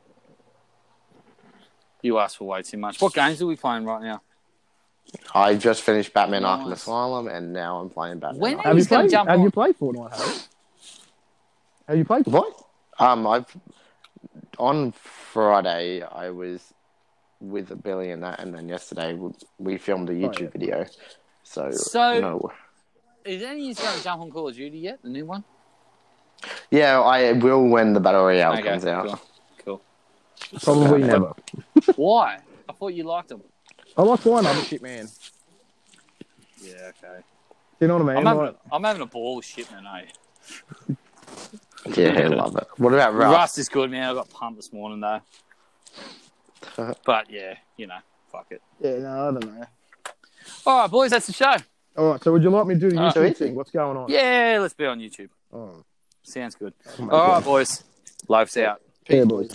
Speaker 1: You asked for way too much. What games are we playing right now?
Speaker 3: I just finished Batman Arkham
Speaker 1: Nice.
Speaker 3: Asylum and now I'm playing Batman.
Speaker 1: When
Speaker 3: Arkham.
Speaker 1: are- I'm just gonna jump on-
Speaker 2: played Fortnite? Harry? Have you played?
Speaker 3: What? Um, I've on Friday I was with a billionaire, and then yesterday we- we filmed a YouTube
Speaker 2: yeah.
Speaker 3: video. So,
Speaker 1: So-
Speaker 3: no.
Speaker 1: Is any of you going to jump on Call of Duty yet? The new one?
Speaker 3: Yeah, I will when the battle royale
Speaker 1: Okay,
Speaker 3: comes out.
Speaker 1: Cool.
Speaker 2: Probably never.
Speaker 1: cool. Why? I thought you liked them.
Speaker 2: I like flying other shit, man.
Speaker 1: Yeah, okay.
Speaker 2: You know what I
Speaker 1: I'm
Speaker 2: mean?
Speaker 1: having,
Speaker 2: Like,
Speaker 1: I'm having a ball with shit, man. Eh?
Speaker 3: Yeah, I love it. What about Rust?
Speaker 1: Rust is good, man. I got pumped this morning, though. but yeah, you know, fuck it.
Speaker 2: yeah, no, I don't know.
Speaker 1: All right, boys, that's the show.
Speaker 2: All right, so would you like me to do the
Speaker 1: Uh,
Speaker 2: YouTube thing? What's going on?
Speaker 1: Yeah, let's be on YouTube.
Speaker 2: Oh,
Speaker 1: Sounds good.
Speaker 2: my
Speaker 1: All
Speaker 2: God.
Speaker 1: right, boys. Life's out.
Speaker 2: Yeah, boys.